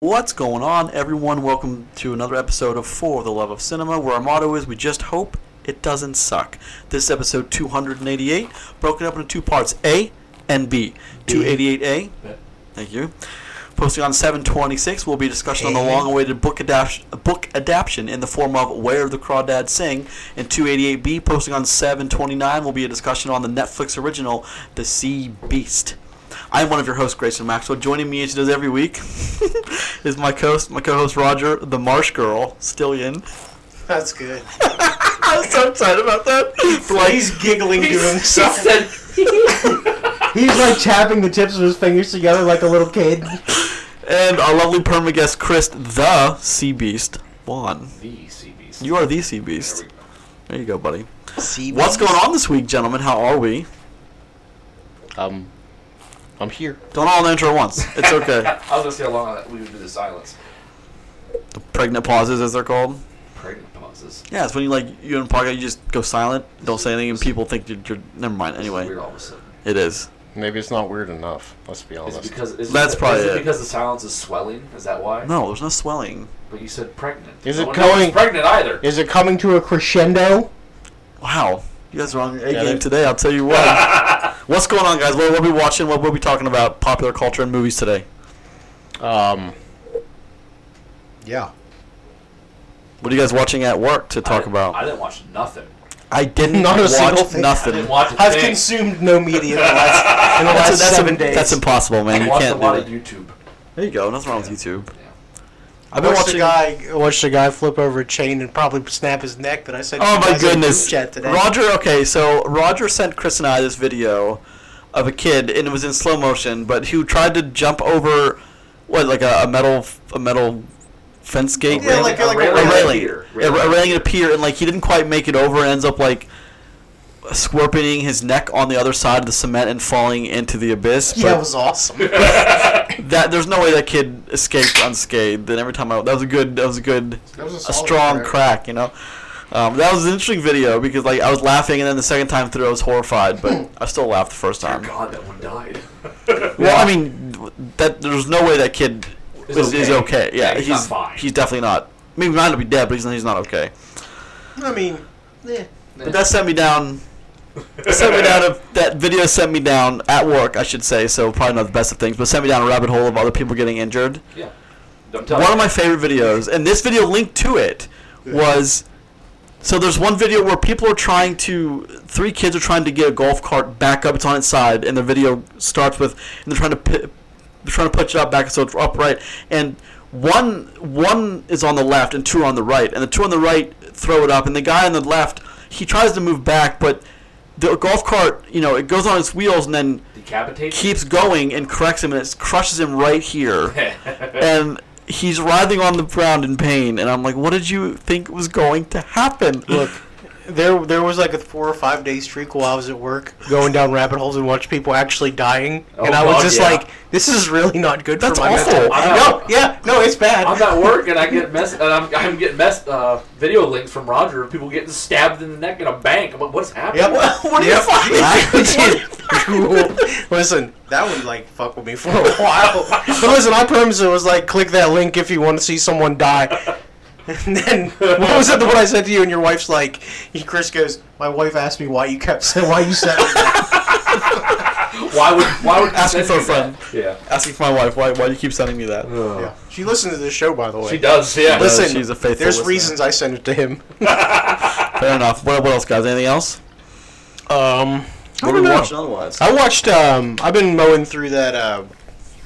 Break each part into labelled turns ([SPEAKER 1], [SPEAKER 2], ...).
[SPEAKER 1] What's going on, everyone? Welcome to another episode of For the Love of Cinema, where our motto is We just hope it doesn't suck. This is episode 288, broken up into two parts A and B. 288A, thank you. Posting on 726, we'll be discussing on the
[SPEAKER 2] A.
[SPEAKER 1] long-awaited book adaptation, book adaption in the form of Where the Crawdads Sing, and 288B, posting on 729, will be a discussion on the Netflix original The Sea Beast. I am one of your hosts, Grayson Maxwell. Joining me, as she does every week, is my co-host, my co-host Roger, the Marsh Girl, Stillian.
[SPEAKER 2] That's good.
[SPEAKER 1] I was so excited about that. Like,
[SPEAKER 2] He's giggling to himself.
[SPEAKER 3] He's like tapping the tips of his fingers together like a little kid.
[SPEAKER 1] and our lovely perma guest, Chris, the Sea Beast, Juan.
[SPEAKER 4] the sea beast.
[SPEAKER 1] You are the Sea Beast.
[SPEAKER 4] There we go.
[SPEAKER 1] There you go, buddy.
[SPEAKER 2] See
[SPEAKER 1] What's going on this week, gentlemen? How are we?
[SPEAKER 4] Um, I'm here.
[SPEAKER 1] Don't all answer at once. It's okay.
[SPEAKER 4] I was gonna see how long that we would do the silence.
[SPEAKER 1] the pregnant pauses, as they're called.
[SPEAKER 4] Pregnant pauses.
[SPEAKER 1] Yeah, it's when you like you in a podcast, you just go silent, don't say anything, and people think you're. you're never mind.
[SPEAKER 4] It's
[SPEAKER 1] Anyway,
[SPEAKER 4] weird all of a sudden.
[SPEAKER 1] it is.
[SPEAKER 5] Maybe it's not weird enough. Let's be
[SPEAKER 4] Is
[SPEAKER 5] honest.
[SPEAKER 4] it because is
[SPEAKER 1] That's
[SPEAKER 4] it,
[SPEAKER 1] probably
[SPEAKER 4] is
[SPEAKER 1] it.
[SPEAKER 4] it because the silence is swelling? Is that why?
[SPEAKER 1] No, there's no swelling.
[SPEAKER 4] But you said pregnant.
[SPEAKER 5] Is
[SPEAKER 4] no
[SPEAKER 5] it
[SPEAKER 4] one- no one's
[SPEAKER 5] going-
[SPEAKER 4] pregnant either?
[SPEAKER 3] Is it coming to a crescendo?
[SPEAKER 1] Wow. You guys are on A
[SPEAKER 5] Yeah,
[SPEAKER 1] game
[SPEAKER 5] they-
[SPEAKER 1] today, I'll tell you what. What's going on, guys? What will we watching? What will we talking about? Popular culture and movies today.
[SPEAKER 5] um,
[SPEAKER 3] Yeah.
[SPEAKER 1] What are you guys watching at work to
[SPEAKER 4] I
[SPEAKER 1] talk
[SPEAKER 4] didn't-
[SPEAKER 1] about?
[SPEAKER 4] I
[SPEAKER 1] I,
[SPEAKER 4] didn't watch nothing.
[SPEAKER 1] didn't
[SPEAKER 3] Not a
[SPEAKER 1] watch
[SPEAKER 3] single thing.
[SPEAKER 4] I
[SPEAKER 1] nothing.
[SPEAKER 4] didn't watch a
[SPEAKER 3] I've
[SPEAKER 4] thing.
[SPEAKER 3] consumed no media in the last, in the
[SPEAKER 1] that's,
[SPEAKER 3] last
[SPEAKER 1] that's-
[SPEAKER 3] seven days.
[SPEAKER 1] that's impossible, man.
[SPEAKER 4] I
[SPEAKER 1] You
[SPEAKER 4] watched
[SPEAKER 1] can't
[SPEAKER 4] a lot
[SPEAKER 1] do it.
[SPEAKER 4] of YouTube.
[SPEAKER 1] There you go. Nothing wrong with YouTube.
[SPEAKER 4] Yeah.
[SPEAKER 3] I
[SPEAKER 1] I've been
[SPEAKER 3] watched
[SPEAKER 1] watching.
[SPEAKER 3] a guy I watched a guy flip over a chain and probably snap his neck. But I said,
[SPEAKER 1] Oh
[SPEAKER 3] you
[SPEAKER 1] my
[SPEAKER 3] guys in the
[SPEAKER 1] goodness.
[SPEAKER 3] group Chat today.
[SPEAKER 1] Roger, okay, so Roger sent Chris and I this video of a kid, and it was in slow motion, but who tried to jump over, what, like a, a metal a metal fence gate?
[SPEAKER 3] Yeah,
[SPEAKER 1] railing?
[SPEAKER 3] like-
[SPEAKER 1] a
[SPEAKER 3] like a railing at a
[SPEAKER 1] railing. Yeah, a railing at a pier, and like he didn't quite make it over, and ends up like scorpioning his neck on the other side of the cement and falling into the abyss.
[SPEAKER 3] yeah,
[SPEAKER 1] but
[SPEAKER 3] it was awesome.
[SPEAKER 1] that there's no way that kid escaped unscathed. And every time I that was a good that was a good a strong crack, you know. Um, that was an interesting video because like I was laughing, and then the second time through I was horrified, but I still laughed the first
[SPEAKER 4] Dear
[SPEAKER 1] time.
[SPEAKER 4] Oh, God, that one died.
[SPEAKER 1] Well, I mean, that there's no way that kid is,
[SPEAKER 4] Is
[SPEAKER 1] is, okay.
[SPEAKER 4] okay.
[SPEAKER 1] Yeah,
[SPEAKER 4] Yeah, he's
[SPEAKER 1] he's
[SPEAKER 4] not fine.
[SPEAKER 1] he's definitely not. I mean, he might not be dead, but he's he's not okay.
[SPEAKER 3] I mean, yeah.
[SPEAKER 1] But that sent me down. that sent me down. A, that video sent me down at work, I should say. So probably not the best of things, but sent me down a rabbit hole of other people getting injured.
[SPEAKER 4] yeah. I'm telling
[SPEAKER 1] one of
[SPEAKER 4] you.
[SPEAKER 1] my favorite videos, and this video linked to it, was so there's one video where people are trying to three kids are trying to get a golf cart back up. It's on its side, and the video starts with and they're trying to pi- they're trying to put it up back so it's upright, and one one is on the left and two are on the right, and the two on the right throw it up, and the guy on the left he tries to move back, but the golf cart you know it goes on its wheels and then
[SPEAKER 4] Decapitated?
[SPEAKER 1] keeps going and corrects him and it crushes him right here and he's writhing on the ground in pain and i'm like what did you think was going to happen
[SPEAKER 3] Look, there there was like a four or five day streak while I was at work going down rabbit holes and watch people actually dying,
[SPEAKER 4] Oh,
[SPEAKER 3] and I was
[SPEAKER 4] God,
[SPEAKER 3] just
[SPEAKER 4] yeah.
[SPEAKER 3] like, this is really not good
[SPEAKER 1] That's
[SPEAKER 3] for my
[SPEAKER 1] awful.
[SPEAKER 3] mental.
[SPEAKER 4] I'm
[SPEAKER 3] No,
[SPEAKER 4] not-
[SPEAKER 3] yeah, no, it's bad.
[SPEAKER 4] I'm at work and I get mess and I'm, I'm getting mess uh, video links from Roger of people getting stabbed in the neck in a bank. I'm like, what's happening?
[SPEAKER 3] Yep.
[SPEAKER 1] What are you fucking-
[SPEAKER 3] Dude, listen, that would like fuck with me for a while. But listen, I promise it was like click that link if you want to see someone die. And then what was it the one I said to you and your wife's like Chris goes, My wife asked me why you kept saying why you said that."
[SPEAKER 4] Why would why would
[SPEAKER 1] Ask him for a friend.
[SPEAKER 4] Yeah.
[SPEAKER 1] asking for my wife why, why do you keep sending me that
[SPEAKER 3] Yeah. She listens to this show by the way.
[SPEAKER 4] She does, yeah.
[SPEAKER 1] does.
[SPEAKER 3] Listen,
[SPEAKER 1] Uh, She's a faithful
[SPEAKER 3] there's
[SPEAKER 1] listener. Um,
[SPEAKER 3] reasons I send it to him.
[SPEAKER 1] fair enough what, what else guys anything else
[SPEAKER 3] Um
[SPEAKER 1] what are we watching otherwise
[SPEAKER 3] I watched. Um, I've been mowing through that uh,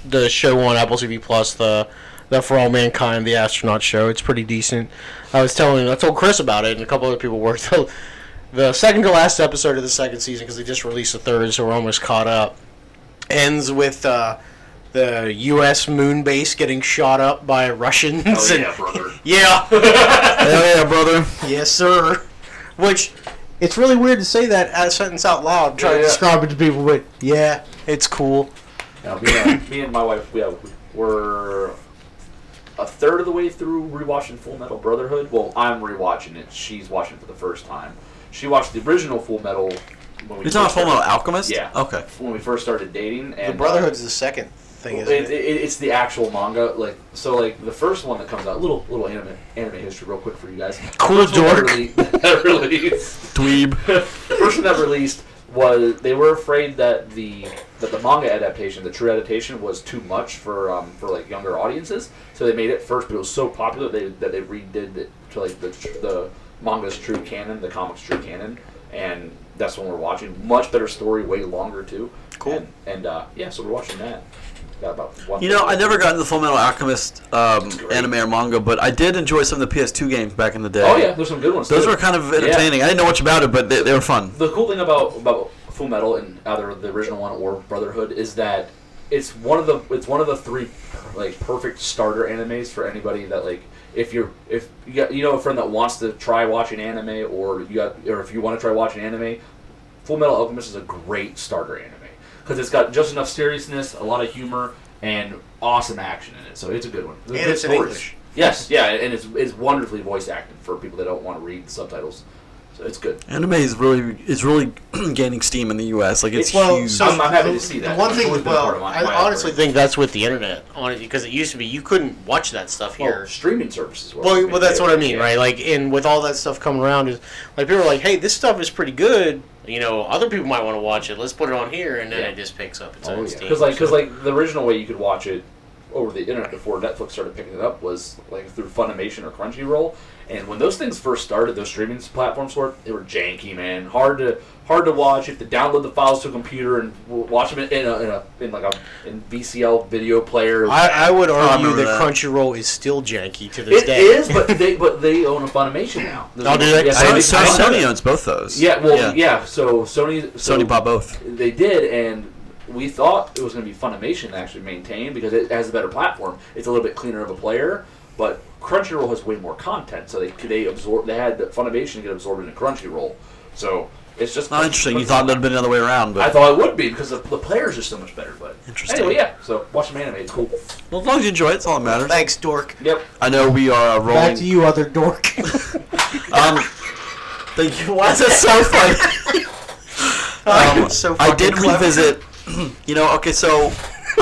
[SPEAKER 3] the show on Apple TV Plus, the the For All Mankind, the astronaut show. It's pretty decent. I was telling, I told Chris about it, and a couple other people were. The, the second to last episode of the second season, because they just released the third, so we're almost caught up. Ends with uh, the U.S. moon base getting shot up by Russians.
[SPEAKER 4] Oh,
[SPEAKER 3] and-
[SPEAKER 4] yeah, brother.
[SPEAKER 3] yeah.
[SPEAKER 1] Hell yeah brother
[SPEAKER 3] Yes, sir. Which it's really weird to say that as a sentence out loud, try
[SPEAKER 4] Yeah,
[SPEAKER 3] to
[SPEAKER 4] yeah.
[SPEAKER 3] describe it to people, but yeah, it's cool.
[SPEAKER 4] Yeah, me, and, me and my wife, we have, we're a third of the way through rewatching Full Metal Brotherhood. Well, I'm rewatching it. She's watching it for the first time. She watched the original Full Metal. When we
[SPEAKER 1] you're talking about
[SPEAKER 4] first
[SPEAKER 1] full metal
[SPEAKER 4] started-
[SPEAKER 1] alchemist
[SPEAKER 4] Yeah.
[SPEAKER 1] okay
[SPEAKER 4] When we first started dating, and
[SPEAKER 3] The Brotherhood's the second. thing,
[SPEAKER 4] It,
[SPEAKER 3] isn't
[SPEAKER 4] it,
[SPEAKER 3] it?
[SPEAKER 4] it's the actual manga, like so. Like the first one that comes out, little little anime anime history, real quick for you guys.
[SPEAKER 6] Cool
[SPEAKER 4] First one that
[SPEAKER 6] dork.
[SPEAKER 4] rele- that released,
[SPEAKER 1] Dweeb.
[SPEAKER 4] the first one that released was they were afraid that the that the manga adaptation, the true adaptation, was too much for um, for like younger audiences. So they made it first, but it was so popular they, that they redid it to like the tr- the manga's true canon, the comics true canon, and that's when we're watching. Much better story, way longer too.
[SPEAKER 1] Cool.
[SPEAKER 4] And, and uh, yeah, so we're watching that. Got about one.
[SPEAKER 1] You know, I never got into the Full Metal Alchemist um,
[SPEAKER 4] great.
[SPEAKER 1] anime or manga, but I did enjoy some of the PS2 games back in the day.
[SPEAKER 4] Oh yeah, there's some good ones.
[SPEAKER 1] Those
[SPEAKER 4] too.
[SPEAKER 1] were kind of entertaining. I didn't know much about it, but they, they were fun.
[SPEAKER 4] The cool thing about about Full Metal and either the original one or Brotherhood is that it's one of the it's one of the three like perfect starter animes for anybody that like if you're if you got you know a friend that wants to try watching anime or you got or if you want to try watching anime, Full Metal Alchemist is a great starter anime because it's got just enough seriousness, a lot of humor, and awesome action in it. So it's a good one. a
[SPEAKER 3] And
[SPEAKER 4] good
[SPEAKER 3] it's in
[SPEAKER 4] story.
[SPEAKER 3] English.
[SPEAKER 4] Yes, yeah, and it's it's wonderfully voice acted for people that don't want to read the subtitles. So it's good.
[SPEAKER 1] Anime is really is really gaining steam in the U.S. Like it's,
[SPEAKER 3] Well,
[SPEAKER 1] huge.
[SPEAKER 3] so-
[SPEAKER 4] I'm, I'm happy
[SPEAKER 3] the-
[SPEAKER 4] to see
[SPEAKER 3] the
[SPEAKER 4] that.
[SPEAKER 3] one thing-
[SPEAKER 4] It's always been a
[SPEAKER 3] well,
[SPEAKER 4] part of my-
[SPEAKER 6] I
[SPEAKER 4] my
[SPEAKER 6] honestly
[SPEAKER 4] upbringing.
[SPEAKER 6] think that's with the internet on it because it used to be you couldn't watch that stuff
[SPEAKER 4] Well,
[SPEAKER 6] here.
[SPEAKER 4] streaming services. were
[SPEAKER 6] Well,
[SPEAKER 4] always
[SPEAKER 6] well,
[SPEAKER 4] big,
[SPEAKER 6] that's what I mean,
[SPEAKER 4] Oh, yeah.
[SPEAKER 6] right? Like, and with all that stuff coming around, is like people are like, "Hey, this stuff is pretty good." You know, other people might want to watch it. Let's put it on here, and then
[SPEAKER 4] Yeah.
[SPEAKER 6] it just picks up its
[SPEAKER 4] Oh,
[SPEAKER 6] own
[SPEAKER 4] yeah.
[SPEAKER 6] steam.
[SPEAKER 4] Because like, because like the original way you could watch it over the internet before Netflix started picking it up was like through Funimation or Crunchyroll. And when those things first started, those streaming platforms were they were janky, man. Hard to hard to watch. You have to download the files to a computer and w- watch them in a, in, a, in like a in VCL video player.
[SPEAKER 6] I, I would argue
[SPEAKER 1] remember
[SPEAKER 6] that,
[SPEAKER 1] that.
[SPEAKER 6] Crunchyroll is still janky to this
[SPEAKER 4] It
[SPEAKER 6] day.
[SPEAKER 4] is, but they but they own a Funimation now.
[SPEAKER 6] Oh, do they?
[SPEAKER 4] Yeah,
[SPEAKER 1] I,
[SPEAKER 6] I-
[SPEAKER 1] so-
[SPEAKER 6] I-
[SPEAKER 1] Sony owns both those.
[SPEAKER 4] Yeah, well, yeah. so Sony, so
[SPEAKER 1] Sony bought both.
[SPEAKER 4] They did, and we thought it was going to be Funimation to actually maintain because it has a better platform. It's a little bit cleaner of a player, but Crunchyroll has way more content, so they they absorb. They had Funimation get absorbed into Crunchyroll, so it's just
[SPEAKER 1] Not interesting. You thought that'd been another way around,
[SPEAKER 4] I
[SPEAKER 1] but
[SPEAKER 4] thought it would be because the, the players are so much better. But
[SPEAKER 1] Interesting.
[SPEAKER 4] Anyway, yeah. So watch some anime. It's cool.
[SPEAKER 1] well, as long as you enjoy it, it's all that matters.
[SPEAKER 3] Thanks, dork.
[SPEAKER 4] Yep.
[SPEAKER 1] I know we are uh, rolling.
[SPEAKER 3] Back to you, other dork.
[SPEAKER 1] Um, thank you. Why is that so funny? Um,
[SPEAKER 3] It's so
[SPEAKER 1] I
[SPEAKER 3] fucking
[SPEAKER 1] did
[SPEAKER 3] clever.
[SPEAKER 1] revisit. You know, okay, so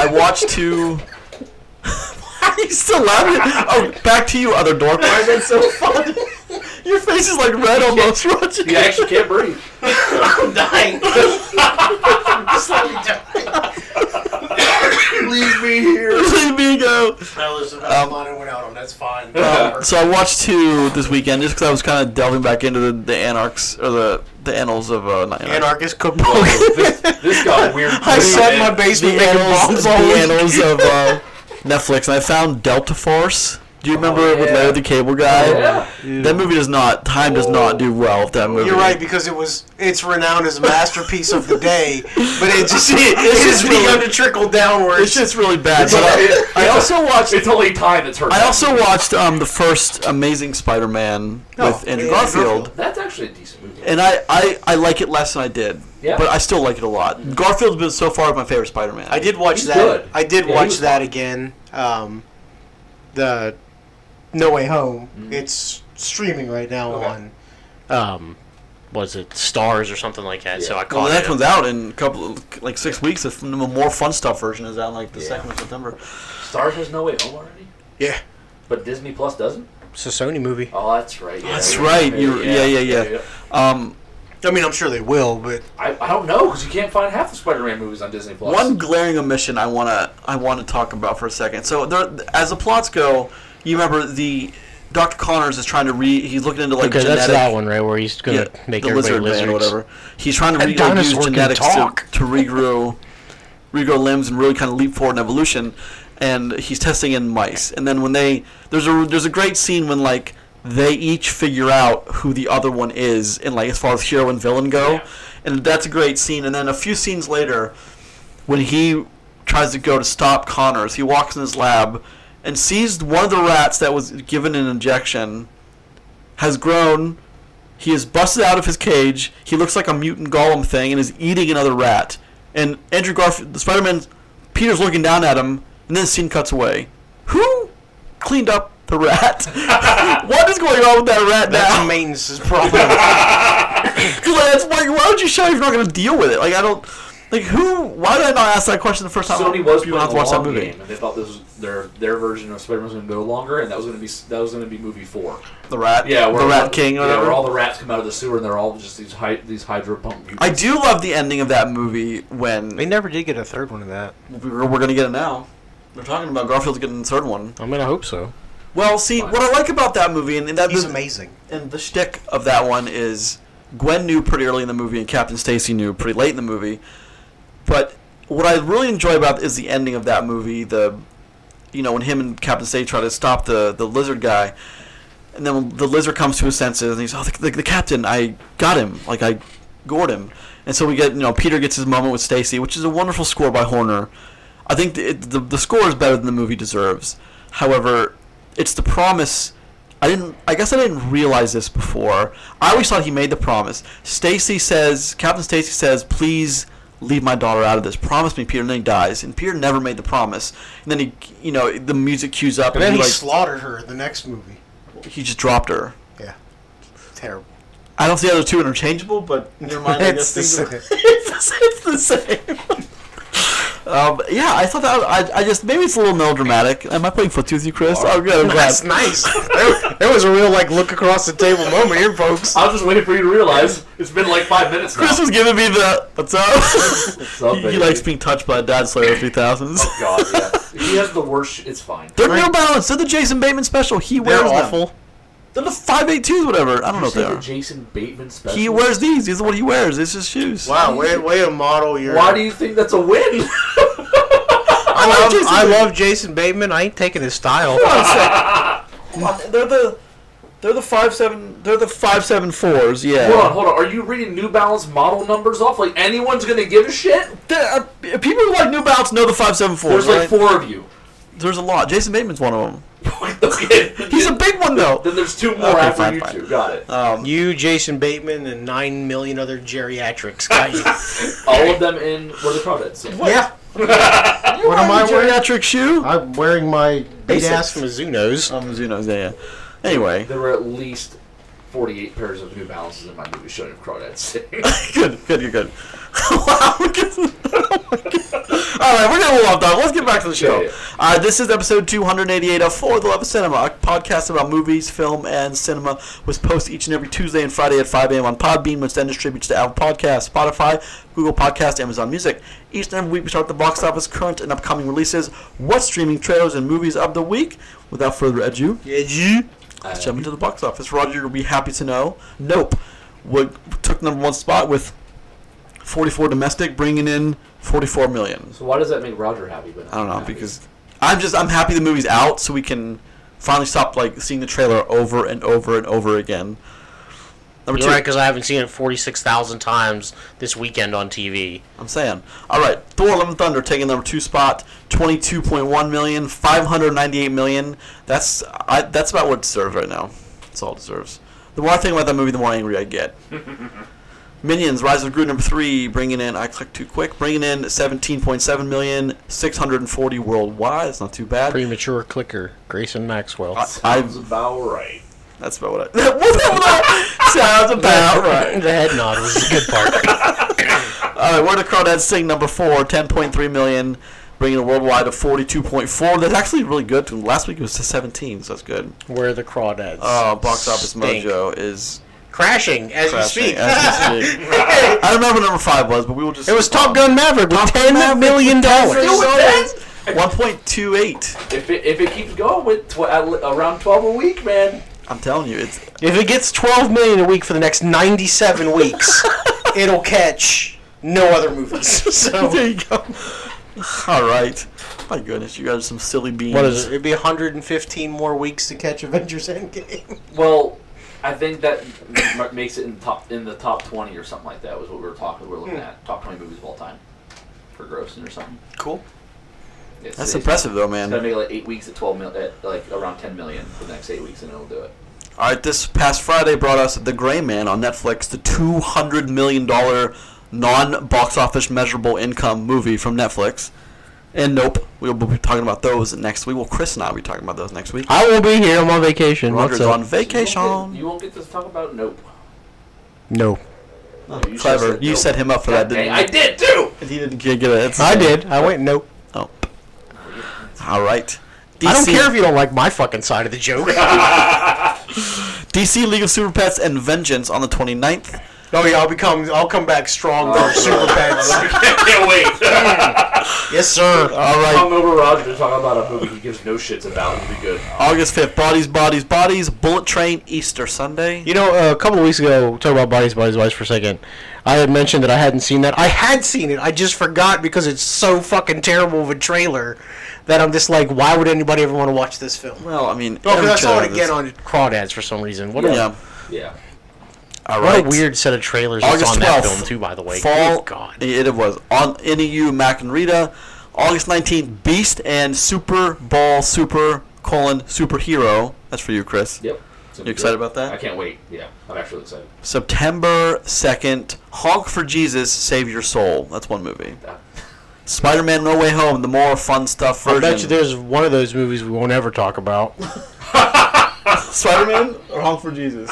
[SPEAKER 1] I watched two. Why are you still laughing? Oh, back to you, other dork. Why is that so funny? Your face is like red almost watching.
[SPEAKER 4] You actually can't breathe.
[SPEAKER 6] I'm dying.
[SPEAKER 3] Leave me here.
[SPEAKER 1] Let me go.
[SPEAKER 6] I was
[SPEAKER 1] Um,
[SPEAKER 3] Mono went out on. That's fine.
[SPEAKER 1] Um, so I watched two this weekend just because I was kind of delving back into the, the anarchs or the the annals of uh, not anarchs.
[SPEAKER 6] Anarchist cookbook.
[SPEAKER 4] This, this got weird.
[SPEAKER 6] I sat in my
[SPEAKER 1] the
[SPEAKER 6] basement making
[SPEAKER 1] annals,
[SPEAKER 6] bombs
[SPEAKER 1] the
[SPEAKER 6] all week.
[SPEAKER 1] annals of uh, Netflix, and I found Delta Force. Do you remember
[SPEAKER 4] Oh,
[SPEAKER 1] with
[SPEAKER 4] yeah.
[SPEAKER 1] Larry the Cable Guy?
[SPEAKER 4] Yeah.
[SPEAKER 1] That movie does not. Time does not do well with that movie.
[SPEAKER 3] You're right because it was it's renowned as a masterpiece of the day, but it just it,
[SPEAKER 1] It's just
[SPEAKER 3] just begun
[SPEAKER 1] really-
[SPEAKER 3] to trickle
[SPEAKER 1] It's
[SPEAKER 3] downwards.
[SPEAKER 1] just really bad.
[SPEAKER 4] It's
[SPEAKER 1] But
[SPEAKER 4] only-
[SPEAKER 1] I, I also watched.
[SPEAKER 4] It's only time that's hurt.
[SPEAKER 1] I also watched um, the first Amazing Spider-Man
[SPEAKER 3] Oh,
[SPEAKER 1] with Andrew
[SPEAKER 3] yeah,
[SPEAKER 1] Garfield.
[SPEAKER 4] That's actually a decent movie.
[SPEAKER 1] and I, I, I like it less than I did.
[SPEAKER 4] Yeah. Mm-hmm.
[SPEAKER 1] But I still like it a lot. Garfield's been so far my favorite Spider-Man.
[SPEAKER 3] I did watch
[SPEAKER 4] He's
[SPEAKER 3] that.
[SPEAKER 4] good.
[SPEAKER 3] I did
[SPEAKER 4] Yeah, he
[SPEAKER 3] watch
[SPEAKER 4] was
[SPEAKER 3] that
[SPEAKER 4] fun.
[SPEAKER 3] again. Um, the No Way Home. It's streaming right now
[SPEAKER 4] Okay.
[SPEAKER 3] on.
[SPEAKER 6] Um, was it stars or something like that? So
[SPEAKER 4] Oh, Yeah.
[SPEAKER 6] I
[SPEAKER 1] Well,
[SPEAKER 6] caught
[SPEAKER 1] the next
[SPEAKER 6] it.
[SPEAKER 1] one's out in a couple, like six weeks. The f- the more fun stuff version is out like the
[SPEAKER 4] Yeah.
[SPEAKER 1] second of September.
[SPEAKER 4] Stars has no way home already,
[SPEAKER 3] Yeah.
[SPEAKER 4] but Disney Plus doesn't.
[SPEAKER 6] It's a Sony movie.
[SPEAKER 4] Oh, that's right. Yeah,
[SPEAKER 1] That's
[SPEAKER 4] yeah,
[SPEAKER 1] right, you're- yeah, yeah, yeah. Um,
[SPEAKER 3] I mean, I'm sure they will, but
[SPEAKER 4] I, I don't know because you can't find half the Spider-Man movies on Disney Plus.
[SPEAKER 1] one glaring omission I wanna I wanna talk about for a second. So there, as the plots go, you remember the Dr. Connors is trying to re. He's looking into like
[SPEAKER 6] okay,
[SPEAKER 1] genetic.
[SPEAKER 6] that's that one right where he's gonna
[SPEAKER 1] yeah,
[SPEAKER 6] make
[SPEAKER 1] the
[SPEAKER 6] everybody
[SPEAKER 1] lizard man
[SPEAKER 6] lizards.
[SPEAKER 1] or whatever. He's trying to
[SPEAKER 6] That
[SPEAKER 1] re- like, use
[SPEAKER 6] dinosaur can
[SPEAKER 1] genetics to,
[SPEAKER 6] talk.
[SPEAKER 1] to regrow, regrow limbs and really kind of leap forward in evolution. And he's testing in mice. And then when they there's a there's a great scene when like they each figure out who the other one is, and like as far as hero and villain go,
[SPEAKER 4] Yeah.
[SPEAKER 1] and that's a great scene. And then a few scenes later, when he tries to go to stop Connors, he walks in his lab and sees one of the rats that was given an injection has grown. He is busted out of his cage. He looks like a mutant golem thing and is eating another rat. And Andrew Garfield, the Spider-Man, Peter's looking down at him, and then the scene cuts away. Who cleaned up the rat? what is going on with that rat
[SPEAKER 3] that's
[SPEAKER 1] now?
[SPEAKER 3] maintenance is problem.
[SPEAKER 1] Because like, that's like, why would you show if you're not going to deal with it? Like, I don't. Like who? Why did I not ask that question the first time?
[SPEAKER 4] Sony was
[SPEAKER 1] people
[SPEAKER 4] playing
[SPEAKER 1] have
[SPEAKER 4] a long game, and they thought this was their their version of Spider-Man was going to go longer, and that was going to be that was going to be movie four.
[SPEAKER 1] The Rat.
[SPEAKER 4] Yeah,
[SPEAKER 1] the
[SPEAKER 4] where all-
[SPEAKER 1] Rat King. Or
[SPEAKER 4] yeah,
[SPEAKER 1] whatever.
[SPEAKER 4] where all the rats come out of the sewer, and they're all just these hy- these hydro pump.
[SPEAKER 1] I do love the ending of that movie when
[SPEAKER 3] They never did get a third one of that.
[SPEAKER 1] we're, we're gonna get it now. We're talking about Garfield's getting the third one.
[SPEAKER 6] I mean, I hope so.
[SPEAKER 1] Well, see
[SPEAKER 4] Fine.
[SPEAKER 1] what I like about that movie, and, and that
[SPEAKER 3] He's
[SPEAKER 1] the-
[SPEAKER 3] amazing.
[SPEAKER 1] and the shtick of that one is Gwen knew pretty early in the movie, and Captain Stacy knew pretty late in the movie. But what I really enjoy about is the ending of that movie. The you know when him and Captain Stacy try to stop the the lizard guy, and then when the lizard comes to his senses and he's oh the, the, the captain I got him like I gored him, and so we get you know Peter gets his moment with Stacy, which is a wonderful score by Horner. I think the, it, the the score is better than the movie deserves. However, it's the promise. I didn't. I guess I didn't realize this before. I always thought he made the promise. Stacy says, Captain Stacy says, "Please leave my daughter out of this. Promise me, Peter." And then he dies, and Peter never made the promise. And then he, you know, the music cues up,
[SPEAKER 3] And
[SPEAKER 1] and,
[SPEAKER 3] then he
[SPEAKER 1] he,
[SPEAKER 3] slaughtered her in the next movie.
[SPEAKER 1] like he just dropped her.
[SPEAKER 3] Yeah. Terrible.
[SPEAKER 1] I don't see the other two interchangeable, but never mind. I guess
[SPEAKER 3] It's the
[SPEAKER 1] things are-
[SPEAKER 3] same.
[SPEAKER 1] it's the same. um, yeah, I thought that. I, I just maybe it's a little melodramatic. Am I putting foot with you, Chris? Oh, good. I'm glad.
[SPEAKER 6] That's nice. That that was a real like look across the table moment here, folks.
[SPEAKER 4] I was just waiting for you to realize it's been like five minutes. Now.
[SPEAKER 1] Chris was giving me the what's up.
[SPEAKER 4] What's up,
[SPEAKER 1] he,
[SPEAKER 4] baby?
[SPEAKER 1] he likes being touched by a dad slayer three thousands.
[SPEAKER 4] Oh, God, yeah. He has the worst. sh- It's fine.
[SPEAKER 1] They're New Balance. They're the Jason Bateman special. He
[SPEAKER 6] They're
[SPEAKER 1] wears them.
[SPEAKER 6] awful.
[SPEAKER 1] They're the five eight twos, whatever. I don't know
[SPEAKER 4] you
[SPEAKER 1] if they
[SPEAKER 4] say the
[SPEAKER 1] are.
[SPEAKER 4] Jason Bateman special?
[SPEAKER 1] He wears these. These are what he wears. It's his shoes.
[SPEAKER 6] Wow, way, way to model your.
[SPEAKER 4] Why do you think that's a win?
[SPEAKER 6] I
[SPEAKER 1] love
[SPEAKER 6] love,
[SPEAKER 1] Jason
[SPEAKER 6] I
[SPEAKER 1] Bateman.
[SPEAKER 6] love Jason Bateman. I ain't taking his style.
[SPEAKER 1] They're the they're the five seven. They're the five seven fours. Yeah.
[SPEAKER 4] hold on, hold on. Are you reading New Balance model numbers off? Like anyone's gonna give a shit?
[SPEAKER 1] There are- uh, people who like New Balance know the five seven fours.
[SPEAKER 4] There's
[SPEAKER 1] There's,
[SPEAKER 4] like four of you.
[SPEAKER 1] there's a lot. Jason Bateman's one of them.
[SPEAKER 4] okay.
[SPEAKER 1] He's a big one though.
[SPEAKER 4] Then there's two more
[SPEAKER 1] Okay,
[SPEAKER 4] after
[SPEAKER 1] fine,
[SPEAKER 4] you
[SPEAKER 1] fine.
[SPEAKER 4] two. Got it.
[SPEAKER 1] Um,
[SPEAKER 6] you, Jason Bateman, and nine million other geriatrics. Got you.
[SPEAKER 4] All of them in were the products. Yeah.
[SPEAKER 6] yeah,
[SPEAKER 1] what
[SPEAKER 6] am I wearing?
[SPEAKER 1] Geriatric shoe.
[SPEAKER 5] I'm wearing my
[SPEAKER 6] big ass Mizuno's.
[SPEAKER 1] Um, you know, yeah, yeah. Anyway,
[SPEAKER 4] There were at least 48 pairs of New Balances in my movie showing of crawdads.
[SPEAKER 1] good, good, good, good. wow. we're getting- oh my God. All right, we're getting a little off topic. Let's get back to the show.
[SPEAKER 4] Yeah, yeah.
[SPEAKER 1] Uh, this is episode 288 of For the Love of Cinema, a podcast about movies, film, and cinema, which posts each and every Tuesday and Friday at 5 a.m. on Podbean, which then distributes to Apple Podcasts, Spotify, Google Podcasts, Amazon Music. Each and every week, we start the box office, current and upcoming releases, what streaming trailers and movies of the week. Without further ado, Let's jump into the box office. Roger, you'll be happy to know. Nope. Would, took number one spot with 44 domestic, bringing in 44 million.
[SPEAKER 4] so why does that make Roger happy? But not
[SPEAKER 1] I don't know
[SPEAKER 4] happy?
[SPEAKER 1] because I'm just I'm happy the movie's out so we can finally stop like seeing the trailer over and over and over again. Number
[SPEAKER 6] You're
[SPEAKER 1] two,
[SPEAKER 6] right, because I haven't seen it 46,000 times this weekend on TV.
[SPEAKER 1] I'm saying. All right, Thor: Love and Thunder taking number two spot, 22.1 million, 598 million. That's I, that's about what it deserves right now. That's all it deserves. The more I think about that movie, the more angry I get. Minions: Rise of Gru number three, bringing in I clicked too quick, bringing in 17.7 million, 640 worldwide. That's not too bad.
[SPEAKER 6] Premature clicker, Grayson Maxwell.
[SPEAKER 4] Sounds
[SPEAKER 1] I-
[SPEAKER 4] about right.
[SPEAKER 1] That's about what I. What's that about? Sounds about right.
[SPEAKER 6] the head nod was the good part.
[SPEAKER 1] All right, where the Crawdads sing number four, 10.3 million, bringing it worldwide to 42.4. That's actually really good. Last week it was to 17, so that's good.
[SPEAKER 6] Where are the crawdads?
[SPEAKER 1] Uh, Box Office
[SPEAKER 6] Stink.
[SPEAKER 1] Mojo is
[SPEAKER 6] Crashing as
[SPEAKER 1] crashing
[SPEAKER 6] you speak.
[SPEAKER 1] as we speak. I don't remember what number five was, but we will just. um,
[SPEAKER 6] it was Top Gun Maverick with ten million dollars.
[SPEAKER 4] Deal with that.
[SPEAKER 1] 1.28.
[SPEAKER 4] If it, if it keeps going with tw- at li- around 12 a week, man.
[SPEAKER 1] I'm telling you, it's
[SPEAKER 6] If it gets 12 million a week for the next 97 weeks, it'll catch no other movies. So
[SPEAKER 1] there you go. oh. All right. My goodness, you guys are some silly beans.
[SPEAKER 6] It'd be 115 more weeks to catch Avengers Endgame.
[SPEAKER 4] Well, I think that m- makes it in top in the top 20 or something like that. Was what we were talking. We were looking at top 20 movies of all time for grossing or something.
[SPEAKER 6] Cool.
[SPEAKER 4] It's,
[SPEAKER 1] That's
[SPEAKER 4] it's-
[SPEAKER 1] impressive, though,
[SPEAKER 4] It's
[SPEAKER 1] man.
[SPEAKER 4] gonna make like eight weeks at 12 mil, at like around 10 million for the next eight weeks, and it'll do it.
[SPEAKER 1] All right, this past Friday brought us The Gray Man on Netflix, the $200 million non box office measurable income movie from Netflix. And nope, we'll be talking about those next week. Well, Chris and I will be talking about those next week.
[SPEAKER 6] I will be here. I'm on vacation.
[SPEAKER 1] Roger's
[SPEAKER 6] What's up?
[SPEAKER 1] on vacation.
[SPEAKER 4] You won't, get, you won't get to talk about Nope.
[SPEAKER 6] No.
[SPEAKER 4] Oh, you should've
[SPEAKER 1] Clever.
[SPEAKER 4] said
[SPEAKER 1] You
[SPEAKER 4] nope.
[SPEAKER 1] set him up for that,
[SPEAKER 4] God
[SPEAKER 1] didn't
[SPEAKER 4] dang,
[SPEAKER 1] you? Oh,
[SPEAKER 4] I did too.
[SPEAKER 1] And he didn't get get it.
[SPEAKER 6] I did. I went nope.
[SPEAKER 1] Oh. All right. DC,
[SPEAKER 6] I don't care if you don't like my fucking side of the joke.
[SPEAKER 1] DC League of Super Pets and Vengeance on the 29th.
[SPEAKER 6] oh yeah, I'll become. I'll come back strong
[SPEAKER 4] Oh,
[SPEAKER 6] for super pets.
[SPEAKER 4] Can't wait.
[SPEAKER 6] yes, sir. All right.
[SPEAKER 4] Come over Roger to talk about a movie he gives no shits about. It'll be good.
[SPEAKER 1] August 5th. Bodies, Bodies, Bodies. Bullet Train, Easter Sunday.
[SPEAKER 6] You know, a couple of weeks ago, talk about bodies, bodies, bodies for a second. I had mentioned that I hadn't seen that. I had seen it. I just forgot because it's so fucking terrible of a trailer that I'm just like, why would anybody ever want to watch this film?
[SPEAKER 1] Well, I mean.
[SPEAKER 6] Oh, because I
[SPEAKER 1] every
[SPEAKER 6] saw
[SPEAKER 1] trailer
[SPEAKER 6] it
[SPEAKER 1] that's-
[SPEAKER 6] again on Crawdads for some reason. What,
[SPEAKER 1] Yeah.
[SPEAKER 4] Yeah.
[SPEAKER 1] All
[SPEAKER 6] a, what
[SPEAKER 1] right.
[SPEAKER 6] a weird set of trailers was
[SPEAKER 1] August
[SPEAKER 6] on that
[SPEAKER 1] 12th,
[SPEAKER 6] film too, by the way.
[SPEAKER 1] Fall.
[SPEAKER 6] Good God.
[SPEAKER 1] It it was on NEU Mac and Rita, August nineteenth. Beast and Super Ball Super colon superhero. That's for you, Chris.
[SPEAKER 4] Yep. It's gonna
[SPEAKER 1] You
[SPEAKER 4] be
[SPEAKER 1] excited
[SPEAKER 4] good.
[SPEAKER 1] about that?
[SPEAKER 4] I can't wait. Yeah, I'm actually excited.
[SPEAKER 1] September second. Honk for Jesus, Save Your Soul. That's one movie.
[SPEAKER 4] That-
[SPEAKER 1] Spider-Man: No Way Home, the more fun stuff
[SPEAKER 6] I
[SPEAKER 1] version.
[SPEAKER 6] bet you there's one of those movies we won't ever talk about.
[SPEAKER 1] Spider-Man or Honk for Jesus.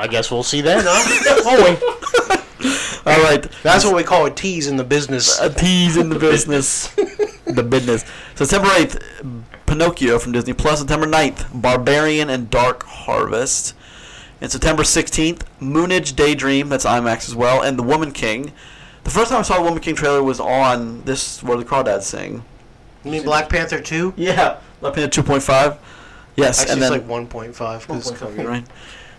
[SPEAKER 6] I guess we'll see that. Huh? oh, wait.
[SPEAKER 1] All right,
[SPEAKER 6] That's what we call a tease in the business.
[SPEAKER 1] a tease in the business. the business. September 8th, Pinocchio from Disney Plus. September 9th, Barbarian and Dark Harvest. And September 16th, Moonage Daydream. That's IMAX as well. And The Woman King. The first time I saw The Woman King trailer was on this, where the crawdads sing.
[SPEAKER 6] You mean Black Panther 2?
[SPEAKER 1] Yeah. Left at 2.5. Yes.
[SPEAKER 6] Actually,
[SPEAKER 1] and
[SPEAKER 6] it's
[SPEAKER 1] then,
[SPEAKER 6] like 1.5. 'cause-
[SPEAKER 1] Right.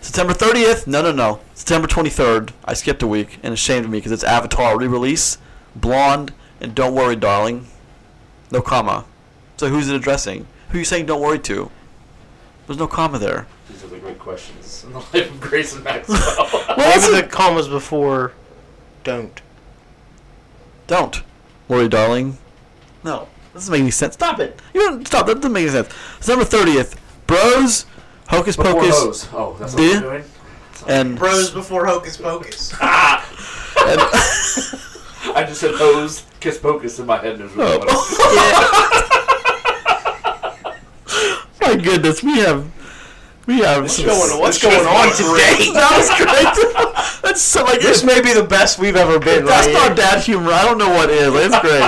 [SPEAKER 1] September 30th. No, no, no. September 23rd. I skipped a week, and it's ashamed of me because it's Avatar re-release, Blonde, and Don't Worry, Darling. No comma. So who's it addressing? Who are you saying don't worry to? There's no comma there.
[SPEAKER 4] These are the great questions in the life of Grace and Maxwell.
[SPEAKER 1] Well,
[SPEAKER 6] Maybe the commas before don't.
[SPEAKER 1] Don't worry, darling. No, this doesn't make any sense. Stop it. You don't stop. That doesn't make any sense. September 30th. Bros, Hocus
[SPEAKER 4] Before
[SPEAKER 1] Pocus,
[SPEAKER 4] Hose. Oh, that's what we're
[SPEAKER 1] Yeah.
[SPEAKER 4] doing.
[SPEAKER 1] and
[SPEAKER 3] Bros before Hocus Pocus.
[SPEAKER 4] I just said Hose, Kiss Pocus in my head. Knows really what
[SPEAKER 1] Oh.
[SPEAKER 4] I-
[SPEAKER 1] my goodness, we have we have some-
[SPEAKER 6] What's going on today?
[SPEAKER 1] that was great. That's so like
[SPEAKER 6] This may be the best we've ever been.
[SPEAKER 1] That's
[SPEAKER 6] right
[SPEAKER 1] not dad humor. I don't know what is. It's great.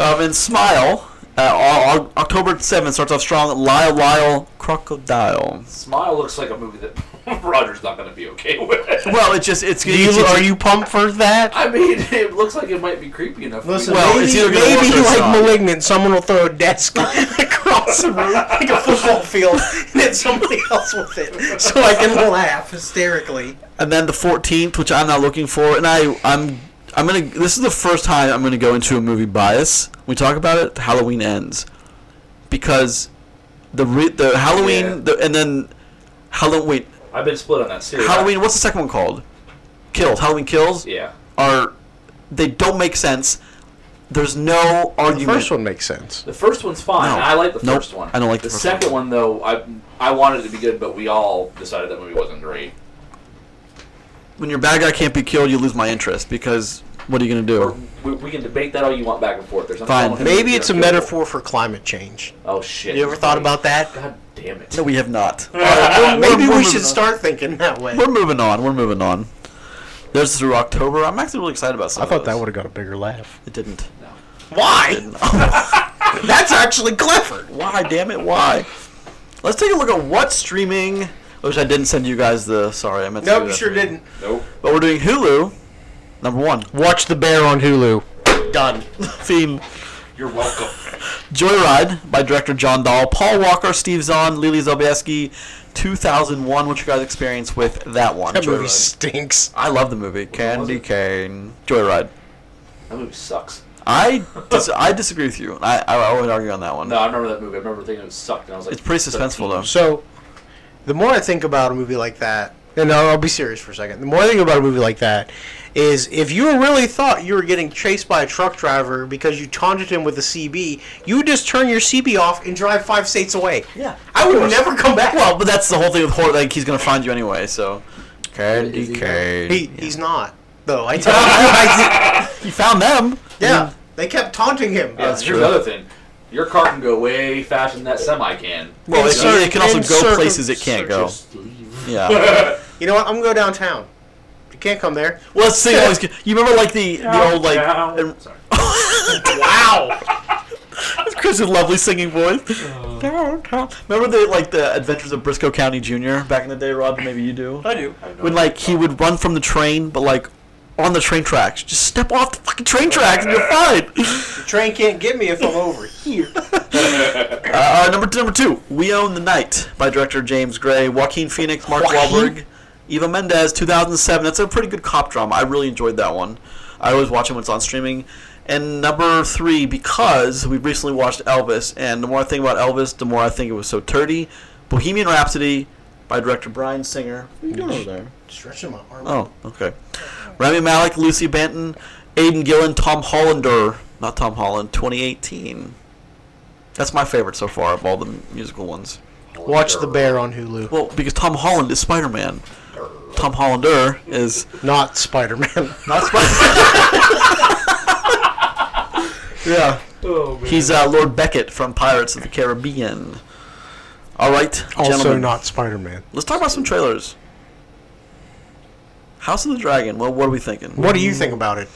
[SPEAKER 1] um, and smile. Uh, o- o- October seventh starts off strong. Lyle Lyle crocodile.
[SPEAKER 4] Smile looks like a movie that Roger's not going to be okay with.
[SPEAKER 1] Well, it's just it's.
[SPEAKER 6] Do you,
[SPEAKER 1] it's,
[SPEAKER 6] are you pumped for that?
[SPEAKER 4] I mean, it looks like it might be creepy enough. for
[SPEAKER 3] Listen,
[SPEAKER 4] me.
[SPEAKER 1] Well, it's
[SPEAKER 6] maybe
[SPEAKER 1] either gonna work
[SPEAKER 6] maybe
[SPEAKER 1] or it's
[SPEAKER 6] like
[SPEAKER 1] not.
[SPEAKER 6] malignant, someone will throw a desk across the room like a football field, and hit somebody else with it, so I can laugh.
[SPEAKER 3] hysterically.
[SPEAKER 1] and then the fourteenth, which I'm not looking for, and I I'm. I'm gonna. This is the first time I'm gonna go into a movie bias. We talk about it. Halloween ends, because the re, the Halloween
[SPEAKER 4] Yeah.
[SPEAKER 1] the, and then Halloween. Wait,
[SPEAKER 4] I've been split on that series.
[SPEAKER 1] Halloween. What's the second one called? Kills. Halloween kills.
[SPEAKER 4] Yeah.
[SPEAKER 1] are they don't make sense. There's no argument.
[SPEAKER 6] one makes sense.
[SPEAKER 4] The first one's fine.
[SPEAKER 1] No.
[SPEAKER 4] and I like the
[SPEAKER 1] Nope.
[SPEAKER 4] first one.
[SPEAKER 1] I don't like
[SPEAKER 4] the,
[SPEAKER 1] the first
[SPEAKER 4] second one. though. I I wanted it to be good, but we all decided that movie wasn't great.
[SPEAKER 1] When your bad guy can't be killed, you lose my interest because what are you gonna
[SPEAKER 4] Or
[SPEAKER 1] do?
[SPEAKER 4] we, we can debate that all you want back and forth. There's nothing
[SPEAKER 1] Fine.
[SPEAKER 4] wrong with it.
[SPEAKER 6] Maybe it's a metaphor for climate change.
[SPEAKER 4] Oh shit!
[SPEAKER 6] You ever thought about that?
[SPEAKER 4] God damn it!
[SPEAKER 1] No, we have not.
[SPEAKER 6] Maybe
[SPEAKER 1] we're
[SPEAKER 6] we
[SPEAKER 1] moving
[SPEAKER 6] should
[SPEAKER 1] on.
[SPEAKER 6] start thinking that way.
[SPEAKER 1] We're moving on. We're moving on. There's through October. I'm actually really excited about some.
[SPEAKER 6] I
[SPEAKER 1] of
[SPEAKER 6] thought that
[SPEAKER 1] those.
[SPEAKER 6] would have got a bigger laugh.
[SPEAKER 1] It didn't.
[SPEAKER 6] Why? That's actually clever.
[SPEAKER 1] Why? Damn it! Why? Let's take a look at what's streaming. Which I didn't send you guys the. Sorry, I meant. to do
[SPEAKER 3] Nope, you
[SPEAKER 1] that
[SPEAKER 3] sure
[SPEAKER 1] for you.
[SPEAKER 3] didn't.
[SPEAKER 4] Nope.
[SPEAKER 1] But we're doing Hulu. Number one,
[SPEAKER 6] Watch the bear on Hulu. Done.
[SPEAKER 1] theme
[SPEAKER 4] You're welcome.
[SPEAKER 1] Joyride by director John Dahl, Paul Walker, Steve Zahn, Lily Sobieski, 2001. What's your guys' experience with that one?
[SPEAKER 6] That movie
[SPEAKER 1] Joyride.
[SPEAKER 6] stinks.
[SPEAKER 1] I love the movie.
[SPEAKER 4] was
[SPEAKER 1] Candy
[SPEAKER 4] it?
[SPEAKER 1] Cane. Joyride.
[SPEAKER 4] That movie sucks.
[SPEAKER 1] I dis- I disagree with you. I, I, I would argue on that one.
[SPEAKER 4] No, I remember that movie. I remember thinking it sucked, and I was like,
[SPEAKER 1] It's pretty suspenseful, though.
[SPEAKER 6] So,
[SPEAKER 3] The more I think about a movie like that,
[SPEAKER 6] and I'll, I'll be serious for a second. The more I think about a movie like that, is if you really thought you were getting chased by a truck driver because you taunted him with a CB, you would just turn your CB off and drive five states away.
[SPEAKER 1] Yeah,
[SPEAKER 6] I would never come back.
[SPEAKER 1] Well, but that's the whole thing with horror. Like, he's going to find you anyway, so.
[SPEAKER 4] Is
[SPEAKER 1] Candy
[SPEAKER 4] he-
[SPEAKER 1] Cane.
[SPEAKER 6] he,
[SPEAKER 1] He,
[SPEAKER 6] he's not though. I, tell I,
[SPEAKER 1] found them.
[SPEAKER 3] yeah, they kept taunting him.
[SPEAKER 4] Yeah, here's the other thing. Your car can go way faster than that semi can.
[SPEAKER 1] Well, it,
[SPEAKER 6] Insert-
[SPEAKER 1] it can also go
[SPEAKER 6] insert-
[SPEAKER 1] places it can't go.
[SPEAKER 4] Just leave.
[SPEAKER 1] Yeah.
[SPEAKER 3] You know what? I'm gonna go downtown. You can't come there.
[SPEAKER 1] Well, let's see. Always, you remember like the, the old like
[SPEAKER 4] Yeah.
[SPEAKER 1] and-
[SPEAKER 4] Sorry.
[SPEAKER 1] wow. Chris's lovely singing voice.
[SPEAKER 6] Oh.
[SPEAKER 1] Downtown. Remember the like the Adventures of Briscoe County Jr. back in the day, Rod? Maybe you do.
[SPEAKER 3] I do.
[SPEAKER 1] When like he would run from the train, but like on the train tracks. Just step off the fucking train tracks and you're fine.
[SPEAKER 3] The train can't get me if I'm over here.
[SPEAKER 1] Uh, uh, number two, number two, We Own the Night by director James Gray, Joaquin Phoenix, Mark
[SPEAKER 6] Joaquin?
[SPEAKER 1] Wahlberg, Eva Mendes, 2007. That's a pretty good cop drama. I really enjoyed that one. I always watch it when it's on streaming. And number three, because we recently watched Elvis, and the more I think about Elvis, the more I think it was so turdy. Bohemian Rhapsody by director Brian Singer. What are you doing over there?
[SPEAKER 3] Stretching my arm.
[SPEAKER 1] Oh, okay. Rami Malik, Lucy Benton, Aidan Gillen, Tom Hollander. Not Tom Holland, 2018. That's my favorite so far of all the musical ones.
[SPEAKER 6] Watch The Bear on Hulu.
[SPEAKER 1] Well, because Tom Holland is Spider Man. Tom Hollander is
[SPEAKER 6] Not Spider Man.
[SPEAKER 1] not Spider Yeah.
[SPEAKER 4] Oh, man.
[SPEAKER 1] He's uh, Lord Beckett from Pirates of the Caribbean. All right.
[SPEAKER 6] also
[SPEAKER 1] gentlemen.
[SPEAKER 6] not Spider Man.
[SPEAKER 1] Let's talk about some trailers. House of the Dragon. Well, what are we thinking?
[SPEAKER 6] What do you think about it?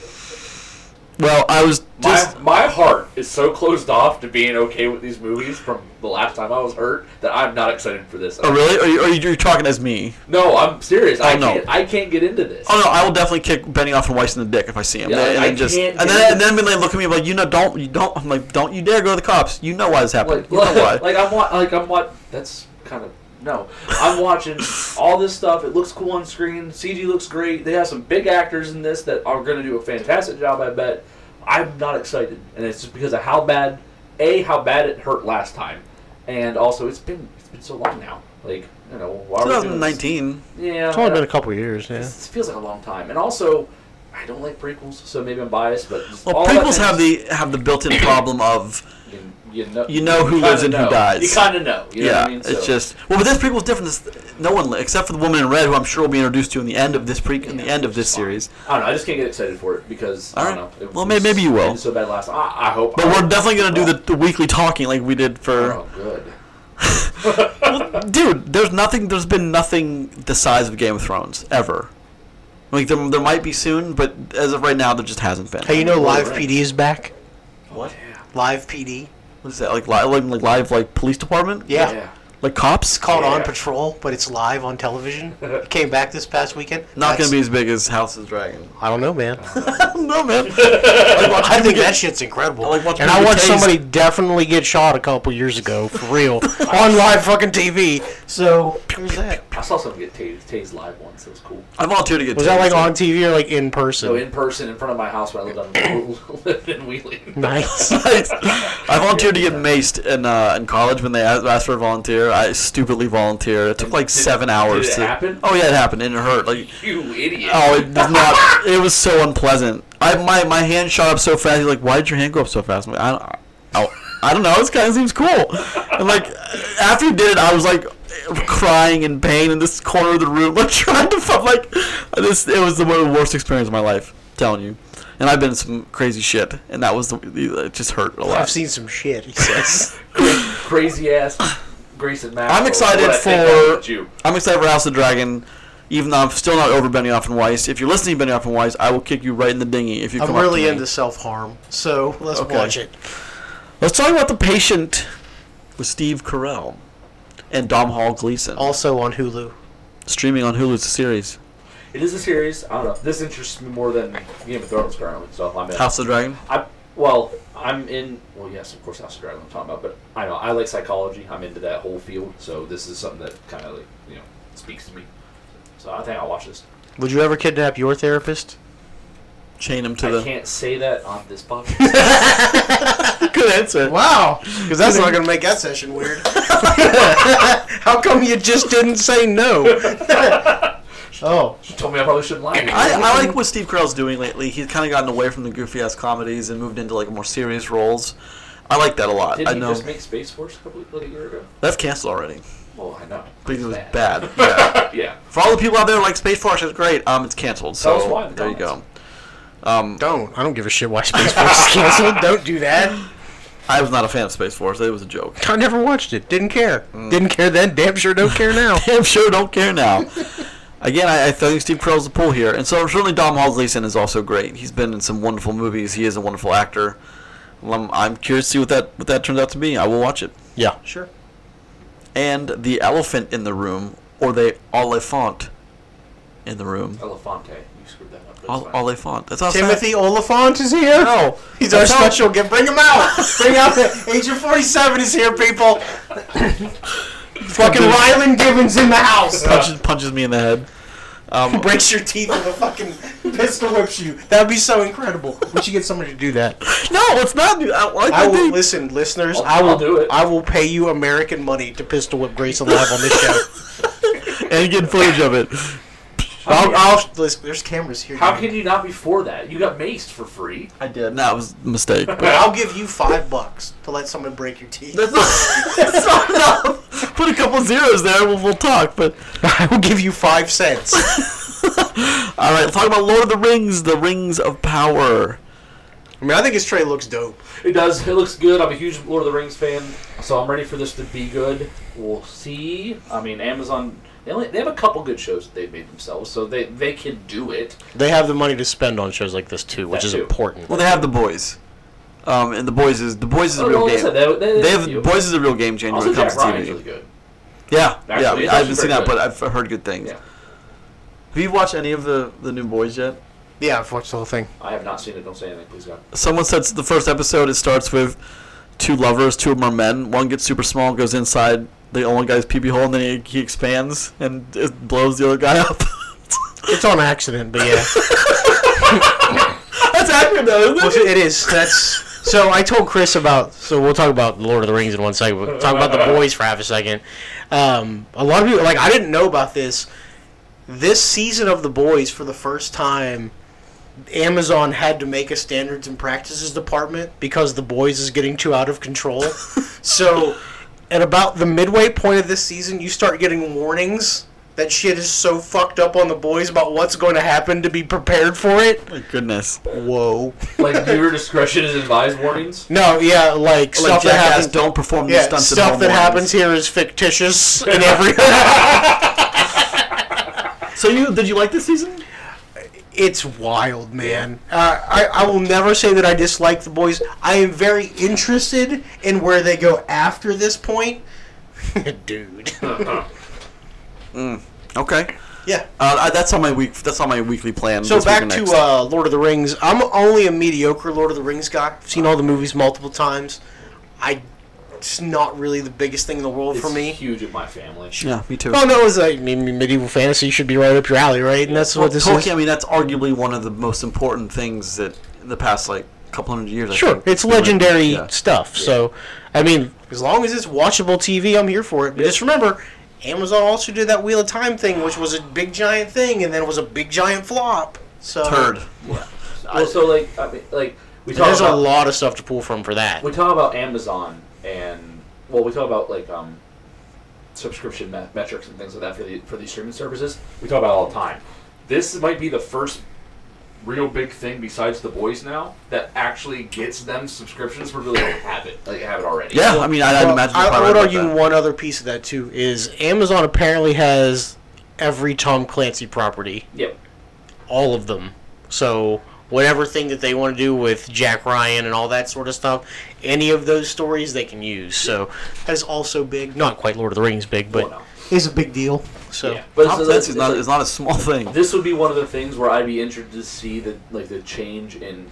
[SPEAKER 1] Well, I was just.
[SPEAKER 4] my, my heart is so closed off to being okay with these movies from the last time I was hurt that I'm not excited for this.
[SPEAKER 1] Oh really? Are you, are you you're talking as me?
[SPEAKER 4] No, I'm serious. I
[SPEAKER 1] Oh, no.
[SPEAKER 4] can't. I can't get into this.
[SPEAKER 1] Oh no, I will definitely kick Benioff and Weiss in the dick if I see him.
[SPEAKER 4] Yeah,
[SPEAKER 1] and
[SPEAKER 4] I- I
[SPEAKER 1] then just
[SPEAKER 4] can't
[SPEAKER 1] and
[SPEAKER 4] get
[SPEAKER 1] then and then when they look at me like you know don't you don't I'm like don't you dare go to the cops. You know why this happened.
[SPEAKER 4] Like,
[SPEAKER 1] you know why.
[SPEAKER 4] like, like I'm wa- like I'm what? That's kind of no. I'm watching all this stuff. It looks cool on screen. CG looks great. They have some big actors in this that are going to do a fantastic job. I bet. I'm not excited, and it's just because of how bad, a how bad it hurt last time, and also it's been it's been so long now. Like you know, why are we doing this?
[SPEAKER 1] 2019.
[SPEAKER 4] Yeah,
[SPEAKER 6] It's only
[SPEAKER 4] yeah.
[SPEAKER 6] been a couple of years, yeah.
[SPEAKER 4] This feels like a long time, and also. I don't like prequels, so maybe I'm biased, but just
[SPEAKER 1] Well,
[SPEAKER 4] all that
[SPEAKER 1] prequels have
[SPEAKER 4] things-
[SPEAKER 1] the have the built-in problem of
[SPEAKER 4] you, you know,
[SPEAKER 1] you know who
[SPEAKER 4] kinda
[SPEAKER 1] lives and who
[SPEAKER 4] know.
[SPEAKER 1] dies.
[SPEAKER 4] You kind of know. You know
[SPEAKER 1] yeah,
[SPEAKER 4] what I mean?
[SPEAKER 1] it's
[SPEAKER 4] So-
[SPEAKER 1] just well, but this prequel's different. It's, no one li- except for the woman in red, who I'm sure will be introduced to in the end of this pre in the
[SPEAKER 4] Yeah,
[SPEAKER 1] end of
[SPEAKER 4] it's
[SPEAKER 1] this
[SPEAKER 4] fine.
[SPEAKER 1] series.
[SPEAKER 4] I don't know. I just can't get excited for it because I
[SPEAKER 1] Alright.
[SPEAKER 4] don't know. It
[SPEAKER 1] Well, may-
[SPEAKER 4] was-
[SPEAKER 1] maybe you will.
[SPEAKER 4] it was so bad last. I, I hope.
[SPEAKER 1] But
[SPEAKER 4] I
[SPEAKER 1] we're
[SPEAKER 4] hope
[SPEAKER 1] definitely gonna do
[SPEAKER 4] it's
[SPEAKER 1] the, the weekly talking like we did for.
[SPEAKER 4] wrong. Oh, good.
[SPEAKER 1] dude, there's nothing. There's been nothing the size of Game of Thrones ever. Like there, there might be soon, but as of right now, there just hasn't been.
[SPEAKER 6] Hey, you know Live
[SPEAKER 4] right.
[SPEAKER 6] PD is back?
[SPEAKER 4] What? Yeah.
[SPEAKER 3] Live PD.
[SPEAKER 1] what is that? Like live, like, like live, like police department,
[SPEAKER 3] Yeah.
[SPEAKER 1] like cops.
[SPEAKER 3] Called On
[SPEAKER 4] Yeah.
[SPEAKER 3] Patrol, but it's live on television. It came back this past weekend.
[SPEAKER 1] Not
[SPEAKER 3] That's-
[SPEAKER 1] gonna be as big as House of the Dragon.
[SPEAKER 6] I don't know, man.
[SPEAKER 1] no man. like, watch
[SPEAKER 3] I think
[SPEAKER 1] people
[SPEAKER 3] that
[SPEAKER 1] get-
[SPEAKER 3] shit's incredible.
[SPEAKER 1] like watch
[SPEAKER 6] And
[SPEAKER 1] people
[SPEAKER 6] I
[SPEAKER 1] get
[SPEAKER 6] watched
[SPEAKER 1] tased.
[SPEAKER 6] somebody definitely get shot a couple years ago, for real, on live fucking TV.
[SPEAKER 3] so there's that.
[SPEAKER 4] I saw someone get tased, tased live once. It was cool.
[SPEAKER 1] I volunteered to get.
[SPEAKER 6] Was that like
[SPEAKER 1] tased.
[SPEAKER 6] on TV or like in person?
[SPEAKER 4] So in person, in front of my house when I lived on lived in Wheeling.
[SPEAKER 6] nice.
[SPEAKER 1] Nice. I volunteered to get maced in uh, in college when they asked, asked for a volunteer. I stupidly volunteered. It took like
[SPEAKER 4] Did-
[SPEAKER 1] seven
[SPEAKER 4] did
[SPEAKER 1] hours.
[SPEAKER 4] it
[SPEAKER 1] to,
[SPEAKER 4] happen?
[SPEAKER 1] Oh yeah, it happened and it hurt. Like
[SPEAKER 4] You idiot.
[SPEAKER 1] Oh, it was not. It was so unpleasant. I my, my hand shot up so fast. You're like, why did your hand go up so fast? I'm like, I don't, I, I don't know. This kind of seems cool. And like after you did it, I was like crying in pain in this corner of the room, like trying to find like this. It was the one of the worst experience of my life. I'm telling you. And I've been in some crazy shit, and that was the, it just hurt a lot.
[SPEAKER 6] I've seen some shit, he says.
[SPEAKER 4] Crazy ass Grace and Matt.
[SPEAKER 1] I'm excited
[SPEAKER 4] What I think of
[SPEAKER 1] for-
[SPEAKER 4] it, you.
[SPEAKER 1] I'm excited for House of the Dragon, even though I'm still not over Benioff and Weiss. If you're listening, Benioff and Weiss, I will kick you right in the dinghy if you
[SPEAKER 3] I'm
[SPEAKER 1] come up to
[SPEAKER 3] really
[SPEAKER 1] me.
[SPEAKER 3] into self harm, so let's
[SPEAKER 1] Okay.
[SPEAKER 3] watch it.
[SPEAKER 1] Let's talk about the patient with Steve Carell and Dom Hall Gleason.
[SPEAKER 6] Also on Hulu.
[SPEAKER 1] streaming on Hulu it's a series.
[SPEAKER 4] It is a series. I don't know. This interests me more than Game of Thrones currently. So I'm in.
[SPEAKER 1] House of the Dragon.
[SPEAKER 4] I well, I'm in. Well, yes, of course, House of Dragon. I'm talking about, but I know I like psychology. I'm into that whole field, so this is something that kind of like you know speaks to me. So I think I'll watch this.
[SPEAKER 6] Would you ever kidnap your therapist?
[SPEAKER 1] Chain him to
[SPEAKER 4] I
[SPEAKER 1] the.
[SPEAKER 4] can't say that on this podcast.
[SPEAKER 1] Good answer.
[SPEAKER 3] Wow, because that's not gonna make that session weird.
[SPEAKER 6] How come you just didn't say no?
[SPEAKER 3] Oh,
[SPEAKER 4] she told me I probably shouldn't lie.
[SPEAKER 1] I, I like what Steve Carell's doing lately. He's kind of gotten away from the goofy ass comedies and moved into like more serious roles. I like that a lot.
[SPEAKER 4] Didn't
[SPEAKER 1] I
[SPEAKER 4] he
[SPEAKER 1] know
[SPEAKER 4] just make Space Force a couple like a year ago?
[SPEAKER 1] that's canceled already
[SPEAKER 4] Well, I know.
[SPEAKER 1] because it was
[SPEAKER 4] Bad.
[SPEAKER 1] bad. Yeah.
[SPEAKER 4] Yeah.
[SPEAKER 1] For all the people out there who like Space Force, it's great. Um, it's canceled.
[SPEAKER 4] Tell us
[SPEAKER 1] So
[SPEAKER 4] why in the
[SPEAKER 1] there you go.
[SPEAKER 4] comments.
[SPEAKER 1] Um,
[SPEAKER 6] Don't. I don't give a shit why Space Force is canceled. Don't do that.
[SPEAKER 1] I was not a fan of Space Force. It was a joke.
[SPEAKER 6] I Hmm. never watched it. Didn't care. Didn't care then. Damn sure don't care now.
[SPEAKER 1] damn sure don't care now. again, I, I think Steve Carell's the pull here, and so certainly Dom Hodgson is also great. He's been in some wonderful movies. He is a wonderful actor. I'm, I'm curious to see what that what that turns out to be. I will watch it.
[SPEAKER 6] Yeah.
[SPEAKER 3] Sure.
[SPEAKER 1] And the elephant in the room, or the elephant in the room.
[SPEAKER 4] Elefante. You screwed that up. but it's
[SPEAKER 1] Ele-
[SPEAKER 4] fine.
[SPEAKER 1] Elephant. That's awesome.
[SPEAKER 3] Timothy Oliphant is here.
[SPEAKER 1] No,
[SPEAKER 3] He's our
[SPEAKER 1] That's how-
[SPEAKER 3] special gift. Bring him out. Bring out the Agent 47 is here, people. Fucking Rylan Gibbons in the house.
[SPEAKER 1] punches, punches me in the head. Um,
[SPEAKER 3] Breaks your teeth with a fucking pistol whips you. That would be so incredible. We should get somebody to do that.
[SPEAKER 1] no, it's not. I don't like
[SPEAKER 3] I
[SPEAKER 1] that
[SPEAKER 3] will
[SPEAKER 1] dude.
[SPEAKER 3] listen, listeners.
[SPEAKER 4] I'll-
[SPEAKER 3] I will
[SPEAKER 4] I'll do it.
[SPEAKER 3] I will pay you American money to pistol whip Grayson live on this show.
[SPEAKER 1] and get footage of it.
[SPEAKER 4] How,
[SPEAKER 3] I'll,
[SPEAKER 4] can-
[SPEAKER 3] I'll listen. There's cameras here.
[SPEAKER 4] how can you not be for that? You got maced for free.
[SPEAKER 3] I did?
[SPEAKER 1] No, it was a mistake. but-
[SPEAKER 3] But I'll give you five bucks to let someone break your teeth.
[SPEAKER 1] That's not, that's not enough. Put a couple zeros there, we'll, we'll talk. But
[SPEAKER 3] I will give you five cents.
[SPEAKER 1] all right, talk about Lord of the Rings, the Rings of Power.
[SPEAKER 3] I mean, I think his tray looks dope.
[SPEAKER 4] It does. It looks good. I'm a huge Lord of the Rings fan, so I'm ready for this to be good. We'll see. I mean, Amazon. They, only, they have a couple good shows that they've made themselves, so they they can do it.
[SPEAKER 6] They have the money to spend on shows like this too, which
[SPEAKER 4] That
[SPEAKER 6] is
[SPEAKER 4] too.
[SPEAKER 6] important.
[SPEAKER 1] Well, they have the boys, um, and the boys is the boys is a
[SPEAKER 4] Oh,
[SPEAKER 1] real
[SPEAKER 4] no,
[SPEAKER 1] game.
[SPEAKER 4] listen, they- they-
[SPEAKER 1] They
[SPEAKER 4] you.
[SPEAKER 1] have boys is a real game changer when
[SPEAKER 4] Also,
[SPEAKER 1] it comes
[SPEAKER 4] Jack
[SPEAKER 1] to
[SPEAKER 4] Ryan's really
[SPEAKER 1] TV.
[SPEAKER 4] good.
[SPEAKER 1] Yeah, yeah,
[SPEAKER 4] Actually, it's
[SPEAKER 1] I
[SPEAKER 4] actually
[SPEAKER 1] haven't seen
[SPEAKER 4] very
[SPEAKER 1] that, but I've heard good things.
[SPEAKER 4] Yeah,
[SPEAKER 1] Have you watched any of the the new boys yet?
[SPEAKER 3] Yeah, I've watched the whole thing.
[SPEAKER 4] I have not seen it. Don't say anything, please, God.
[SPEAKER 1] someone said the first episode it starts with two lovers, two of them are men. One gets super small, goes inside the only guy's peepee hole, and then he, he expands and it blows the other guy up.
[SPEAKER 6] It's on accident, but yeah.
[SPEAKER 1] That's accurate though,
[SPEAKER 3] Well,
[SPEAKER 1] isn't it?
[SPEAKER 3] it is. That's
[SPEAKER 6] So I told Chris about. So we'll talk about Lord of the Rings in one second. We'll talk about the boys for half a second. Um,
[SPEAKER 3] a lot of people like. I didn't know about this. This season of The Boys, for the first time, Amazon had to make a standards and practices department because The Boys is getting too out of control. so, at about the midway point of this season, you start getting warnings that shit is so fucked up on The Boys about what's going to happen to be prepared for it.
[SPEAKER 1] My goodness.
[SPEAKER 3] Whoa.
[SPEAKER 4] Like viewer discretion is advised. Warnings.
[SPEAKER 3] No, yeah, like,
[SPEAKER 1] Like
[SPEAKER 3] stuff that
[SPEAKER 1] jackass,
[SPEAKER 3] happens.
[SPEAKER 1] don't perform these
[SPEAKER 3] Yeah,
[SPEAKER 1] stunts at
[SPEAKER 3] stuff
[SPEAKER 1] home
[SPEAKER 3] that
[SPEAKER 1] warnings.
[SPEAKER 3] happens here is fictitious in every.
[SPEAKER 1] So you did you like this season?
[SPEAKER 3] it's wild, man. Uh, I, I will never say that I dislike the boys. I am very interested in where they go after this point.
[SPEAKER 6] dude.
[SPEAKER 1] Okay,
[SPEAKER 3] Yeah.
[SPEAKER 1] uh, I- that's on my week. That's on my weekly plan.
[SPEAKER 3] So
[SPEAKER 1] this week or
[SPEAKER 3] back to
[SPEAKER 1] next.
[SPEAKER 3] uh, Lord of the Rings. I'm only a mediocre Lord of the Rings guy. I've seen all the movies multiple times. I it's not really the biggest thing in the world
[SPEAKER 4] It's
[SPEAKER 3] for me.
[SPEAKER 4] huge in my family.
[SPEAKER 1] yeah, me too.
[SPEAKER 6] Oh no, it's like I mean, medieval fantasy should be right up your alley, right? And that's what this
[SPEAKER 1] Tolkien.
[SPEAKER 6] is.
[SPEAKER 1] I mean, that's arguably one of the most important things that in the past like couple hundred years. I
[SPEAKER 6] Sure,
[SPEAKER 1] think,
[SPEAKER 6] it's
[SPEAKER 1] has been written.
[SPEAKER 6] legendary
[SPEAKER 1] Yeah.
[SPEAKER 6] stuff. So, I mean,
[SPEAKER 3] As long as it's watchable TV, I'm here for it. But just remember, Amazon also did that Wheel of Time thing, which was a big giant thing, and then was a big giant flop. So
[SPEAKER 1] Turd.
[SPEAKER 4] Well, so like, I mean, like we talk
[SPEAKER 6] there's a
[SPEAKER 4] about
[SPEAKER 6] lot of stuff to pull from for that.
[SPEAKER 4] Oh, we talk about Amazon and well, we talk about like um, subscription me- metrics and things like that for the for these streaming services. We talk about it all the time. This might be the first real big thing besides the boys now that actually gets them subscriptions where really don't have it. Like have it already.
[SPEAKER 1] Yeah, I mean, I, I'd
[SPEAKER 3] Well,
[SPEAKER 1] imagine.
[SPEAKER 3] I,
[SPEAKER 1] you're
[SPEAKER 3] I
[SPEAKER 1] probably
[SPEAKER 3] would
[SPEAKER 1] right about
[SPEAKER 3] argue
[SPEAKER 1] that.
[SPEAKER 3] one other piece of that too is
[SPEAKER 6] Is Amazon apparently has every Tom Clancy property,
[SPEAKER 4] Yep.
[SPEAKER 6] all of them. So whatever thing that they want to do with Jack Ryan and all that sort of stuff, any of those stories they can use. So
[SPEAKER 3] that is also big.
[SPEAKER 6] not quite Lord of the Rings big,
[SPEAKER 4] Well,
[SPEAKER 6] but
[SPEAKER 4] no.
[SPEAKER 3] is a big deal.
[SPEAKER 6] so
[SPEAKER 4] yeah. But
[SPEAKER 1] Tom
[SPEAKER 4] so
[SPEAKER 1] Clancy
[SPEAKER 4] that's,
[SPEAKER 1] is not,
[SPEAKER 4] it's
[SPEAKER 1] is not a small thing.
[SPEAKER 4] like- this would be one of the things where I'd be interested to see the like the change in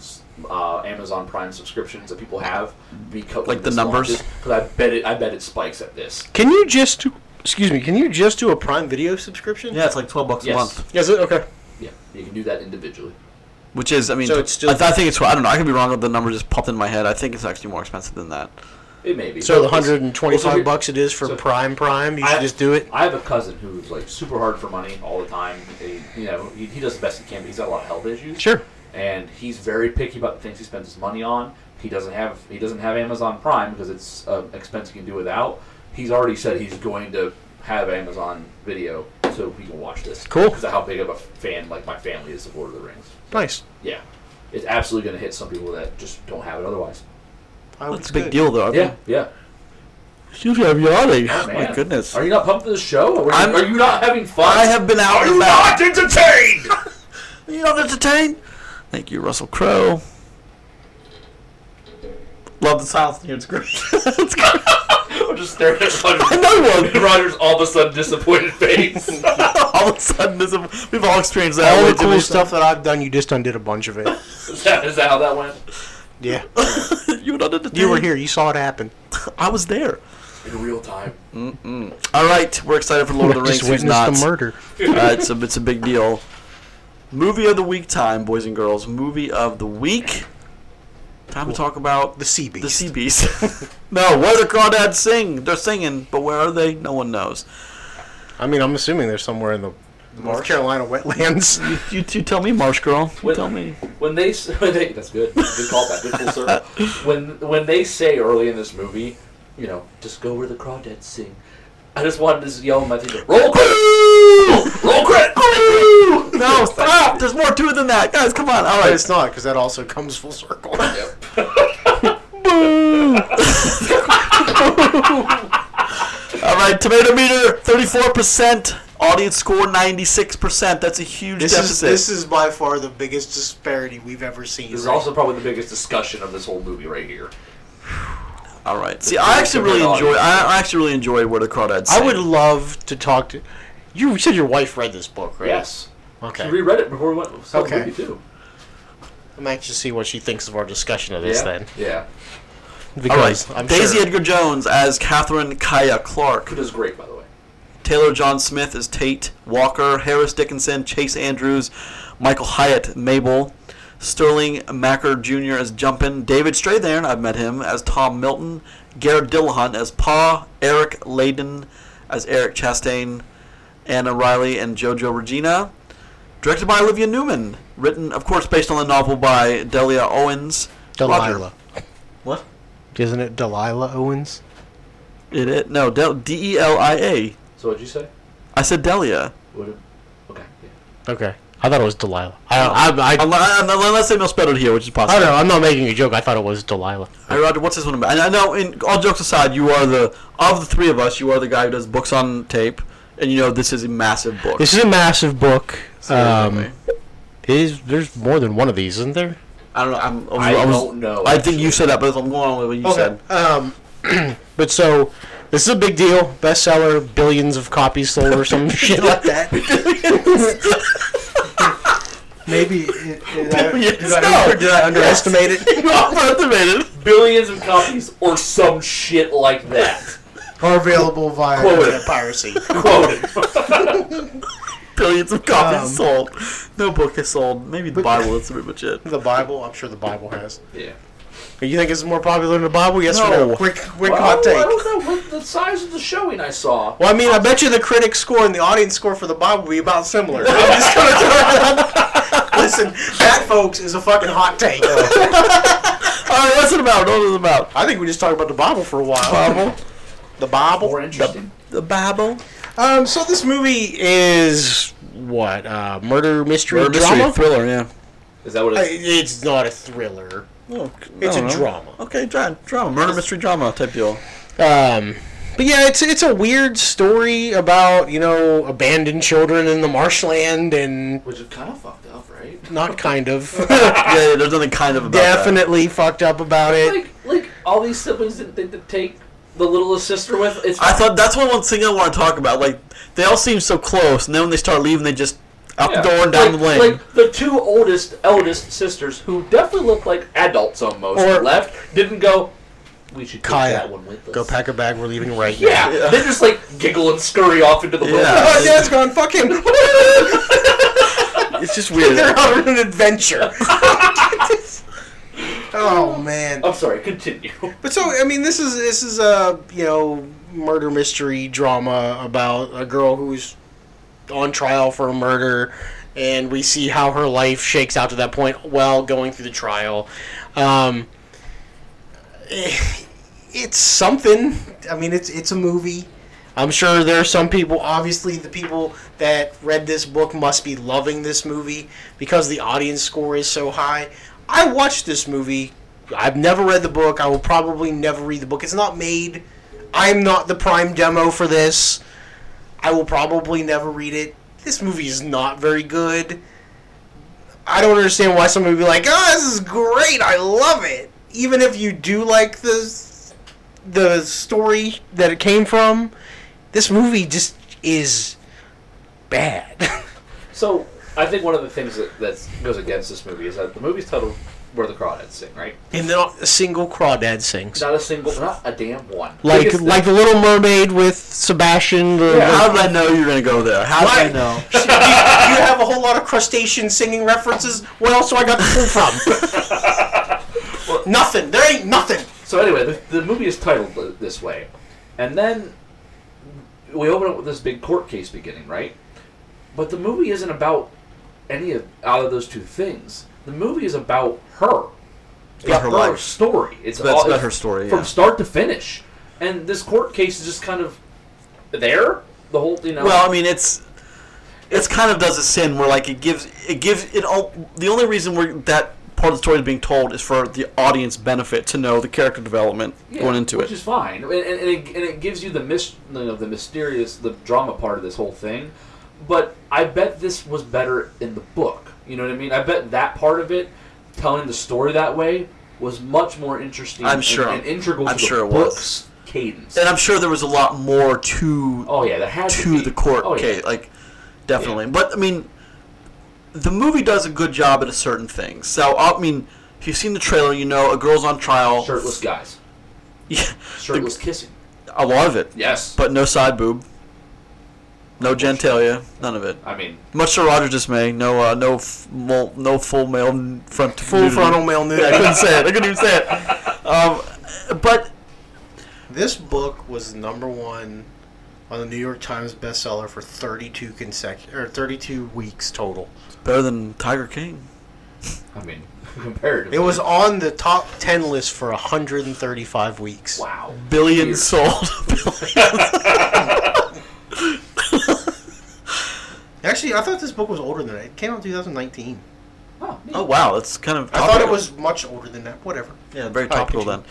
[SPEAKER 4] uh, Amazon Prime subscriptions that people have because
[SPEAKER 1] Like the numbers?
[SPEAKER 4] Because I bet it, I bet it spikes at this.
[SPEAKER 6] can you just excuse me? Can you just do a
[SPEAKER 3] Prime Video subscription.
[SPEAKER 1] Yeah, it's like twelve bucks
[SPEAKER 4] Yes.
[SPEAKER 1] a month,
[SPEAKER 6] Is it okay?
[SPEAKER 4] Yeah, you can do that individually.
[SPEAKER 1] which is, I mean,
[SPEAKER 3] So it's still-
[SPEAKER 1] I, th- I think it's. I don't know. I could be wrong. The number just popped in my head. I think it's actually more expensive than that.
[SPEAKER 4] It may be.
[SPEAKER 6] So the
[SPEAKER 4] Well, it's-
[SPEAKER 6] hundred and
[SPEAKER 4] well, so
[SPEAKER 6] twenty-five
[SPEAKER 4] here-
[SPEAKER 6] bucks it is for
[SPEAKER 4] so-
[SPEAKER 6] Prime Prime, you should
[SPEAKER 4] I-
[SPEAKER 6] just do it.
[SPEAKER 4] I have a cousin who's like super hard for money all the time. He, you know, he, he does the best he can, but he's got a lot of health issues.
[SPEAKER 6] Sure.
[SPEAKER 4] And he's very picky about the things he spends his money on. He doesn't have he doesn't have Amazon Prime because it's an expense he can do without. He's already said he's going to have Amazon Video so he can watch this.
[SPEAKER 6] Cool.
[SPEAKER 4] Because of how big of a fan like my family is of Lord of the Rings.
[SPEAKER 6] Nice.
[SPEAKER 4] Yeah, it's absolutely going to hit some people that just don't have it otherwise.
[SPEAKER 3] I would-
[SPEAKER 1] That's a big deal, though. I
[SPEAKER 4] Yeah,
[SPEAKER 1] mean,
[SPEAKER 4] yeah.
[SPEAKER 1] Excuse me, I'm yawning.
[SPEAKER 3] Oh,
[SPEAKER 4] Man,
[SPEAKER 1] Oh My goodness.
[SPEAKER 4] Are you not pumped for the show? Are you,
[SPEAKER 1] I'm-
[SPEAKER 4] are you not having fun?
[SPEAKER 1] I have been out
[SPEAKER 4] Are
[SPEAKER 1] and
[SPEAKER 4] you
[SPEAKER 1] about.
[SPEAKER 4] not entertained?
[SPEAKER 1] You don't entertain. Thank you, Russell Crowe. Love the South. It's great. it's great.
[SPEAKER 4] I'm just staring at Roger.
[SPEAKER 1] Another one.
[SPEAKER 4] Roger's all of a sudden disappointed face.
[SPEAKER 1] all of a sudden, this, we've all experienced that.
[SPEAKER 3] All
[SPEAKER 1] way
[SPEAKER 3] the
[SPEAKER 1] too
[SPEAKER 3] cool
[SPEAKER 1] many
[SPEAKER 3] stuff that I've done, you just undid a bunch of it.
[SPEAKER 4] Is that, is that how that went?
[SPEAKER 3] Yeah.
[SPEAKER 1] times. you were not entertained.
[SPEAKER 3] You were here. You saw it happen.
[SPEAKER 1] I was there.
[SPEAKER 4] In real time.
[SPEAKER 1] All right, we're excited for Lord of the Rings.
[SPEAKER 3] Just
[SPEAKER 1] Who's
[SPEAKER 3] witnessed
[SPEAKER 1] not?
[SPEAKER 3] the murder.
[SPEAKER 1] Uh, it's a it's a big deal. Movie of the week time, boys and girls. Movie of the week. Time to talk about
[SPEAKER 3] The sea beast.
[SPEAKER 1] the sea beast. no, where the crawdads sing. They're singing, but where are they? No one knows.
[SPEAKER 6] I mean, I'm assuming they're somewhere in the
[SPEAKER 3] North Carolina wetlands.
[SPEAKER 1] You, you, you tell me, Marsh girl. You
[SPEAKER 4] Wait.
[SPEAKER 1] tell me.
[SPEAKER 4] When they, s- when they that's good. Good callback. Good full circle. When when they say early in this movie, you know, just go where the crawdads sing. I just wanted to just yell in my thing. Roll credit. Roll credit.
[SPEAKER 1] Oh, No, stop. There's more to it than that, guys. Come on. All
[SPEAKER 3] but
[SPEAKER 1] right.
[SPEAKER 3] it's not, because that also comes full circle.
[SPEAKER 1] All right. Tomato meter, 34%. Audience score, 96%. That's a huge
[SPEAKER 3] This
[SPEAKER 1] deficit.
[SPEAKER 3] is this is by far the biggest disparity we've ever seen.
[SPEAKER 4] This is also probably the biggest discussion of this whole movie right here.
[SPEAKER 1] All right. See, I actually really enjoy. I I actually really enjoy where the crawdads.
[SPEAKER 6] I
[SPEAKER 1] Sing.
[SPEAKER 6] would love to talk to. You said your wife read this book, right?
[SPEAKER 4] Yes. She
[SPEAKER 6] Okay.
[SPEAKER 4] reread it before we went. Saw
[SPEAKER 3] Okay.
[SPEAKER 4] The movie too.
[SPEAKER 6] I'm anxious to see what she thinks of our discussion of this
[SPEAKER 4] Yeah.
[SPEAKER 6] then.
[SPEAKER 4] Yeah.
[SPEAKER 1] All
[SPEAKER 6] Because
[SPEAKER 1] right.
[SPEAKER 6] I'm
[SPEAKER 1] Daisy
[SPEAKER 6] sure.
[SPEAKER 1] Edgar Jones as Catherine Kaya Clark.
[SPEAKER 4] It is great, by the way.
[SPEAKER 1] Taylor John Smith as Tate Walker. Harris Dickinson, Chase Andrews, Michael Hyatt, Mabel. Sterling Macker Jr. as Jumpin. David Strathairn, I've met him, as Tom Milton. Garrett Dillahunt as Pa. Eric Layden as Eric Chastain. Anna Riley and JoJo Regina. Directed by Olivia Newman. Written, of course, based on the novel by Delia Owens. Roger.
[SPEAKER 3] Delilah.
[SPEAKER 1] What?
[SPEAKER 3] Isn't it Delilah Owens?
[SPEAKER 1] It is no Del D E L I A.
[SPEAKER 4] So what'd you say?
[SPEAKER 1] I said Delia.
[SPEAKER 4] What? did- Okay. Yeah.
[SPEAKER 6] Okay. I thought it was Delilah. Oh. I, I, Oh, I,
[SPEAKER 1] Unless, unless they misspelled it here, which is
[SPEAKER 6] I
[SPEAKER 1] possible.
[SPEAKER 6] don't know. I'm not making a joke. I thought it was Delilah.
[SPEAKER 1] Hey Roger, what's this one about? And I know. In all jokes aside, you are the of the three of us. You are the guy who does books on tape, and you know this is a massive book.
[SPEAKER 6] This is a massive book.
[SPEAKER 1] Anyway.
[SPEAKER 6] Um, it is, there's more than one of these, isn't there?
[SPEAKER 1] I don't know. I'm, I, was,
[SPEAKER 4] I
[SPEAKER 1] I was-
[SPEAKER 4] don't know.
[SPEAKER 1] I think you said that, but I'm going on with what you said.
[SPEAKER 6] Um, but so this is a big deal. Bestseller, billions of copies sold or some shit like that.
[SPEAKER 3] Maybe. It, it, I,
[SPEAKER 1] Yes,
[SPEAKER 3] did, I,
[SPEAKER 1] no.
[SPEAKER 3] did I underestimate it?
[SPEAKER 1] You overestimated.
[SPEAKER 4] billions of copies or some shit like that.
[SPEAKER 3] Are available via
[SPEAKER 4] Quote it.
[SPEAKER 3] internet piracy.
[SPEAKER 4] Quoted.
[SPEAKER 1] Billions of copies
[SPEAKER 3] Um,
[SPEAKER 1] sold. No book is sold. Maybe the Bible. That's pretty much it.
[SPEAKER 3] The Bible. I'm sure the Bible has.
[SPEAKER 4] yeah.
[SPEAKER 3] You think it's more popular than the Bible? Yes or
[SPEAKER 1] No.
[SPEAKER 3] no? Quick, quick
[SPEAKER 4] Well,
[SPEAKER 3] hot take.
[SPEAKER 4] I don't know what the size of the showing I saw.
[SPEAKER 3] Well, I mean, I bet you the critic score and the audience score for the Bible will be about similar. I'm just gonna throw it out. Listen, that, folks, is a fucking hot take.
[SPEAKER 1] All right, what's it about? What is it about?
[SPEAKER 3] Uh, I think we just talked about the Bible for a while.
[SPEAKER 1] Bible.
[SPEAKER 3] The Bible.
[SPEAKER 4] More interesting.
[SPEAKER 1] The Bible.
[SPEAKER 3] Um, so this movie
[SPEAKER 6] Is what uh, murder mystery
[SPEAKER 1] Or mystery
[SPEAKER 6] drama?
[SPEAKER 1] thriller. Yeah.
[SPEAKER 4] Is that what
[SPEAKER 6] Uh,
[SPEAKER 4] it's?
[SPEAKER 6] It's not a thriller.
[SPEAKER 1] Oh,
[SPEAKER 6] It's a drama.
[SPEAKER 1] Okay, dra- drama, murder mystery drama type deal.
[SPEAKER 6] Um, but yeah, it's it's a weird story about you know abandoned children in the marshland and
[SPEAKER 4] Which is kind of fucked up, right?
[SPEAKER 6] not kind of
[SPEAKER 1] Yeah, yeah, there's nothing kind of about
[SPEAKER 6] definitely fucked up about it.
[SPEAKER 4] Like, like all these siblings didn't think to take the littlest sister with. It's
[SPEAKER 1] That. I thought that's one one thing I want to talk about. Like they all seem so close, and then when they start leaving, they just out
[SPEAKER 4] Yeah.
[SPEAKER 1] the door and down
[SPEAKER 4] Like-
[SPEAKER 1] the lane.
[SPEAKER 4] Like the two oldest, eldest sisters, who definitely looked like adults almost,
[SPEAKER 6] Or-
[SPEAKER 4] left didn't go. We should take
[SPEAKER 6] Kaya,
[SPEAKER 4] that one with us.
[SPEAKER 6] Go pack a bag. We're leaving right now.
[SPEAKER 4] Yeah,
[SPEAKER 1] Yeah.
[SPEAKER 4] they just like giggle and scurry off into the
[SPEAKER 1] Yeah.
[SPEAKER 4] wilderness.
[SPEAKER 6] Oh, dad's gone. Fuck him.
[SPEAKER 1] it's just weird.
[SPEAKER 6] They're on an adventure.
[SPEAKER 3] Oh man.
[SPEAKER 4] I'm sorry. Continue.
[SPEAKER 6] Uh, But so I mean, this is this is a you know murder mystery drama about a girl who's on trial for a murder, and we see how her life shakes out to that point while going through the trial. Um, eh, it's something.
[SPEAKER 3] I mean, it's it's a movie.
[SPEAKER 6] I'm sure there are some people.
[SPEAKER 3] Obviously, the people that read this book must be loving this movie because the audience score is so high. I watched this movie. I've never read the book. I will probably never read the book. It's not made I'm not the prime demo for this. I will probably never read it. This movie is not very good. I don't understand why somebody would be like, "Oh, this is great! I love it." Even if you do like the the story that it came from, this movie just is bad.
[SPEAKER 4] So I think one of the things that that's, goes against this movie is that the movie's titled "Where the Crawdads Sing," right?
[SPEAKER 3] and not a single crawdad sings.
[SPEAKER 4] Not a single, not a damn one.
[SPEAKER 3] Like
[SPEAKER 4] Biggest
[SPEAKER 3] like the Little Mermaid with Sebastian. The,
[SPEAKER 4] Yeah.
[SPEAKER 1] How did I know you were gonna go there? How
[SPEAKER 3] Why?
[SPEAKER 1] did I know?
[SPEAKER 3] you, you have a whole lot of crustacean singing references. What else do I got to pull from? nothing. There ain't nothing.
[SPEAKER 4] So anyway, the, the movie is titled th- this way, and then we open up with this big court case beginning, right? But the movie isn't about any of out of those two things. The movie is about her. It's
[SPEAKER 1] Yeah,
[SPEAKER 4] about
[SPEAKER 1] her
[SPEAKER 4] her,
[SPEAKER 1] life.
[SPEAKER 4] story. It's
[SPEAKER 1] That's
[SPEAKER 4] all-
[SPEAKER 1] about her story,
[SPEAKER 4] from
[SPEAKER 1] yeah.
[SPEAKER 4] start to finish, and this court case is just kind of there. The whole, you know.
[SPEAKER 1] Well, I mean, it's it's kind of does a sin where like it gives it gives it all. The only reason where that part of the story is being told is for the audience benefit to know the character development
[SPEAKER 4] Yeah,
[SPEAKER 1] going into
[SPEAKER 4] which
[SPEAKER 1] it.
[SPEAKER 4] is fine, and, and, and, it, and it gives you the mis- you know, the mysterious, the drama part of this whole thing. But I bet this was better in the book. You know what I mean? I bet that part of it, telling the story that way, was much more interesting.
[SPEAKER 1] I'm
[SPEAKER 4] and-
[SPEAKER 1] sure.
[SPEAKER 4] and, integral
[SPEAKER 1] I'm
[SPEAKER 4] to
[SPEAKER 1] sure
[SPEAKER 4] the
[SPEAKER 1] it was.
[SPEAKER 4] book's cadence.
[SPEAKER 1] and I'm sure there was a lot more to
[SPEAKER 4] oh yeah, there had to,
[SPEAKER 1] to
[SPEAKER 4] be.
[SPEAKER 1] the court
[SPEAKER 4] Oh, yeah.
[SPEAKER 1] case, like definitely. But I mean, the movie does a good job at a certain thing. So I mean, if you've seen the trailer, you know a girl's on trial.
[SPEAKER 4] Shirtless guys,
[SPEAKER 1] Yeah,
[SPEAKER 4] shirtless kissing.
[SPEAKER 1] a lot of it.
[SPEAKER 4] Yes,
[SPEAKER 1] But no side boob. No genitalia, none of it.
[SPEAKER 4] I mean,
[SPEAKER 1] Much to Roger's dismay, no, uh, no, f- mul- no full male n- front,
[SPEAKER 3] Full
[SPEAKER 1] nudity.
[SPEAKER 3] frontal male
[SPEAKER 1] I
[SPEAKER 3] nudity.
[SPEAKER 1] couldn't say it. I couldn't even say it. Um, but
[SPEAKER 3] This book was number one on the New York Times bestseller for 32 consecutive or 32 weeks total.
[SPEAKER 1] better than Tiger King.
[SPEAKER 4] I mean, comparatively,
[SPEAKER 3] It was on the top 10 list for 135 weeks.
[SPEAKER 4] wow.
[SPEAKER 1] Billion
[SPEAKER 4] Weird.
[SPEAKER 1] sold. Billion.
[SPEAKER 3] Actually, I thought this book was older than that. It came out in 2019.
[SPEAKER 4] Oh, neat.
[SPEAKER 1] Oh wow, that's kind of.
[SPEAKER 3] I thought it
[SPEAKER 1] topical.
[SPEAKER 3] was much older than that. Whatever.
[SPEAKER 1] yeah, very
[SPEAKER 3] Alright,
[SPEAKER 1] topical then.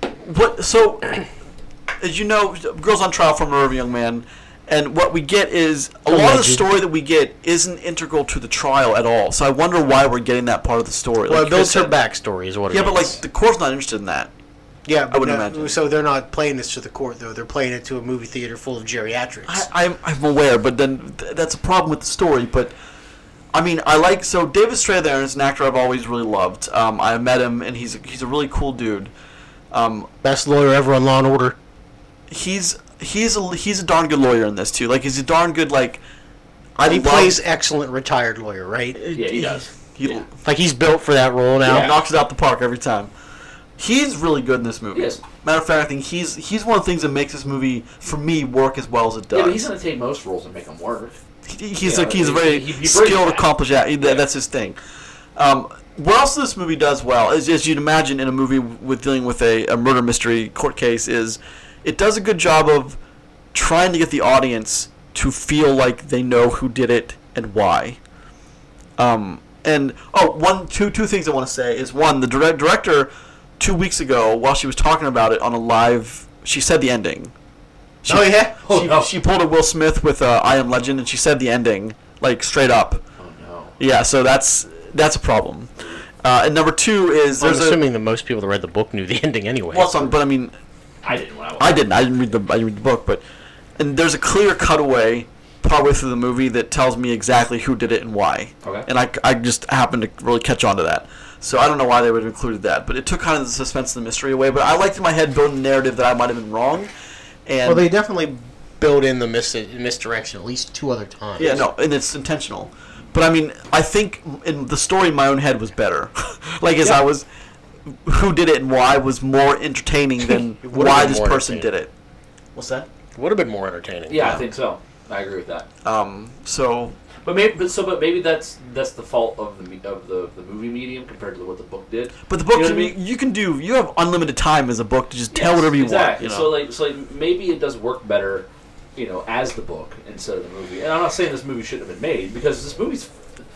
[SPEAKER 3] continue.
[SPEAKER 1] What? So, as you know, girls on trial from a young man, and what we get is a lot of the
[SPEAKER 3] Alleged.
[SPEAKER 1] story that we get isn't integral to the trial at all. So I wonder why we're getting that part of the story.
[SPEAKER 3] Well,
[SPEAKER 1] Like
[SPEAKER 3] it
[SPEAKER 1] Chris
[SPEAKER 3] builds her
[SPEAKER 1] said-
[SPEAKER 3] backstory, is what it
[SPEAKER 1] Yeah, but like
[SPEAKER 3] is.
[SPEAKER 1] the court's not interested in that.
[SPEAKER 3] yeah, but
[SPEAKER 1] wouldn't
[SPEAKER 3] no-
[SPEAKER 1] imagine.
[SPEAKER 3] So they're not playing this to the court, though. They're playing it to a movie theater full of geriatrics.
[SPEAKER 1] I, I'm, I'm aware, but then th- that's a problem with the story. But I mean, I like so David Strathairn is an actor I've always really loved. Um, I met him, and he's he's a really cool dude. Um,
[SPEAKER 3] Best lawyer ever on Law and Order.
[SPEAKER 1] he's he's a he's a darn good lawyer in this too. Like he's a darn good like. I
[SPEAKER 3] He
[SPEAKER 1] love-
[SPEAKER 3] plays excellent retired lawyer,
[SPEAKER 1] Uh,
[SPEAKER 3] right?
[SPEAKER 4] Yeah, he does.
[SPEAKER 1] He
[SPEAKER 4] Yeah.
[SPEAKER 3] Like he's built for that role now.
[SPEAKER 4] Yeah.
[SPEAKER 1] knocks it out the park every time. He's really good in this movie.
[SPEAKER 4] He is.
[SPEAKER 1] Matter of fact, I think he's he's one of the things that makes this movie for me work as well as it does.
[SPEAKER 4] Yeah, but he's gonna take most roles and make them work.
[SPEAKER 1] He- he's
[SPEAKER 4] Yeah,
[SPEAKER 1] like he's a very
[SPEAKER 4] he- he brings
[SPEAKER 1] skilled,
[SPEAKER 4] that.
[SPEAKER 1] accomplished. At, That's his thing. Um, what else this movie does well, is, as you'd imagine in a movie with dealing with a, a murder mystery court case, is it does a good job of trying to get the audience to feel like they know who did it and why. Um, and oh, one, two, two things I want to say is one, the direct director two weeks ago, while she was talking about it on a live, she said the ending. She,
[SPEAKER 3] Oh yeah.
[SPEAKER 4] Oh,
[SPEAKER 1] she,
[SPEAKER 4] no.
[SPEAKER 1] she pulled a Will Smith with uh, "I Am Legend" and she said the ending like straight up.
[SPEAKER 4] Oh no.
[SPEAKER 1] Yeah, so that's that's a problem. Uh, and number two is
[SPEAKER 6] I'm
[SPEAKER 1] there's a
[SPEAKER 6] assuming that most people that read the book knew the ending anyway.
[SPEAKER 1] well, some, but I mean,
[SPEAKER 4] I didn't when I was.
[SPEAKER 1] I didn't. I didn't read the I didn't read the book, but and there's a clear cutaway partway through the movie that tells me exactly who did it and why.
[SPEAKER 4] Okay.
[SPEAKER 1] And I, I just happened to really catch on to that. So I don't know why they would have included that, but it took kind of the suspense and the mystery away. But I liked in my head building the narrative that I might have been wrong. And
[SPEAKER 3] Well, they definitely build in the mis- misdirection at least two other times.
[SPEAKER 1] Yeah, no, and it's intentional. But I mean, I think in the story in my own head was better. like as I was, who did it and why was more entertaining than
[SPEAKER 6] It would've
[SPEAKER 1] why
[SPEAKER 6] been
[SPEAKER 1] this
[SPEAKER 6] more
[SPEAKER 1] person did
[SPEAKER 6] entertaining.
[SPEAKER 1] it. What's that?
[SPEAKER 6] Would have been more entertaining.
[SPEAKER 4] Yeah, I think so. I agree with that.
[SPEAKER 1] Um, so
[SPEAKER 4] But maybe, but so, but maybe that's that's the fault of the me- of the, the movie medium compared to what the book did.
[SPEAKER 1] But the book,
[SPEAKER 4] You know
[SPEAKER 1] can,
[SPEAKER 4] what I
[SPEAKER 1] you, you can do. You have unlimited time as a book to just tell whatever you
[SPEAKER 4] exactly.
[SPEAKER 1] want. You know?
[SPEAKER 4] So like, so like, maybe it does work better you know, as the book instead of the movie. And I'm not saying this movie shouldn't have been made because this movie's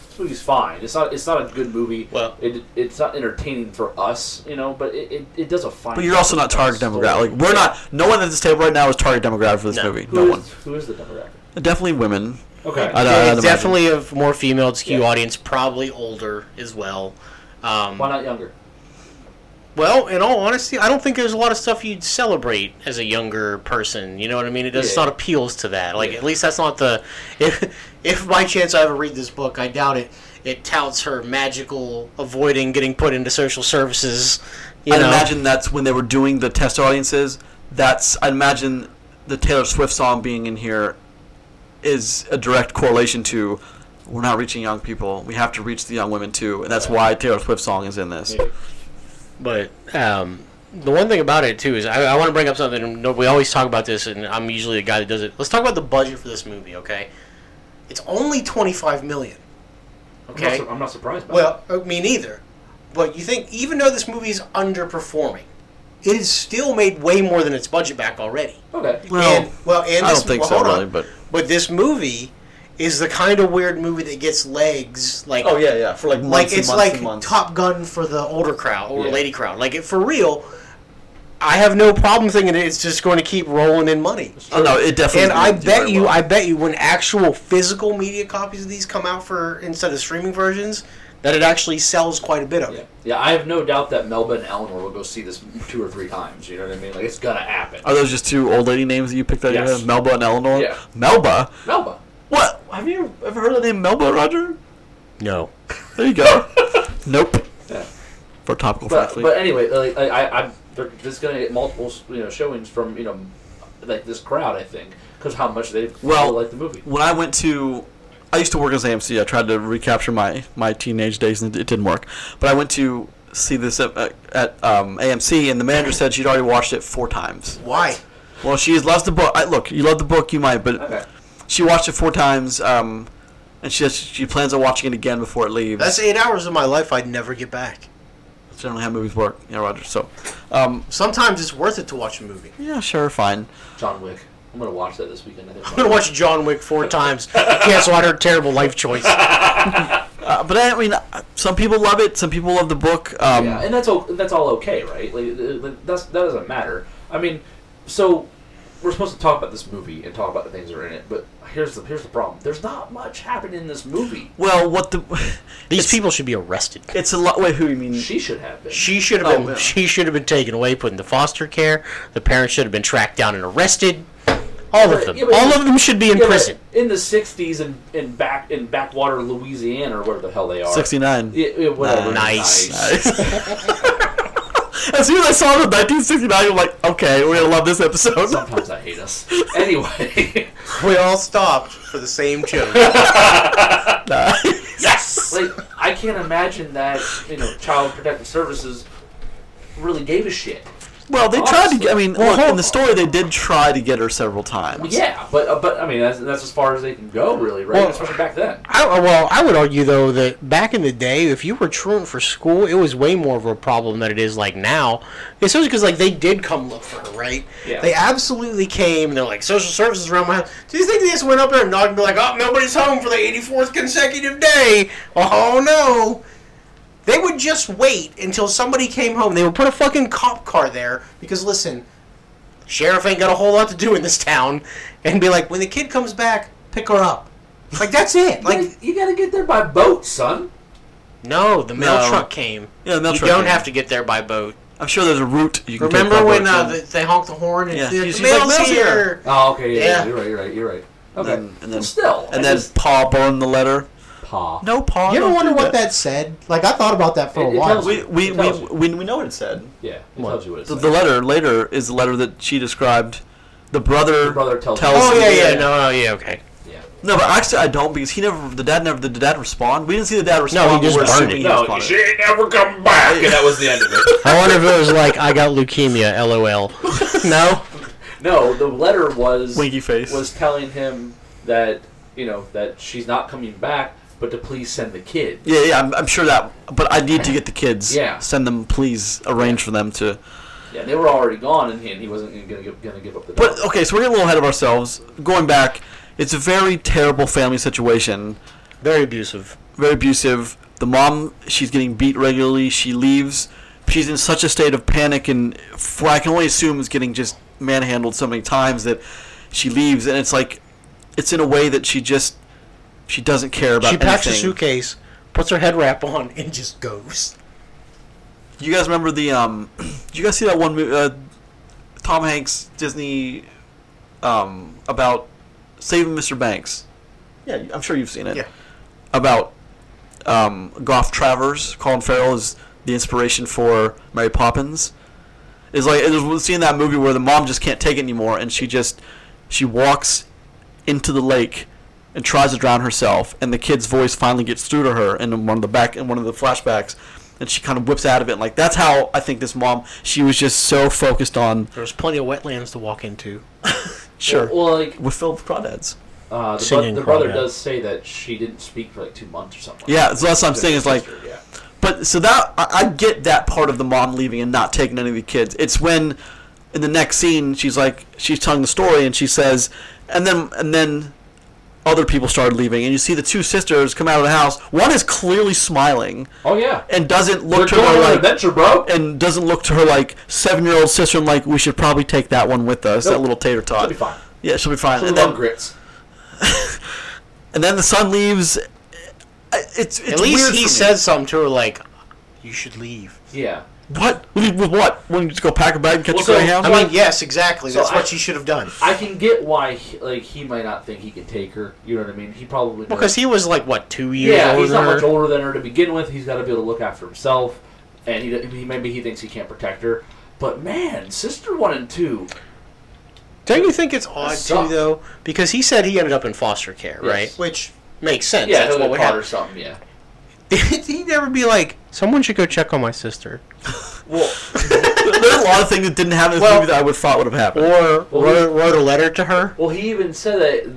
[SPEAKER 4] this movie's fine. It's not it's not a good movie.
[SPEAKER 6] Well-
[SPEAKER 4] it, it's not entertaining for us, you know, but it, it, it does a fine.
[SPEAKER 1] But you're also not target demographic. Like we're not. No one at this table right now is target demographic for this movie.
[SPEAKER 4] Who
[SPEAKER 1] No
[SPEAKER 4] is-
[SPEAKER 1] one.
[SPEAKER 4] Who is the demographic?
[SPEAKER 1] Definitely women.
[SPEAKER 4] Okay.
[SPEAKER 1] I don't- I'd
[SPEAKER 3] it's
[SPEAKER 1] imagine.
[SPEAKER 3] definitely a more female skew
[SPEAKER 4] Yeah.
[SPEAKER 3] audience, probably older as well. Um,
[SPEAKER 4] Why not younger?
[SPEAKER 3] Well, in all honesty, I don't think there's a lot of stuff you'd celebrate as a younger person. You know what I mean? It does it's
[SPEAKER 4] Yeah.
[SPEAKER 3] not appeals to that. Like
[SPEAKER 4] Yeah.
[SPEAKER 3] at least that's not the. If if by chance I ever read this book, I doubt it. It touts her magical avoiding getting put into social services. You
[SPEAKER 1] I'd
[SPEAKER 3] know,
[SPEAKER 1] imagine that's when they were doing the test audiences. That's I imagine the Taylor Swift song being in here is a direct correlation to we're not reaching young people. We have to reach the young women too, and that's why Taylor Swift song is in this.
[SPEAKER 4] Maybe.
[SPEAKER 3] But um, the one thing about it too is I, I want to bring up something. and no- We always talk about this, and I'm usually the guy that does it. Let's talk about the budget for this movie, okay? It's only 25 million.
[SPEAKER 4] I'm, not,
[SPEAKER 3] Okay.
[SPEAKER 4] sur- I'm not surprised. By
[SPEAKER 3] Well, uh, me neither. But you think even though this movie is underperforming, it is still made way more than its budget back already.
[SPEAKER 4] that. okay.
[SPEAKER 1] Well,
[SPEAKER 3] and, well, and
[SPEAKER 1] I
[SPEAKER 3] this,
[SPEAKER 1] don't think
[SPEAKER 3] well,
[SPEAKER 1] so
[SPEAKER 3] hold on.
[SPEAKER 1] really, but
[SPEAKER 3] But this movie is the kind of weird movie that gets legs. Like
[SPEAKER 1] Oh, yeah, yeah, for like
[SPEAKER 3] like it's like Top Gun for the older crowd or
[SPEAKER 4] Yeah.
[SPEAKER 3] lady crowd. Like it for real. I have no problem thinking that it's just going to keep rolling in money.
[SPEAKER 1] Oh no, it definitely.
[SPEAKER 3] And I
[SPEAKER 1] didn't do very
[SPEAKER 3] bet you,
[SPEAKER 1] well.
[SPEAKER 3] I bet you, when actual physical media copies of these come out for instead of streaming versions, that it actually sells quite a bit of
[SPEAKER 4] Yeah.
[SPEAKER 3] it.
[SPEAKER 4] yeah, I have no doubt that Melba and Eleanor will go see this two or three times. You know what I mean? Like it's gonna happen.
[SPEAKER 1] Are those just two old lady names that you picked out? of your
[SPEAKER 4] Yes.
[SPEAKER 1] head? Melba and Eleanor.
[SPEAKER 4] Yeah.
[SPEAKER 1] Melba.
[SPEAKER 4] Melba.
[SPEAKER 1] What? Have you ever heard of the name Melba, Roger?
[SPEAKER 6] No.
[SPEAKER 1] There you go. nope.
[SPEAKER 4] Yeah.
[SPEAKER 1] For topical
[SPEAKER 4] But,
[SPEAKER 1] facts.
[SPEAKER 4] but anyway, like, I, I, I'm they're just gonna get multiple you know showings from you know like this crowd. I think because how much they
[SPEAKER 1] Well-
[SPEAKER 4] really like the movie.
[SPEAKER 1] when I went to, I used to work as AMC. I tried to recapture my my teenage days, and it didn't work. But I went to see this at, at um, AMC, and the manager said she'd already watched it four times.
[SPEAKER 3] Why?
[SPEAKER 1] Well, she loves the book. I, look, you love the book, you might, but
[SPEAKER 4] Okay.
[SPEAKER 1] she watched it four times, um, and she she plans on watching it again before it leaves.
[SPEAKER 3] That's eight hours of my life I'd never get back.
[SPEAKER 1] That's generally how movies work. Yeah, Roger. So, um,
[SPEAKER 3] Sometimes it's worth it to watch a movie.
[SPEAKER 1] yeah, sure, fine.
[SPEAKER 4] John Wick. I'm gonna watch that this weekend. I think
[SPEAKER 3] I'm gonna watch John Wick four times. Cancel out her terrible life choice.
[SPEAKER 1] Uh, but I mean, uh, some people love it. Some people love the book. Um,
[SPEAKER 4] yeah, and that's all. That's all okay, right? Like, uh, like, that's that doesn't matter. I mean, so we're supposed to talk about this movie and talk about the things that are in it, but here's the here's the problem. There's not much happening in this movie.
[SPEAKER 1] Well, what the?
[SPEAKER 3] These people should be arrested.
[SPEAKER 1] It's a lot. Wait, who do you mean?
[SPEAKER 4] She should have been.
[SPEAKER 3] She should have
[SPEAKER 1] Oh,
[SPEAKER 3] been. uh,
[SPEAKER 1] yeah.
[SPEAKER 3] She should have been taken away, put into foster care. The parents should have been tracked down and arrested. All
[SPEAKER 4] Yeah,
[SPEAKER 3] of
[SPEAKER 4] but-
[SPEAKER 3] them.
[SPEAKER 4] yeah, but-
[SPEAKER 3] All of them should be in
[SPEAKER 4] Yeah, but
[SPEAKER 3] prison.
[SPEAKER 4] in the '60s and in, back in backwater Louisiana or where the hell they are.
[SPEAKER 1] Sixty-nine.
[SPEAKER 4] Yeah, yeah, whatever.
[SPEAKER 3] Nice.
[SPEAKER 1] As soon as I saw the 1969, I'm like, okay, we're gonna love this episode.
[SPEAKER 4] Sometimes I hate us. Anyway,
[SPEAKER 3] We all stopped for the same joke.
[SPEAKER 1] yes.
[SPEAKER 4] like I can't imagine that you know Child Protective Services really gave a shit.
[SPEAKER 1] Well, they tried to. get I mean,
[SPEAKER 4] Well,
[SPEAKER 1] look,
[SPEAKER 4] hold-
[SPEAKER 1] in the story, they did try to get her several times.
[SPEAKER 4] Well, yeah, but uh, but I mean that's, that's as far as they can go, really, right?
[SPEAKER 6] Well-
[SPEAKER 4] Especially back then.
[SPEAKER 6] I, well, I would argue though that back in the day, if you were truant for school, it was way more of a problem than it is like now.
[SPEAKER 3] Especially because like they did come look for her, right?
[SPEAKER 4] Yeah.
[SPEAKER 3] They absolutely came. They're like social services around my house. Do you think they just went up there and knocked and be like, "Oh, nobody's home for the 84th consecutive day"? Oh no! They would just wait until somebody came home. They would put a fucking cop car there because listen, sheriff ain't got a whole lot to do in this town, and be like, when the kid comes back, pick her up. Like that's it.
[SPEAKER 4] Like you
[SPEAKER 3] Like
[SPEAKER 4] gotta, get there by boat, son.
[SPEAKER 3] no, the mail
[SPEAKER 1] No.
[SPEAKER 3] truck came.
[SPEAKER 1] Yeah, the mail
[SPEAKER 3] you
[SPEAKER 1] truck
[SPEAKER 3] don't
[SPEAKER 1] came.
[SPEAKER 3] have to get there by boat.
[SPEAKER 1] I'm sure there's a route you can take
[SPEAKER 3] Remember
[SPEAKER 1] by
[SPEAKER 3] when
[SPEAKER 1] boat
[SPEAKER 3] uh,
[SPEAKER 1] to-
[SPEAKER 3] they, they honked the horn and
[SPEAKER 1] Yeah.
[SPEAKER 3] the
[SPEAKER 1] She's
[SPEAKER 3] mail's
[SPEAKER 1] like, "Mail's
[SPEAKER 3] here.
[SPEAKER 1] here."
[SPEAKER 4] Oh, okay, yeah, yeah,
[SPEAKER 3] Yeah.
[SPEAKER 4] you're right, you're right, you're right. Okay,
[SPEAKER 1] then- and then-
[SPEAKER 4] Well, still,
[SPEAKER 1] and then Pa burned the letter.
[SPEAKER 4] pa.
[SPEAKER 1] No, Pa.
[SPEAKER 3] You ever
[SPEAKER 1] don't
[SPEAKER 3] wonder
[SPEAKER 1] do
[SPEAKER 3] what that said? Like I thought about that for
[SPEAKER 4] It-
[SPEAKER 3] a
[SPEAKER 4] it
[SPEAKER 3] while.
[SPEAKER 4] tells you-
[SPEAKER 1] We we,
[SPEAKER 4] It
[SPEAKER 1] we,
[SPEAKER 4] tells you.
[SPEAKER 1] we we know what it said.
[SPEAKER 4] Yeah, it tells you what it's
[SPEAKER 1] The, the letter later is the letter that she described. The brother,
[SPEAKER 4] The brother tells
[SPEAKER 1] tells.
[SPEAKER 4] you.
[SPEAKER 3] oh yeah,
[SPEAKER 1] him-
[SPEAKER 3] yeah, no, no, yeah, okay.
[SPEAKER 4] Yeah.
[SPEAKER 1] No, but actually, I don't because he never. The dad never. Did the dad respond? We didn't see the dad respond. but
[SPEAKER 6] just
[SPEAKER 1] we're
[SPEAKER 6] burned
[SPEAKER 1] assuming
[SPEAKER 6] it.
[SPEAKER 1] he
[SPEAKER 4] No,
[SPEAKER 1] responded.
[SPEAKER 4] she ain't never come back, and that was the end of it.
[SPEAKER 6] I wonder if it was like I got leukemia, lol. no,
[SPEAKER 4] No, the letter was
[SPEAKER 1] Winky face.
[SPEAKER 4] was telling him that you know that she's not coming back, but to please send the kid.
[SPEAKER 1] Yeah, yeah, I'm, I'm sure that. But I need to get the kids.
[SPEAKER 4] Yeah.
[SPEAKER 1] Send them, please. Arrange for them to.
[SPEAKER 4] Yeah, they were already gone, and he, and he wasn't going to give, gonna give up the.
[SPEAKER 1] But uh,
[SPEAKER 4] dog.
[SPEAKER 1] okay, so we're getting a little ahead of ourselves. Going back, it's a very terrible family situation.
[SPEAKER 6] Very abusive.
[SPEAKER 1] Very abusive. The mom, she's getting beat regularly. She leaves. She's in such a state of panic, and f- I can only assume is getting just manhandled so many times that she leaves. And it's like, it's in a way that she just she doesn't care about
[SPEAKER 3] She packs a
[SPEAKER 1] anything.
[SPEAKER 3] suitcase, puts her head wrap on, and just goes.
[SPEAKER 1] You guys remember the um? You guys see that one movie? Uh, Tom Hanks Disney, um, about saving Mr. Banks. Yeah, I'm sure you've seen it.
[SPEAKER 3] Yeah.
[SPEAKER 1] About um, Goff Travers, Colin Farrell is the inspiration for Mary Poppins. It's like it was seeing that movie where the mom just can't take it anymore, and she just she walks into the lake and tries to drown herself and the kid's voice finally gets through to her in one of the back in one of the flashbacks and she kind of whips out of it like that's how i think this mom she was just so focused on
[SPEAKER 3] There's plenty of wetlands to walk into.
[SPEAKER 1] sure
[SPEAKER 4] Well, well, like
[SPEAKER 1] with Phil Crawdads.
[SPEAKER 4] uh, the, bro-
[SPEAKER 6] Singing
[SPEAKER 4] the brother
[SPEAKER 6] Crawdad.
[SPEAKER 4] does say that she didn't speak for like two months or something. like
[SPEAKER 1] Yeah,
[SPEAKER 4] that.
[SPEAKER 1] so that's what I'm
[SPEAKER 4] Just
[SPEAKER 1] saying.
[SPEAKER 4] her
[SPEAKER 1] Is like,
[SPEAKER 4] sister, yeah.
[SPEAKER 1] but so that I, I get that part of the mom leaving and not taking any of the kids. It's when in the next scene she's like she's telling the story and she says, and then and then other people started leaving and you see the two sisters come out of the house. One is clearly smiling
[SPEAKER 4] Oh yeah,
[SPEAKER 1] and doesn't
[SPEAKER 4] we're
[SPEAKER 1] look to
[SPEAKER 4] going on
[SPEAKER 1] her
[SPEAKER 4] an
[SPEAKER 1] like
[SPEAKER 4] adventure, bro.
[SPEAKER 1] and doesn't look to her like seven year old sister and like we should probably take that one with us. That
[SPEAKER 4] Nope.
[SPEAKER 1] little tater tot.
[SPEAKER 4] It'll be fine.
[SPEAKER 1] Yeah, she'll be fine.
[SPEAKER 4] Put
[SPEAKER 1] and,
[SPEAKER 4] it on
[SPEAKER 1] then,
[SPEAKER 4] grits.
[SPEAKER 1] and then the son leaves. I- It's, it's
[SPEAKER 3] At least
[SPEAKER 1] weird
[SPEAKER 3] he
[SPEAKER 1] for me.
[SPEAKER 3] said something to her like, "You should leave."
[SPEAKER 4] Yeah.
[SPEAKER 1] What? Leave with what? When you just go pack a bag and catch
[SPEAKER 4] Well,
[SPEAKER 1] a
[SPEAKER 4] so-
[SPEAKER 1] greyhound?
[SPEAKER 3] I
[SPEAKER 4] Well,
[SPEAKER 3] mean, yes, exactly.
[SPEAKER 4] so
[SPEAKER 3] That's
[SPEAKER 4] I-
[SPEAKER 3] what she should have done.
[SPEAKER 4] I can get why, he, like, he might not think he can take her. You know what I mean? He probably
[SPEAKER 3] Because he was like what two years
[SPEAKER 4] yeah,
[SPEAKER 3] older.
[SPEAKER 4] he's not much older than her to begin with. He's got to be able to look after himself, and he, he maybe he thinks he can't protect her. But man, sister one and two,
[SPEAKER 3] Don't you think it's odd too
[SPEAKER 4] sucks.
[SPEAKER 3] though? Because he said he ended up in foster care,
[SPEAKER 4] Yes.
[SPEAKER 3] right? Which makes sense.
[SPEAKER 4] yeah,
[SPEAKER 3] That's
[SPEAKER 4] he'll
[SPEAKER 3] what
[SPEAKER 4] get
[SPEAKER 3] would
[SPEAKER 4] caught or
[SPEAKER 3] happen.
[SPEAKER 4] something. Yeah.
[SPEAKER 3] He'd never be like, someone should go check on my sister,
[SPEAKER 4] Well,
[SPEAKER 1] There's a lot of things that didn't happen in this
[SPEAKER 3] Well-
[SPEAKER 1] movie that I would have thought would have happened.
[SPEAKER 3] or
[SPEAKER 4] Well,
[SPEAKER 3] wrote, wrote a letter to her.
[SPEAKER 4] well, he even said that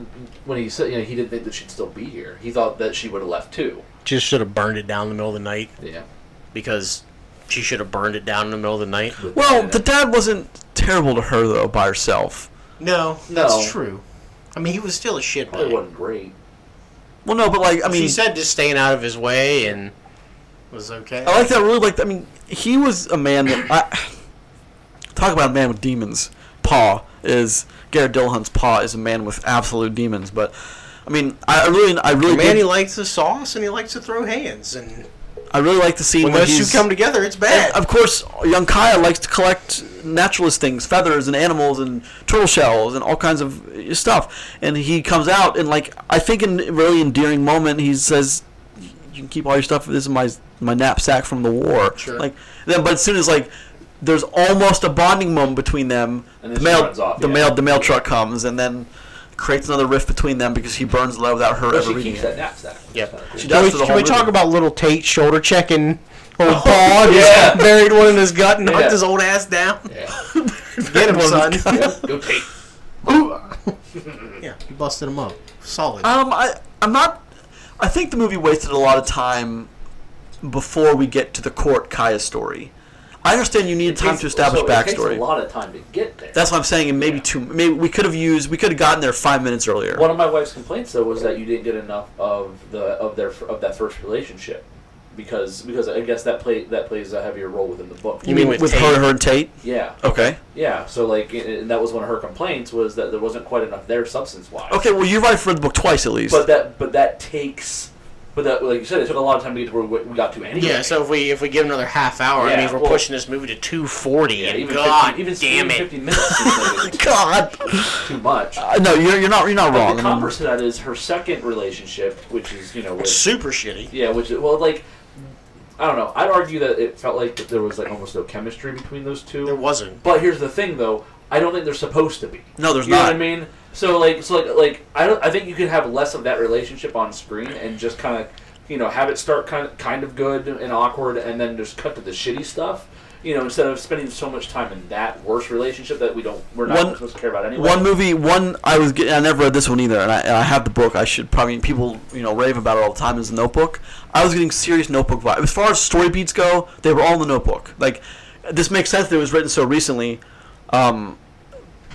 [SPEAKER 4] when he said you know he didn't think that she'd still be here. He thought that she would have left too.
[SPEAKER 3] Just should have burned it down in the middle of the night
[SPEAKER 4] Yeah.
[SPEAKER 3] because she should have burned it down in the middle of the night.
[SPEAKER 1] Well, the dad wasn't terrible to her, though, by herself.
[SPEAKER 3] No,
[SPEAKER 4] No.
[SPEAKER 3] that's true. I mean, he was still a
[SPEAKER 4] probably
[SPEAKER 3] shitbag.
[SPEAKER 4] wasn't great.
[SPEAKER 1] Well, no, but, like, I mean,
[SPEAKER 3] she said just staying out of his way and was okay.
[SPEAKER 1] I like that. I really like, I mean, he was a man that. I, talk about a man with demons. Paw is. Garrett Dillahunt's paw is a man with absolute demons, but. I mean, I I really, I really,
[SPEAKER 3] Man, he
[SPEAKER 1] did,
[SPEAKER 3] likes the sauce and he likes to throw hands. And
[SPEAKER 1] I really like the scene
[SPEAKER 3] when
[SPEAKER 1] where
[SPEAKER 3] those two
[SPEAKER 1] he's-
[SPEAKER 3] come together, it's
[SPEAKER 1] And,
[SPEAKER 3] bad.
[SPEAKER 1] of course, young Kaya likes to collect naturalist things, feathers and animals and turtle shells and all kinds of uh, stuff. And he comes out and like I think in a really endearing moment, he says, "You can keep all your stuff. This is my my knapsack from the war."
[SPEAKER 3] Sure.
[SPEAKER 1] Like then, but as soon as like there's almost a bonding moment between them,
[SPEAKER 4] And then
[SPEAKER 1] the
[SPEAKER 4] she
[SPEAKER 1] mail
[SPEAKER 4] runs off,
[SPEAKER 1] the
[SPEAKER 4] yeah.
[SPEAKER 1] mail the mail truck comes and then creates another rift between them because he burns love without her
[SPEAKER 4] But
[SPEAKER 1] ever
[SPEAKER 4] she
[SPEAKER 1] reading
[SPEAKER 4] keeps
[SPEAKER 1] it.
[SPEAKER 4] that knapsack. which is
[SPEAKER 3] Yep.
[SPEAKER 4] kinda cool.
[SPEAKER 1] She does
[SPEAKER 6] can
[SPEAKER 1] for
[SPEAKER 6] we,
[SPEAKER 1] the
[SPEAKER 6] can
[SPEAKER 1] whole
[SPEAKER 6] we talk
[SPEAKER 1] movie.
[SPEAKER 6] about little Tate shoulder checking old Paul?
[SPEAKER 4] yeah.
[SPEAKER 6] Just buried one in his gut and
[SPEAKER 4] Yeah.
[SPEAKER 3] Knocked his old ass down.
[SPEAKER 4] Yeah.
[SPEAKER 3] Get him, son.
[SPEAKER 4] yeah. Go take.
[SPEAKER 3] yeah, you busted him up. Solid.
[SPEAKER 1] Um, I I'm not. I think the movie wasted a lot of time before we get to the court Kaya story. I understand you needed time to establish
[SPEAKER 4] so It takes a
[SPEAKER 1] backstory.
[SPEAKER 4] lot of time to get there.
[SPEAKER 1] That's what I'm saying, and maybe two. Maybe we could have used. We could have gotten there five minutes earlier.
[SPEAKER 4] One of my wife's complaints though was that you didn't get enough of the of their of that first relationship, because because I guess that play that plays a heavier role within the book.
[SPEAKER 3] You mean with
[SPEAKER 1] with
[SPEAKER 3] Tate?
[SPEAKER 1] her, her and Tate?
[SPEAKER 4] Yeah,
[SPEAKER 1] Okay.
[SPEAKER 4] yeah. So like, and and that was one of her complaints was that there wasn't quite enough there substance wise.
[SPEAKER 1] Okay. Well, you've already read the book twice at least.
[SPEAKER 4] But that but that takes, but that like you said, it took a lot of time to get to where we we got to anyway.
[SPEAKER 3] Yeah, so if we if we give another half hour, I
[SPEAKER 4] Yeah,
[SPEAKER 3] mean, we're
[SPEAKER 4] well-
[SPEAKER 3] pushing this movie to 240,
[SPEAKER 4] Yeah,
[SPEAKER 3] and
[SPEAKER 4] even
[SPEAKER 3] god
[SPEAKER 4] 50, even
[SPEAKER 3] damn
[SPEAKER 4] even
[SPEAKER 3] it.
[SPEAKER 4] 50 minutes seems like it's
[SPEAKER 1] God.
[SPEAKER 4] too much.
[SPEAKER 1] Uh, no, you're, you're not. You're not
[SPEAKER 4] But
[SPEAKER 1] wrong.
[SPEAKER 4] the
[SPEAKER 1] I mean,
[SPEAKER 4] converse to that is her second relationship, which is you know with
[SPEAKER 3] Super shitty.
[SPEAKER 4] Yeah, which is, well, like I don't know. I'd argue that it felt like that there was like almost no chemistry between those two.
[SPEAKER 3] There wasn't.
[SPEAKER 4] But here's the thing, though. I don't think they're supposed to be.
[SPEAKER 1] No, there's
[SPEAKER 4] you know
[SPEAKER 1] not.
[SPEAKER 4] what I mean? So like, so like, like I don't. I think you could have less of that relationship on screen and just kind of, you know, have it start kind of kind of good and awkward, and then just cut to the shitty stuff. You know, instead of spending so much time in that worse relationship that we don't, we're not
[SPEAKER 1] One-
[SPEAKER 4] supposed to care about anyway.
[SPEAKER 1] One movie, one I was getting, I never read this one either, and I, and I have the book. I should probably people you know rave about it all the time. Is the Notebook. I was getting serious Notebook vibe. As far as story beats go, they were all in the Notebook. Like this makes sense that it was written so recently um,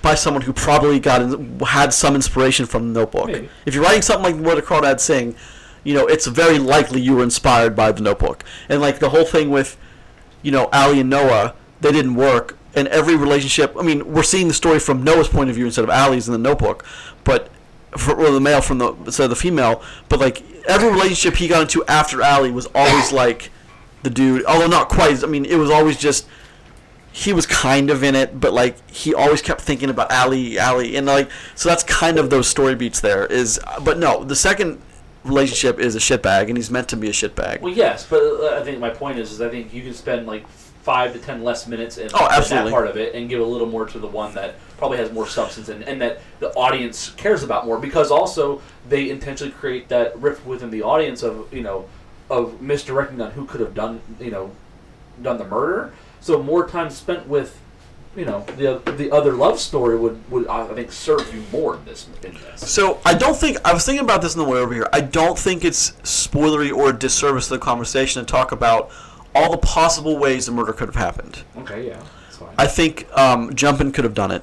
[SPEAKER 1] by someone who probably got in, had some inspiration from the Notebook.
[SPEAKER 4] Maybe.
[SPEAKER 1] If you're writing something like Where the Crawdads Sing, you know it's very likely you were inspired by the Notebook. And like the whole thing with, you know, Ali and Noah, they didn't work. And every relationship, I mean, we're seeing the story from Noah's point of view instead of Ali's in the Notebook, but for, or the male from the instead of the female. But like every relationship he got into after Ali was always like the dude, although not quite. I mean, it was always just he was kind of in it, but like he always kept thinking about Ali, Ali, and like so that's kind of those story beats there. Is but no, the second relationship is a shitbag, and he's meant to be a shitbag.
[SPEAKER 4] Well, yes, but uh, I think my point is, is I think you can spend like five to ten less minutes in,
[SPEAKER 1] Oh,
[SPEAKER 4] in
[SPEAKER 1] absolutely.
[SPEAKER 4] that part of it and give a little more to the one that probably has more substance and, and that the audience cares about more because also they intentionally create that rift within the audience of you know of misdirecting on who could have done you know done the murder. So more time spent with you know the the other love story would would I think serve you more in this in this.
[SPEAKER 1] So I don't think I was thinking about this on the way over here. I don't think it's spoilery or a disservice to the conversation to talk about all the possible ways the murder could have happened.
[SPEAKER 4] Okay, yeah, that's fine.
[SPEAKER 1] I think um, Jumpin could have done it.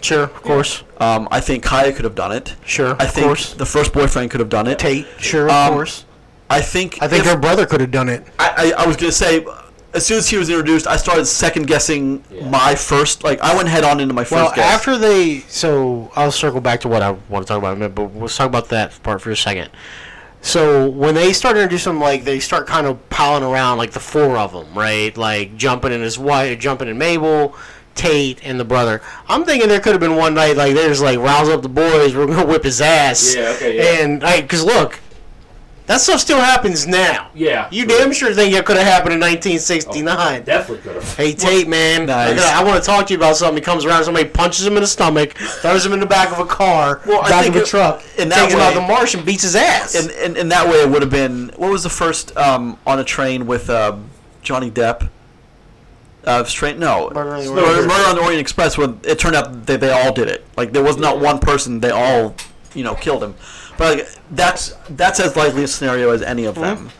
[SPEAKER 6] Sure, of course.
[SPEAKER 1] Um, I think Kaya could have done it.
[SPEAKER 6] Sure,
[SPEAKER 1] I
[SPEAKER 6] of
[SPEAKER 1] think
[SPEAKER 6] course.
[SPEAKER 1] the first boyfriend could have done it.
[SPEAKER 6] Tate, sure, of
[SPEAKER 1] Um,
[SPEAKER 6] course.
[SPEAKER 1] I think.
[SPEAKER 6] I think
[SPEAKER 1] if-
[SPEAKER 6] her brother could have done it.
[SPEAKER 1] I, I, I was gonna say, as soon as he was introduced, I started second guessing
[SPEAKER 4] Yeah.
[SPEAKER 1] my first. Like I went head on into my first
[SPEAKER 6] Well,
[SPEAKER 1] guess.
[SPEAKER 6] after they, so I'll circle back to what I want to talk about in a minute, but let's talk about that part for a second. So when they start introducing, like they start kind of piling around, like the four of them, right? Like jumping and his wife, jumping and Mabel, Tate, and the brother. I'm thinking there could have been one night like there's like rouse up the boys, we're gonna whip his ass.
[SPEAKER 4] Yeah, okay, yeah.
[SPEAKER 6] And like, cause look, that stuff still happens now.
[SPEAKER 4] yeah,
[SPEAKER 6] You damn sure think it could have happened in 1969.
[SPEAKER 4] definitely could have.
[SPEAKER 6] Hey Tate, man, I,
[SPEAKER 1] Nice.
[SPEAKER 6] gotta- I want to talk to you about something. He comes around, somebody punches him in the stomach, throws him in the back of a car,
[SPEAKER 1] Well, I
[SPEAKER 6] back
[SPEAKER 1] think
[SPEAKER 6] of a
[SPEAKER 1] it-
[SPEAKER 6] truck,
[SPEAKER 1] in that
[SPEAKER 6] takes him out
[SPEAKER 1] way-
[SPEAKER 6] the marsh and beats his ass.
[SPEAKER 1] and, and and that way it would have been. What was the first um, on a train with um, Johnny Depp? Uh, train? No,
[SPEAKER 6] Murder on the
[SPEAKER 1] No,
[SPEAKER 6] Orient
[SPEAKER 1] Murder on the Orient Express. When it turned out that they all did it. Like there was not one person. They all, you know, killed him. But like, that's that's as likely a scenario as any of
[SPEAKER 6] Mm-hmm.
[SPEAKER 1] them.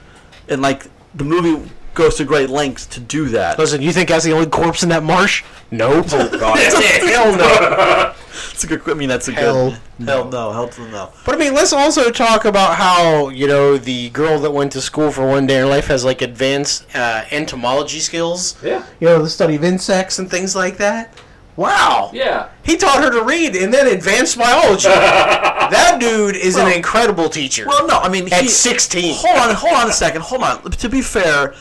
[SPEAKER 1] And like the movie goes to great lengths to do that.
[SPEAKER 6] Listen, you think that's the only corpse in that marsh? Oh, Nope.
[SPEAKER 1] hell no. It's a good. I mean, that's a
[SPEAKER 6] Hell
[SPEAKER 1] good. Hell no. Hell to no.
[SPEAKER 6] But I mean, let's also talk about how you know the girl that went to school for one day in her life has like advanced uh, entomology skills.
[SPEAKER 4] Yeah,
[SPEAKER 6] You know, the study of insects and things like that. Wow.
[SPEAKER 4] yeah.
[SPEAKER 6] He taught her to read and then advanced biology. that dude is an incredible teacher.
[SPEAKER 1] Well, no. I mean,
[SPEAKER 6] at
[SPEAKER 1] he-
[SPEAKER 6] 16.
[SPEAKER 1] Hold on. Hold on a second. Hold on. To be fair,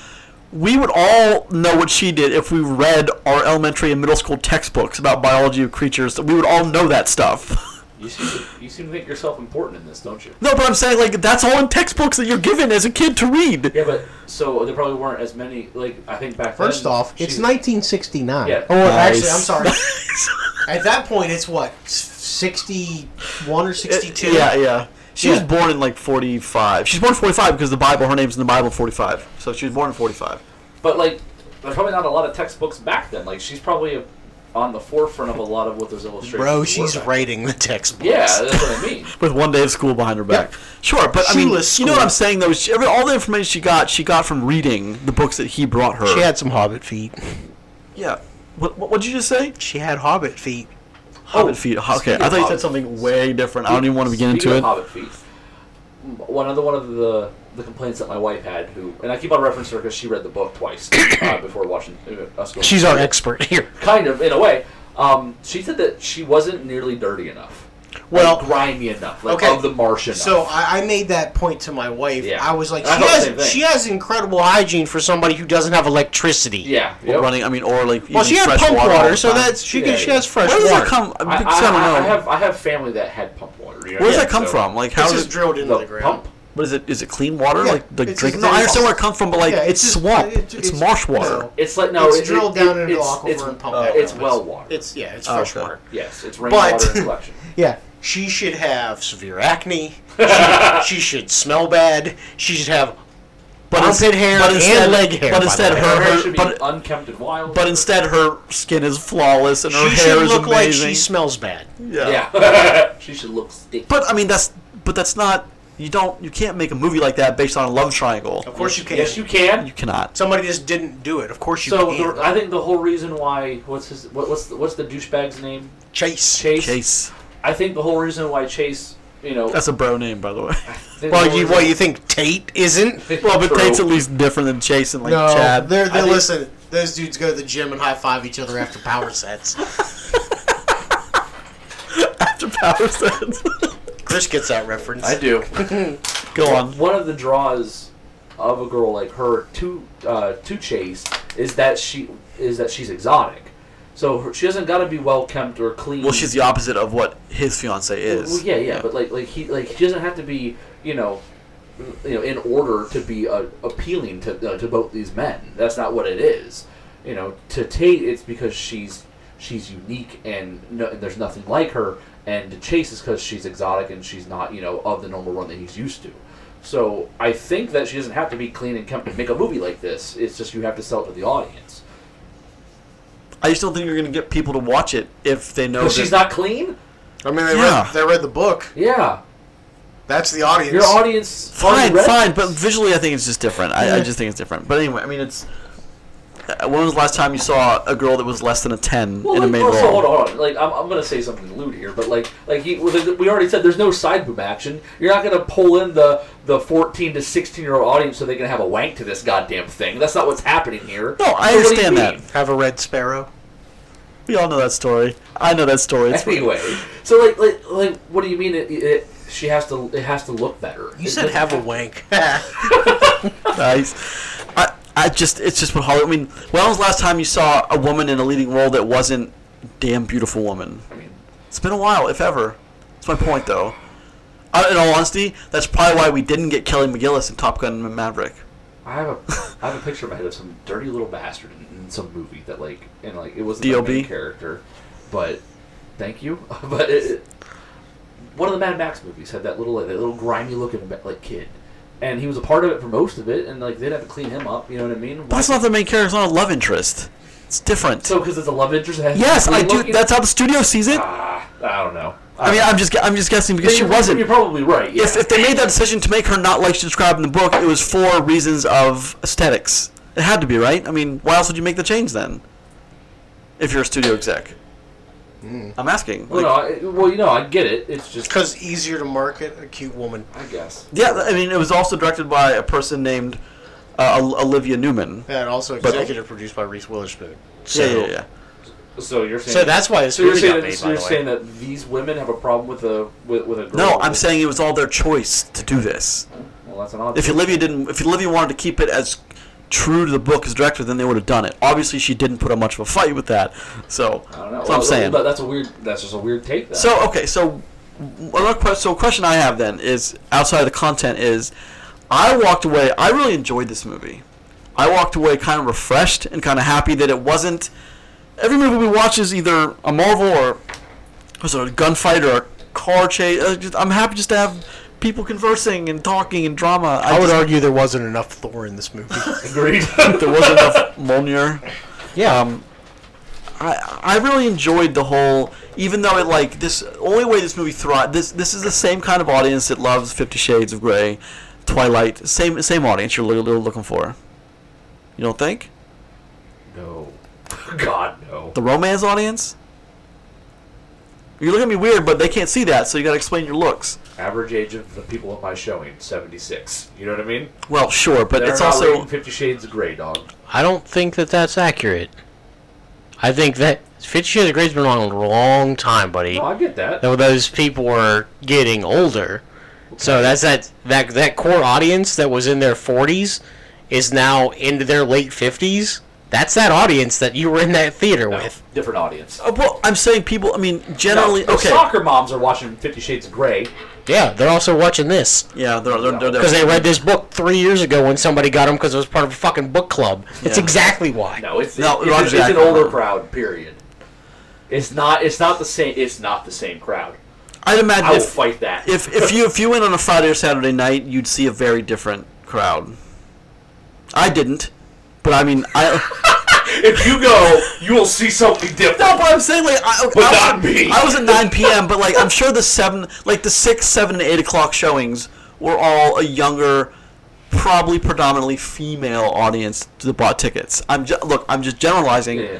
[SPEAKER 1] we would all know what she did if we read our elementary and middle school textbooks about biology of creatures. We would all know that stuff.
[SPEAKER 4] You seem, to, you seem to think yourself important in this, don't you?
[SPEAKER 1] No, but I'm saying like that's all in textbooks that you're given as a kid to read.
[SPEAKER 4] Yeah, but so there probably weren't as many. Like I think back
[SPEAKER 6] First
[SPEAKER 4] then,
[SPEAKER 6] off,
[SPEAKER 4] she-
[SPEAKER 6] it's 1969.
[SPEAKER 4] Yeah.
[SPEAKER 6] Oh, well, actually,
[SPEAKER 1] Nice.
[SPEAKER 6] I'm sorry. At that point, it's what 61 or 62.
[SPEAKER 1] Uh, Yeah, yeah. She was
[SPEAKER 6] Yeah.
[SPEAKER 1] born in like 45. She's born in 45 because the Bible, her name's in the Bible 45. So she was born in 45.
[SPEAKER 4] But like, there's probably not a lot of textbooks back then. Like she's probably a, on the forefront of a lot of what those illustrations.
[SPEAKER 6] Bro,
[SPEAKER 4] were
[SPEAKER 6] she's
[SPEAKER 4] back-
[SPEAKER 6] writing the textbook.
[SPEAKER 4] Yeah, that's what I mean.
[SPEAKER 1] with one day of school behind her back. Sure, but I mean,
[SPEAKER 6] Shoeless
[SPEAKER 1] you know what
[SPEAKER 6] school.
[SPEAKER 1] I'm saying though. She, every, all the information she got, she got from reading the books that he brought her.
[SPEAKER 6] She had some hobbit feet.
[SPEAKER 1] yeah. What what would you just say?
[SPEAKER 6] She had hobbit feet.
[SPEAKER 1] Hobbit feet. Ho- Okay,
[SPEAKER 4] speaking
[SPEAKER 1] I
[SPEAKER 4] of
[SPEAKER 1] thought you
[SPEAKER 4] Hobbit-
[SPEAKER 1] said something way different. I don't even want to get
[SPEAKER 4] Speaking
[SPEAKER 1] into
[SPEAKER 4] of
[SPEAKER 1] it.
[SPEAKER 4] Hobbit feet. m- One other one of the the complaints that my wife had, who and I keep on referencing her because she read the book twice uh, before watching uh, us. go-
[SPEAKER 6] She's our expert here.
[SPEAKER 4] kind of in a way. Um, she said that she wasn't nearly dirty enough.
[SPEAKER 3] Well-
[SPEAKER 4] like, grimy enough, like
[SPEAKER 3] Okay.
[SPEAKER 4] of the Martian.
[SPEAKER 3] So I, I made that point to my wife.
[SPEAKER 4] Yeah.
[SPEAKER 3] I was like,
[SPEAKER 4] I
[SPEAKER 3] she
[SPEAKER 4] thought the same
[SPEAKER 3] has,
[SPEAKER 4] thing.
[SPEAKER 3] she
[SPEAKER 6] She
[SPEAKER 3] has
[SPEAKER 6] has incredible hygiene for somebody who doesn't have electricity.
[SPEAKER 4] yeah,
[SPEAKER 1] Or
[SPEAKER 4] yep.
[SPEAKER 1] Running, I mean, or like
[SPEAKER 6] Well, she
[SPEAKER 1] using fresh
[SPEAKER 6] had pump
[SPEAKER 1] water,
[SPEAKER 6] water,
[SPEAKER 1] all the
[SPEAKER 6] so
[SPEAKER 1] time.
[SPEAKER 6] that's she
[SPEAKER 4] Yeah.
[SPEAKER 6] can, she has fresh
[SPEAKER 1] where does
[SPEAKER 6] water.
[SPEAKER 1] that come? I,
[SPEAKER 4] I,
[SPEAKER 1] because I don't
[SPEAKER 4] I- I
[SPEAKER 1] know.
[SPEAKER 4] have I have family that had pump water. you know?
[SPEAKER 1] where does
[SPEAKER 4] Yeah,
[SPEAKER 1] that come
[SPEAKER 4] so-
[SPEAKER 1] from? Like, how
[SPEAKER 3] this
[SPEAKER 1] is
[SPEAKER 3] is
[SPEAKER 1] it?
[SPEAKER 3] drilled into
[SPEAKER 4] The
[SPEAKER 3] the ground.
[SPEAKER 4] pump.
[SPEAKER 1] What is it? Is it clean water?
[SPEAKER 3] Yeah,
[SPEAKER 1] like the
[SPEAKER 3] it's
[SPEAKER 1] drink?
[SPEAKER 3] just
[SPEAKER 1] No, I
[SPEAKER 3] dirty
[SPEAKER 1] understand where it
[SPEAKER 3] water.
[SPEAKER 1] comes from, but like
[SPEAKER 3] Yeah,
[SPEAKER 1] it's,
[SPEAKER 3] it's just-
[SPEAKER 1] swamp.
[SPEAKER 3] it-
[SPEAKER 1] it's,
[SPEAKER 3] it's-
[SPEAKER 1] marsh water.
[SPEAKER 3] no.
[SPEAKER 4] It's like no,
[SPEAKER 3] It's
[SPEAKER 4] it-
[SPEAKER 3] drilled
[SPEAKER 4] it-
[SPEAKER 3] down into the
[SPEAKER 4] it's-
[SPEAKER 3] aquifer
[SPEAKER 4] it's-
[SPEAKER 3] and pumped
[SPEAKER 4] uh,
[SPEAKER 3] out.
[SPEAKER 4] It's well water.
[SPEAKER 3] It's yeah, it's
[SPEAKER 1] Oh,
[SPEAKER 3] fresh
[SPEAKER 1] okay.
[SPEAKER 3] water.
[SPEAKER 4] yes, it's rainwater
[SPEAKER 3] But-
[SPEAKER 4] and collection.
[SPEAKER 6] Yeah. She should have severe acne. She, she should smell bad. She should have
[SPEAKER 1] But
[SPEAKER 6] armpit
[SPEAKER 1] ins-
[SPEAKER 6] hair
[SPEAKER 1] but
[SPEAKER 6] and
[SPEAKER 1] instead,
[SPEAKER 6] leg hair, by
[SPEAKER 1] But
[SPEAKER 6] the
[SPEAKER 1] instead,
[SPEAKER 6] way.
[SPEAKER 1] her,
[SPEAKER 4] Her hair
[SPEAKER 1] her
[SPEAKER 4] should be
[SPEAKER 1] but
[SPEAKER 4] unkempt and wild.
[SPEAKER 1] But instead, her skin is flawless and her
[SPEAKER 6] she
[SPEAKER 1] hair
[SPEAKER 6] should
[SPEAKER 1] is
[SPEAKER 6] look like
[SPEAKER 1] amazing.
[SPEAKER 6] she smells bad.
[SPEAKER 1] yeah.
[SPEAKER 4] yeah, she should look sticky.
[SPEAKER 1] But I mean, that's but that's not. You don't. You can't make a movie like that based on a love triangle.
[SPEAKER 3] Of course you can.
[SPEAKER 4] Yes, you can.
[SPEAKER 1] You cannot.
[SPEAKER 3] Somebody just didn't do it. Of course you
[SPEAKER 4] So
[SPEAKER 3] can.
[SPEAKER 4] the, I think the whole reason why what's his what, what's the, what's the douchebag's name
[SPEAKER 3] Chase.
[SPEAKER 4] Chase?
[SPEAKER 1] Chase.
[SPEAKER 4] I think the whole reason why Chase, you know,
[SPEAKER 1] That's a bro name, by the way.
[SPEAKER 4] I think the
[SPEAKER 3] Well,
[SPEAKER 4] whole
[SPEAKER 3] you
[SPEAKER 4] reason-
[SPEAKER 3] well you think Tate isn't?
[SPEAKER 1] Well, but
[SPEAKER 4] True.
[SPEAKER 1] Tate's at least different than Chase and like
[SPEAKER 3] no,
[SPEAKER 1] Chad.
[SPEAKER 3] they're, they
[SPEAKER 4] I think-
[SPEAKER 3] listen. Those dudes go to the gym and high five each other after power sets.
[SPEAKER 1] After Power Sets.
[SPEAKER 3] Chris gets that reference.
[SPEAKER 4] I do.
[SPEAKER 1] Go on.
[SPEAKER 4] One of the draws of a girl like her to uh, to Chase is that she is that she's exotic. So her, she doesn't got to be well kept or clean.
[SPEAKER 1] Well, she's the opposite of what his fiance
[SPEAKER 4] Well,
[SPEAKER 1] is.
[SPEAKER 4] well, yeah, yeah, but like like he like he doesn't have to be you know you know in order to be uh, appealing to uh, to both these men. That's not what it is. You know, to Tate, it's because she's she's unique and, no, and there's nothing like her. And to Chase is because she's exotic and she's not you know of the normal run that he's used to. So I think that she doesn't have to be clean and kept to make a movie like this. It's just you have to sell it to the audience.
[SPEAKER 1] I just don't think you're gonna get people to watch it if they know.
[SPEAKER 4] Because she's
[SPEAKER 1] that-
[SPEAKER 4] not clean.
[SPEAKER 3] I mean, they,
[SPEAKER 1] Yeah.
[SPEAKER 3] read, they read the book.
[SPEAKER 4] Yeah,
[SPEAKER 3] That's the audience.
[SPEAKER 4] your audience. already
[SPEAKER 1] Fine,
[SPEAKER 4] read
[SPEAKER 1] fine,
[SPEAKER 4] this.
[SPEAKER 1] but visually, I think it's just different. I, I just think it's different. But anyway, I mean, it's. uh, When was the last time you saw a girl that was less than a ten
[SPEAKER 4] Well,
[SPEAKER 1] in a
[SPEAKER 4] like,
[SPEAKER 1] main
[SPEAKER 4] also,
[SPEAKER 1] role?
[SPEAKER 4] hold on, hold on. Like, I'm, I'm gonna say something lewd here, but like, like he, well, th- we already said, there's no side boob action. You're not gonna pull in the the 14 to 16 year old audience so they can have a wank to this goddamn thing. That's not what's happening here.
[SPEAKER 1] No, I
[SPEAKER 4] So what do you
[SPEAKER 1] understand that.
[SPEAKER 4] mean?
[SPEAKER 3] Have a red sparrow.
[SPEAKER 1] We all know that story. I know that story. It's
[SPEAKER 4] Anyway, so like, like, like, what do you mean? It, it, she has to, it has to look better.
[SPEAKER 3] You
[SPEAKER 4] It
[SPEAKER 3] said
[SPEAKER 4] doesn't-
[SPEAKER 3] have a wank.
[SPEAKER 1] nice. I, I just, it's just what Hollywood. I mean, when was the last time you saw a woman in a leading role that wasn't damn beautiful woman?
[SPEAKER 4] I mean,
[SPEAKER 1] It's been a while, if ever. That's my point, though. I, in all honesty, that's probably why we didn't get Kelly McGillis in Top Gun Maverick.
[SPEAKER 4] I have a, I have a picture in my head of some dirty little bastard in, in some movie that like, and like, it wasn't the
[SPEAKER 1] DLB?
[SPEAKER 4] main character, but thank you. but it, it- one of the Mad Max movies had that little, like, that little grimy looking like kid, and he was a part of it for most of it, and like they'd have to clean him up. You know what I mean?
[SPEAKER 1] But that's
[SPEAKER 4] Why-
[SPEAKER 1] not the main character. It's not a love interest. It's different.
[SPEAKER 4] so because it's a love interest. it has to be
[SPEAKER 1] yes, I do.
[SPEAKER 4] clean-looking?
[SPEAKER 1] That's how the studio sees it.
[SPEAKER 4] Ah, I don't know.
[SPEAKER 1] I mean, I'm just, I'm just guessing because she
[SPEAKER 4] You're- You're
[SPEAKER 1] wasn't.
[SPEAKER 4] probably right. Yeah.
[SPEAKER 1] If, if they made that decision to make her not like she's described in the book, it was for reasons of aesthetics. It had to be right. I mean, why else would you make the change then? If you're a studio exec, I'm asking.
[SPEAKER 4] well,
[SPEAKER 1] like-
[SPEAKER 4] no, I, well, you know, I get it. It's just,
[SPEAKER 3] Because easier to market a cute woman.
[SPEAKER 4] I guess.
[SPEAKER 1] Yeah, I mean, it was also directed by a person named uh, Ol- Olivia Newman.
[SPEAKER 3] And also
[SPEAKER 1] executive
[SPEAKER 3] produced by Reese Witherspoon.
[SPEAKER 1] Yeah, yeah, yeah.
[SPEAKER 4] So you're saying
[SPEAKER 3] So that's why this
[SPEAKER 4] So you're
[SPEAKER 3] movie
[SPEAKER 4] saying,
[SPEAKER 3] got
[SPEAKER 4] that-
[SPEAKER 3] made,
[SPEAKER 4] so
[SPEAKER 3] by
[SPEAKER 4] you're
[SPEAKER 3] the way.
[SPEAKER 4] saying that these women have a problem with a with, with a girl?
[SPEAKER 1] No, I'm saying it was all their choice to do this.
[SPEAKER 4] Well, that's an odd.
[SPEAKER 1] If Olivia didn't, if Olivia wanted to keep it as true to the book as director, then they would have done it. Obviously, she didn't put up much of a fight with that. So
[SPEAKER 4] I don't know.
[SPEAKER 1] that's what I'm
[SPEAKER 4] Well,
[SPEAKER 1] saying.
[SPEAKER 4] But that's a weird. That's just a weird take. Then.
[SPEAKER 1] So okay, so another que- so a question I have then is outside of the content is I walked away. I really enjoyed this movie. I walked away kind of refreshed and kind of happy that it wasn't. Every movie we watch is either a Marvel or was it a gunfight or a car chase. Uh, just- I'm happy just to have people conversing and talking and drama.
[SPEAKER 3] I would
[SPEAKER 1] just-
[SPEAKER 3] argue there wasn't enough Thor in this movie.
[SPEAKER 4] agreed.
[SPEAKER 1] there wasn't enough Molnir.
[SPEAKER 3] yeah.
[SPEAKER 1] Um, I I really enjoyed the whole, even though it like this only way this movie thrived. This this is the same kind of audience that loves Fifty Shades of Grey, Twilight. Same same audience you're li- looking for. You don't think
[SPEAKER 4] no, God no.
[SPEAKER 1] the romance audience? You look at me weird, but they can't see that, so you gotta explain your looks.
[SPEAKER 4] Average age of the people at my showing seventy six. You know what I mean?
[SPEAKER 1] Well, sure, but
[SPEAKER 4] They're
[SPEAKER 1] it's
[SPEAKER 4] not
[SPEAKER 1] also
[SPEAKER 4] reading Fifty Shades of Grey, dog.
[SPEAKER 6] I don't think that that's accurate. I think that Fifty Shades of Grey's been on a long time, buddy.
[SPEAKER 4] No, Oh, I get that.
[SPEAKER 6] Though those people are getting older, so that's that that that core audience that was in their forties is now into their late fifties. That's that audience that you were in that theater
[SPEAKER 4] No,
[SPEAKER 6] with.
[SPEAKER 4] different audience.
[SPEAKER 1] Uh, well, I'm saying people. I mean, generally,
[SPEAKER 4] No, no,
[SPEAKER 1] okay,
[SPEAKER 4] Soccer moms are watching Fifty Shades of Grey.
[SPEAKER 6] Yeah, they're also watching this
[SPEAKER 1] yeah, they're they're, they're,
[SPEAKER 6] because they read this book three years ago when somebody got them because it was part of a fucking book club. That's
[SPEAKER 1] Yeah.
[SPEAKER 6] exactly why.
[SPEAKER 4] No, it's
[SPEAKER 1] No,
[SPEAKER 4] it's,
[SPEAKER 1] Roger
[SPEAKER 4] it's, it's an
[SPEAKER 1] Jackman.
[SPEAKER 4] older crowd. Period. It's not. It's not the same. It's not the same crowd.
[SPEAKER 1] I'd imagine
[SPEAKER 4] I will
[SPEAKER 1] if-
[SPEAKER 4] fight that.
[SPEAKER 1] if if you if you went on a Friday or Saturday night, you'd see a very different crowd. I didn't, but I mean, I
[SPEAKER 4] If you go, you will see something
[SPEAKER 1] no,
[SPEAKER 4] different.
[SPEAKER 1] but I'm saying like I,
[SPEAKER 4] But
[SPEAKER 1] I was,
[SPEAKER 4] not me.
[SPEAKER 1] I was at nine p.m., but like I'm sure the seven, like the six, seven, and eight o'clock showings were all a younger, probably predominantly female audience that bought tickets. I'm ju- look, I'm just generalizing.
[SPEAKER 4] Yeah, yeah.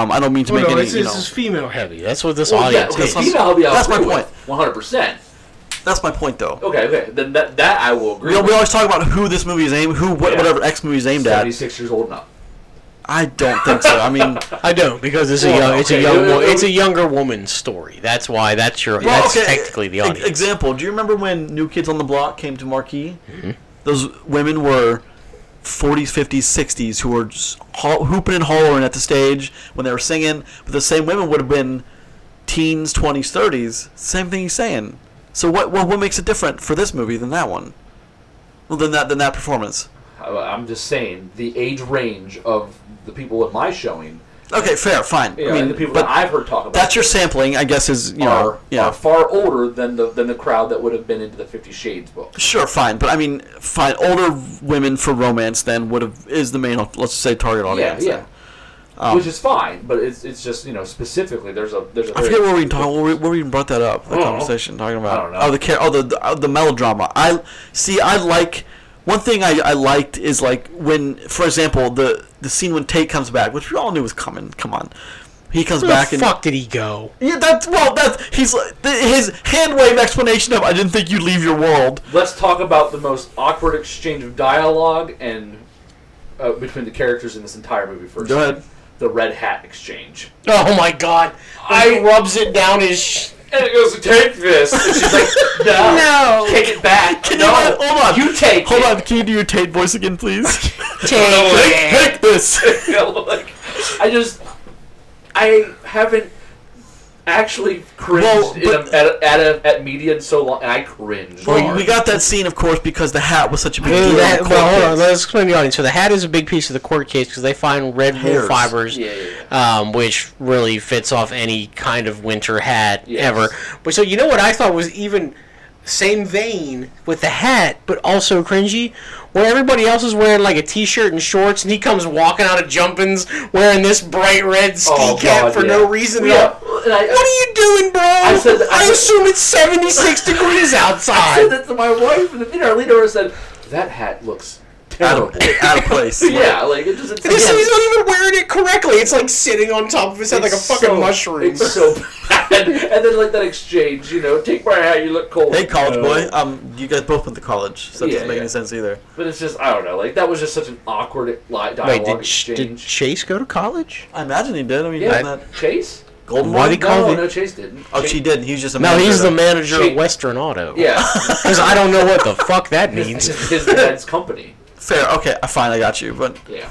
[SPEAKER 1] Um, I don't mean to
[SPEAKER 6] Well,
[SPEAKER 1] make
[SPEAKER 6] no,
[SPEAKER 1] any.
[SPEAKER 6] it's,
[SPEAKER 1] you
[SPEAKER 6] it's
[SPEAKER 1] know,
[SPEAKER 6] just female heavy. That's what this
[SPEAKER 4] Well, yeah,
[SPEAKER 6] audience
[SPEAKER 4] okay,
[SPEAKER 1] that's my-
[SPEAKER 4] female I'll be out
[SPEAKER 1] that's my
[SPEAKER 4] agree with,
[SPEAKER 1] point.
[SPEAKER 4] 100%.
[SPEAKER 1] that's my point, though.
[SPEAKER 4] Okay, okay. Then that, that I will agree
[SPEAKER 1] We, we
[SPEAKER 4] with.
[SPEAKER 1] always talk about who this movie is aimed, who what,
[SPEAKER 4] Yeah.
[SPEAKER 1] whatever X movie is aimed at.
[SPEAKER 4] 76 years old now.
[SPEAKER 1] I don't think so. I mean,
[SPEAKER 6] I don't because it's a
[SPEAKER 4] Well,
[SPEAKER 6] young, it's a
[SPEAKER 4] okay,
[SPEAKER 6] young,
[SPEAKER 4] it-
[SPEAKER 6] wo-
[SPEAKER 4] it-
[SPEAKER 6] it's a younger woman's story. That's why that's your
[SPEAKER 1] well,
[SPEAKER 6] that's
[SPEAKER 1] okay,
[SPEAKER 6] technically the
[SPEAKER 1] e-
[SPEAKER 6] audience.
[SPEAKER 1] Example: Do you remember when New Kids on the Block came to Marquee?
[SPEAKER 6] Mm-hmm.
[SPEAKER 1] Those women were 40s, 50s, 60s who were just ho- hooping and hollering at the stage when they were singing. But the same women would have been teens, 20s, 30s. Same thing he's saying. So what what, what makes it different for this movie than that one? Well, than that than that performance.
[SPEAKER 4] I, Uh, I'm just saying the age range of the people at my showing.
[SPEAKER 1] Okay, fair, fine.
[SPEAKER 4] You know,
[SPEAKER 1] I mean,
[SPEAKER 4] and the people
[SPEAKER 1] but
[SPEAKER 4] that I've heard talk about.
[SPEAKER 1] that's your sampling, I guess. Is you know,
[SPEAKER 4] are,
[SPEAKER 1] yeah.
[SPEAKER 4] are far older than the than the crowd that would have been into the Fifty Shades book.
[SPEAKER 1] Sure, fine, but I mean, fine. Older women for romance then would have is the main, let's say, target
[SPEAKER 4] Yeah,
[SPEAKER 1] audience.
[SPEAKER 4] yeah.
[SPEAKER 1] Um,
[SPEAKER 4] Which is fine, but it's it's just you know specifically there's a there's a
[SPEAKER 1] I
[SPEAKER 4] very-
[SPEAKER 1] forget where we talk, where we, where we even brought that up. The
[SPEAKER 4] Oh.
[SPEAKER 1] conversation talking about
[SPEAKER 4] I don't know.
[SPEAKER 1] oh the care oh the, the uh, the melodrama. I see. I like one thing I, I liked is like when, for example, the the scene when Tate comes back, which we all knew was coming. Come on, he comes
[SPEAKER 6] Where
[SPEAKER 1] back
[SPEAKER 6] the
[SPEAKER 1] and
[SPEAKER 6] fuck did he go?
[SPEAKER 1] yeah, that's well, that's he's like- th- his hand wave explanation of I didn't think you'd leave your world.
[SPEAKER 4] Let's talk about the most awkward exchange of dialogue and uh, between the characters in this entire movie first.
[SPEAKER 1] Go ahead.
[SPEAKER 4] The red hat exchange.
[SPEAKER 6] Oh my god! I rubs it down his. Sh-
[SPEAKER 4] And it goes, take this. And she's like, no,
[SPEAKER 6] No.
[SPEAKER 4] take it back.
[SPEAKER 1] Can you-
[SPEAKER 4] no,
[SPEAKER 1] hold on.
[SPEAKER 4] you take
[SPEAKER 1] Hold
[SPEAKER 4] it.
[SPEAKER 1] on, can you do your Tate voice again, please?
[SPEAKER 6] Take it.
[SPEAKER 1] Take this.
[SPEAKER 4] You know, like, I just, I haven't actually cringed
[SPEAKER 1] Well,
[SPEAKER 4] in a,
[SPEAKER 1] but-
[SPEAKER 4] at, a, at, a, at media in so long. And I cringed.
[SPEAKER 1] Well,
[SPEAKER 4] hard.
[SPEAKER 1] we got that scene, of course, because the hat was such a big
[SPEAKER 6] Well,
[SPEAKER 1] deal.
[SPEAKER 6] that-
[SPEAKER 1] in the
[SPEAKER 6] well,
[SPEAKER 1] court
[SPEAKER 6] hold on.
[SPEAKER 1] case.
[SPEAKER 6] Let's explain to the audience. So the hat is a big piece of the court case because they find red wool
[SPEAKER 1] Hairs.
[SPEAKER 6] fibers,
[SPEAKER 4] Yeah, yeah,
[SPEAKER 6] Um, which really fits off any kind of winter hat
[SPEAKER 4] Yes.
[SPEAKER 6] ever. But so you know what I thought was even same vein with the hat, but also cringy, where everybody else is wearing like a t-shirt and shorts, and he comes walking out of jumpins wearing this bright red ski
[SPEAKER 4] Oh,
[SPEAKER 6] cap
[SPEAKER 4] God,
[SPEAKER 6] for
[SPEAKER 4] yeah.
[SPEAKER 6] no reason. at
[SPEAKER 4] Yeah.
[SPEAKER 6] all.
[SPEAKER 4] And I,
[SPEAKER 6] What are you doing, bro? I,
[SPEAKER 4] said that- I said-
[SPEAKER 6] assume it's seventy six degrees
[SPEAKER 4] I said
[SPEAKER 6] outside.
[SPEAKER 4] that to my wife in the dinner. I leaned over and said, "That hat looks
[SPEAKER 1] out
[SPEAKER 4] terrible."
[SPEAKER 1] of, out of place.
[SPEAKER 4] yeah, like it doesn't.
[SPEAKER 6] This he's not even wearing it correctly. It's like sitting on top of his head like a fucking mushroom.
[SPEAKER 4] It's so bad. and then like that exchange, you know, take my hat, you look cold.
[SPEAKER 1] Hey, college
[SPEAKER 4] No.
[SPEAKER 1] boy. Um, you guys both went to college, so it
[SPEAKER 4] Yeah,
[SPEAKER 1] doesn't make
[SPEAKER 4] yeah.
[SPEAKER 1] any sense either.
[SPEAKER 4] But it's just I don't know. Like that was just such an awkward li- dialogue
[SPEAKER 6] Wait, did, Ch- did
[SPEAKER 4] exchange.
[SPEAKER 6] Chase go to college?
[SPEAKER 1] I imagine he did. I mean,
[SPEAKER 4] Yeah.
[SPEAKER 1] isn't that
[SPEAKER 4] Chase?
[SPEAKER 1] golden
[SPEAKER 6] Why
[SPEAKER 1] one.
[SPEAKER 6] They did- called
[SPEAKER 4] no,
[SPEAKER 6] it-
[SPEAKER 4] no, Chase didn't.
[SPEAKER 1] Oh,
[SPEAKER 4] Chase-
[SPEAKER 1] she did. He was just a
[SPEAKER 6] No, he's the
[SPEAKER 1] man.
[SPEAKER 6] manager
[SPEAKER 4] She-
[SPEAKER 6] of Western Auto.
[SPEAKER 4] Yeah,
[SPEAKER 6] Because I don't know what the fuck that
[SPEAKER 4] his,
[SPEAKER 6] means.
[SPEAKER 4] his dad's company.
[SPEAKER 1] Fair. Okay, I fine. I got you. But
[SPEAKER 4] Yeah,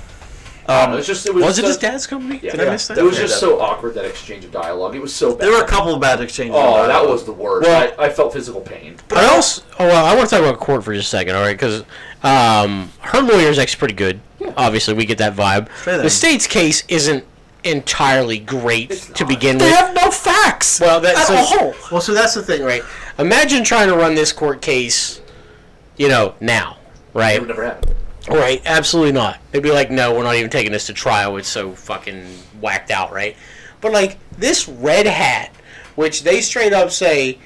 [SPEAKER 4] I don't know,
[SPEAKER 1] um,
[SPEAKER 4] it's just it was.
[SPEAKER 6] Was it
[SPEAKER 4] so-
[SPEAKER 6] his dad's company?
[SPEAKER 4] Yeah.
[SPEAKER 6] Did I miss
[SPEAKER 4] It
[SPEAKER 6] that?
[SPEAKER 4] was just so awkward that exchange of dialogue. It was so bad.
[SPEAKER 1] there were a couple of bad exchanges.
[SPEAKER 4] oh,
[SPEAKER 1] in
[SPEAKER 4] that was the worst.
[SPEAKER 6] Well-
[SPEAKER 4] I, I felt physical pain.
[SPEAKER 6] I also, oh well, I want to talk about court for just a second, all right? Because um, her lawyer is actually pretty good. Obviously, we get that vibe.
[SPEAKER 1] Fair
[SPEAKER 6] The
[SPEAKER 1] then.
[SPEAKER 6] state's case isn't entirely great
[SPEAKER 4] It's
[SPEAKER 6] to
[SPEAKER 4] not.
[SPEAKER 6] begin
[SPEAKER 1] They
[SPEAKER 6] with.
[SPEAKER 1] have no facts.
[SPEAKER 6] Well, that's
[SPEAKER 1] at
[SPEAKER 6] so-
[SPEAKER 1] all.
[SPEAKER 3] Well, so that's the thing, right?
[SPEAKER 6] Imagine trying to run this court case, you know, now,
[SPEAKER 4] It
[SPEAKER 6] right?
[SPEAKER 4] would never happen.
[SPEAKER 6] Right, absolutely not. They'd be like, no, we're not even taking this to trial. It's so fucking whacked out, right? But like this red hat, which they straight up say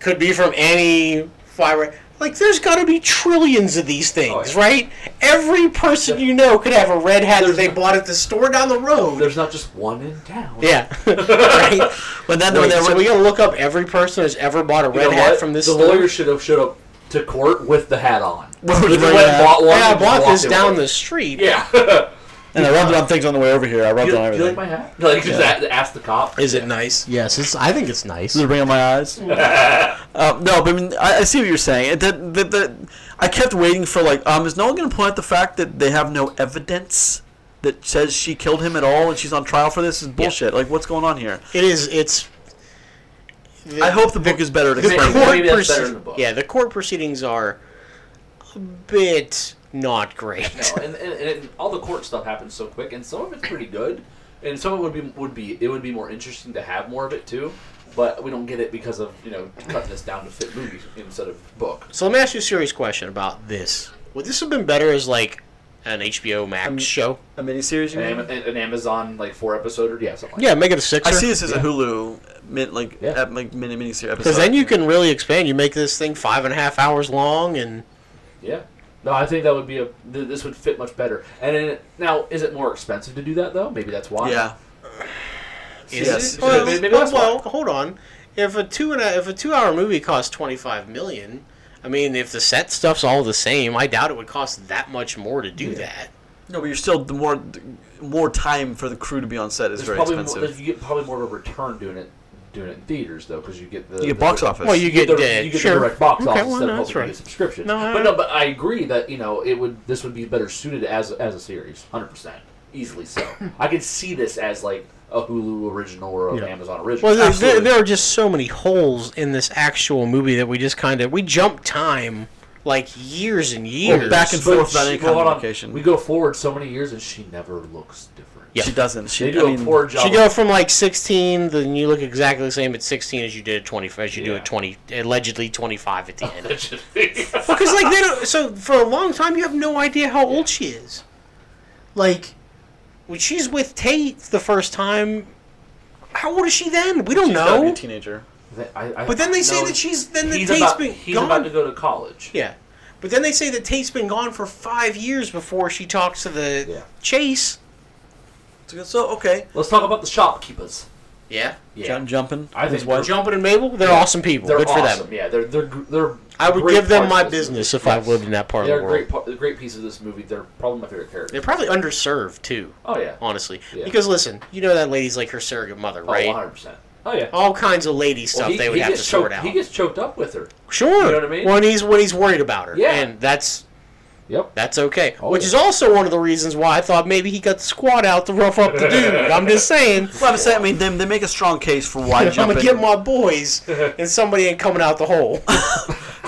[SPEAKER 6] could be from any fire. Like, there's got to be trillions of these things,
[SPEAKER 4] Oh, yeah.
[SPEAKER 6] right? Every person you know could have a red hat that they bought at the store down the road.
[SPEAKER 4] There's not just one in town.
[SPEAKER 6] Yeah, right.
[SPEAKER 1] But then when
[SPEAKER 6] Wait,
[SPEAKER 1] they
[SPEAKER 6] so
[SPEAKER 1] were
[SPEAKER 6] we gonna look up every person who's ever bought a
[SPEAKER 4] You
[SPEAKER 6] red
[SPEAKER 4] know
[SPEAKER 6] hat
[SPEAKER 4] what?
[SPEAKER 6] from this
[SPEAKER 4] the
[SPEAKER 6] store?
[SPEAKER 4] lawyer should have showed up to court with the hat on.
[SPEAKER 1] What were they
[SPEAKER 4] He
[SPEAKER 1] wearing
[SPEAKER 4] went
[SPEAKER 1] that?
[SPEAKER 4] and bought one
[SPEAKER 6] yeah,
[SPEAKER 4] and
[SPEAKER 6] I
[SPEAKER 4] just
[SPEAKER 6] bought
[SPEAKER 4] walked
[SPEAKER 6] this
[SPEAKER 4] it
[SPEAKER 6] down
[SPEAKER 4] with
[SPEAKER 6] the
[SPEAKER 4] it.
[SPEAKER 6] street.
[SPEAKER 4] Yeah.
[SPEAKER 1] and I rubbed it on things on the way over here. I rubbed
[SPEAKER 4] you,
[SPEAKER 1] it on
[SPEAKER 4] do you like
[SPEAKER 1] everything.
[SPEAKER 4] my hat? Like, just a ask the cop.
[SPEAKER 6] Is it nice? Yes, it's. I think it's nice.
[SPEAKER 1] This is a ring on my eyes. Uh, no, but I mean, I, I see what you're saying. It- That, that, that, I kept waiting for like, um, is no one going to point out the fact that they have no evidence that says she killed him at all, and she's on trial for this? Is bullshit. Like, what's going on here?
[SPEAKER 6] It is. It's.
[SPEAKER 1] I hope the book is better at
[SPEAKER 6] the
[SPEAKER 1] explaining.
[SPEAKER 4] court-
[SPEAKER 1] that.
[SPEAKER 4] Maybe that's better in the
[SPEAKER 6] proce-
[SPEAKER 4] book.
[SPEAKER 6] Yeah, the court proceedings are a bit not great.
[SPEAKER 4] and, and, and all the court stuff happens so quick, and some of it's pretty good, and some of it would be would be it would be more interesting to have more of it too. But we don't get it because of you know cutting this down to fit movie instead of book.
[SPEAKER 6] So let me ask you a serious question about this. Would this have been better as like an HBO Max
[SPEAKER 3] Um,
[SPEAKER 6] show.
[SPEAKER 1] A miniseries, you
[SPEAKER 4] An, Am-
[SPEAKER 1] mean?
[SPEAKER 4] an Amazon like four episode or yeah something. Like
[SPEAKER 6] Yeah, make it a sixer.
[SPEAKER 1] I see this as a Hulu, min, like,
[SPEAKER 4] Yeah.
[SPEAKER 1] ep- like mini miniseries episode.
[SPEAKER 6] Because then you can really expand. You make this thing five and a half hours long, and
[SPEAKER 4] That. Yeah. No, I think that would be a th- this would fit much better. And in, now, is it more expensive to do that though? Maybe that's why.
[SPEAKER 1] Yeah.
[SPEAKER 4] Is
[SPEAKER 1] Yes.
[SPEAKER 4] it?
[SPEAKER 3] Well,
[SPEAKER 4] Maybe
[SPEAKER 3] well,
[SPEAKER 4] that's why.
[SPEAKER 3] well, hold on. If a two and a, if a two hour movie costs twenty five million, I mean, if the set stuff's all the same, I doubt it would cost that much more to do that.
[SPEAKER 1] No, but you're still the more more time for the crew to be on set is
[SPEAKER 4] There's
[SPEAKER 1] very
[SPEAKER 4] probably
[SPEAKER 1] expensive.
[SPEAKER 4] More, you get probably more of a return doing it doing it in theaters though because you get the
[SPEAKER 1] you get
[SPEAKER 4] the-
[SPEAKER 1] box office.
[SPEAKER 6] well, you
[SPEAKER 4] You
[SPEAKER 6] get
[SPEAKER 4] get, the,
[SPEAKER 6] dead.
[SPEAKER 4] you get
[SPEAKER 6] sure.
[SPEAKER 4] the direct box
[SPEAKER 6] okay,
[SPEAKER 4] office
[SPEAKER 6] well,
[SPEAKER 4] instead
[SPEAKER 6] no,
[SPEAKER 4] of
[SPEAKER 6] that's
[SPEAKER 4] hoping to get
[SPEAKER 6] right.
[SPEAKER 4] subscription.
[SPEAKER 6] No, I-
[SPEAKER 4] but no, but I agree that you know it would this would be better suited as as a series, hundred percent, easily so. I could see this as like a Hulu original or an
[SPEAKER 6] Yeah.
[SPEAKER 4] Amazon original.
[SPEAKER 6] Well, there, there,
[SPEAKER 1] Absolutely.
[SPEAKER 6] there are just so many holes in this actual movie that we just kind of we jump time like years and years
[SPEAKER 1] Well, back and
[SPEAKER 4] But
[SPEAKER 1] forth without
[SPEAKER 4] she-
[SPEAKER 1] any
[SPEAKER 4] well,
[SPEAKER 1] kind of
[SPEAKER 4] hold on.
[SPEAKER 1] location.
[SPEAKER 4] We go forward so many years and she never looks different.
[SPEAKER 6] Yeah.
[SPEAKER 1] she doesn't. She,
[SPEAKER 4] They do
[SPEAKER 1] I
[SPEAKER 4] a
[SPEAKER 1] mean,
[SPEAKER 4] poor job.
[SPEAKER 6] She go from like 16, then you look exactly the same at 16 as you did at 20, as you do
[SPEAKER 4] Yeah.
[SPEAKER 6] at 20, allegedly 25 at the end.
[SPEAKER 4] of-
[SPEAKER 3] Because like they don't. So for a long time, you have no idea how old she is. Like when she's with Tate the first time, how old is she then? We don't
[SPEAKER 1] she's gotta be
[SPEAKER 3] know.
[SPEAKER 1] a teenager.
[SPEAKER 4] I- I-
[SPEAKER 3] But then they say
[SPEAKER 4] no,
[SPEAKER 3] that she's then that
[SPEAKER 4] he's
[SPEAKER 3] Tate's
[SPEAKER 4] about,
[SPEAKER 3] been
[SPEAKER 4] he's
[SPEAKER 3] gone.
[SPEAKER 4] about to go to college.
[SPEAKER 3] Yeah. But then they say that Tate's been gone for five years before she talks to the
[SPEAKER 4] Yeah.
[SPEAKER 3] Chase.
[SPEAKER 1] So, so, okay.
[SPEAKER 4] Let's talk about the shopkeepers.
[SPEAKER 3] Yeah.
[SPEAKER 4] Yeah.
[SPEAKER 1] John jumping.
[SPEAKER 4] I
[SPEAKER 1] his
[SPEAKER 4] think
[SPEAKER 1] wife.
[SPEAKER 6] Jumping and Mabel, they're
[SPEAKER 4] Yeah.
[SPEAKER 6] awesome people.
[SPEAKER 4] They're
[SPEAKER 6] Good for
[SPEAKER 4] awesome.
[SPEAKER 6] them.
[SPEAKER 4] Yeah, they're they're gr- they're.
[SPEAKER 6] I would
[SPEAKER 4] great
[SPEAKER 6] give them
[SPEAKER 4] parts
[SPEAKER 6] my
[SPEAKER 4] of this movie.
[SPEAKER 6] business if I
[SPEAKER 4] Yes.
[SPEAKER 6] lived in that part
[SPEAKER 4] They're
[SPEAKER 6] of the world.
[SPEAKER 4] great, par- the great pieces of this movie. They're probably my favorite characters.
[SPEAKER 6] They're probably underserved too,
[SPEAKER 4] Oh yeah,
[SPEAKER 6] honestly.
[SPEAKER 4] Yeah.
[SPEAKER 6] Because listen, you know that lady's like her surrogate mother,
[SPEAKER 4] right,
[SPEAKER 6] right?
[SPEAKER 4] one hundred percent. Oh yeah,
[SPEAKER 6] All kinds of lady stuff
[SPEAKER 4] Well, he-
[SPEAKER 6] they would
[SPEAKER 4] he
[SPEAKER 6] have to
[SPEAKER 4] gets
[SPEAKER 6] sort
[SPEAKER 4] choked-
[SPEAKER 6] out.
[SPEAKER 4] He gets choked up with her.
[SPEAKER 6] sure.
[SPEAKER 4] You know what I mean?
[SPEAKER 6] When he's when he's worried about her.
[SPEAKER 4] Yeah.
[SPEAKER 6] And that's
[SPEAKER 4] Yep.
[SPEAKER 6] That's okay.
[SPEAKER 4] Oh,
[SPEAKER 6] Which
[SPEAKER 4] yeah.
[SPEAKER 6] is also one of the reasons why I thought maybe he got the squad out to rough up the dude. I'm just saying.
[SPEAKER 1] Well, I'm saying, I mean, they, they make a strong case for why
[SPEAKER 6] I'm
[SPEAKER 1] jumping.
[SPEAKER 6] gonna get my boys, and somebody ain't coming out the hole.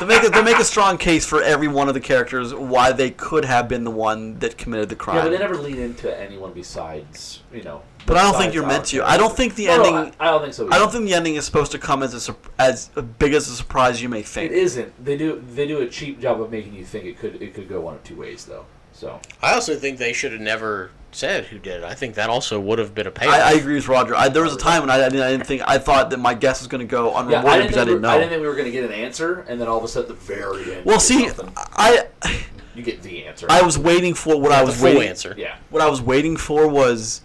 [SPEAKER 1] they, make a, they make a strong case for every one of the characters why they could have been the one that committed the crime.
[SPEAKER 4] Yeah, but they never lean into anyone besides you know.
[SPEAKER 1] But I don't think
[SPEAKER 4] besides
[SPEAKER 1] you're
[SPEAKER 4] our
[SPEAKER 1] meant to.
[SPEAKER 4] characters.
[SPEAKER 1] I don't think the
[SPEAKER 4] No, no,
[SPEAKER 1] ending.
[SPEAKER 4] I, I don't think so.
[SPEAKER 1] I
[SPEAKER 4] either.
[SPEAKER 1] don't think the ending is supposed to come as a sur- as big as a surprise you may
[SPEAKER 4] it
[SPEAKER 1] think.
[SPEAKER 4] isn't. They do they do a cheap job of making you think it could it could go one of two ways though. So
[SPEAKER 6] I also think they should have never said who did it. I think that also would have been a payoff.
[SPEAKER 1] I, I agree with Roger. I, there was a time when I, I, didn't, I didn't think I thought that my guess was going to go
[SPEAKER 4] yeah,
[SPEAKER 1] unrewarded
[SPEAKER 4] I didn't,
[SPEAKER 1] because
[SPEAKER 4] think
[SPEAKER 1] I didn't
[SPEAKER 4] we,
[SPEAKER 1] know.
[SPEAKER 4] I didn't think we were going to get an answer, and then all of a sudden, at the very end.
[SPEAKER 1] well,
[SPEAKER 4] you get
[SPEAKER 1] see,
[SPEAKER 4] something.
[SPEAKER 1] I
[SPEAKER 4] you get the answer.
[SPEAKER 1] I was waiting for what I
[SPEAKER 6] the
[SPEAKER 1] was
[SPEAKER 6] full
[SPEAKER 1] waiting.
[SPEAKER 6] answer.
[SPEAKER 4] yeah,
[SPEAKER 1] What I was waiting for was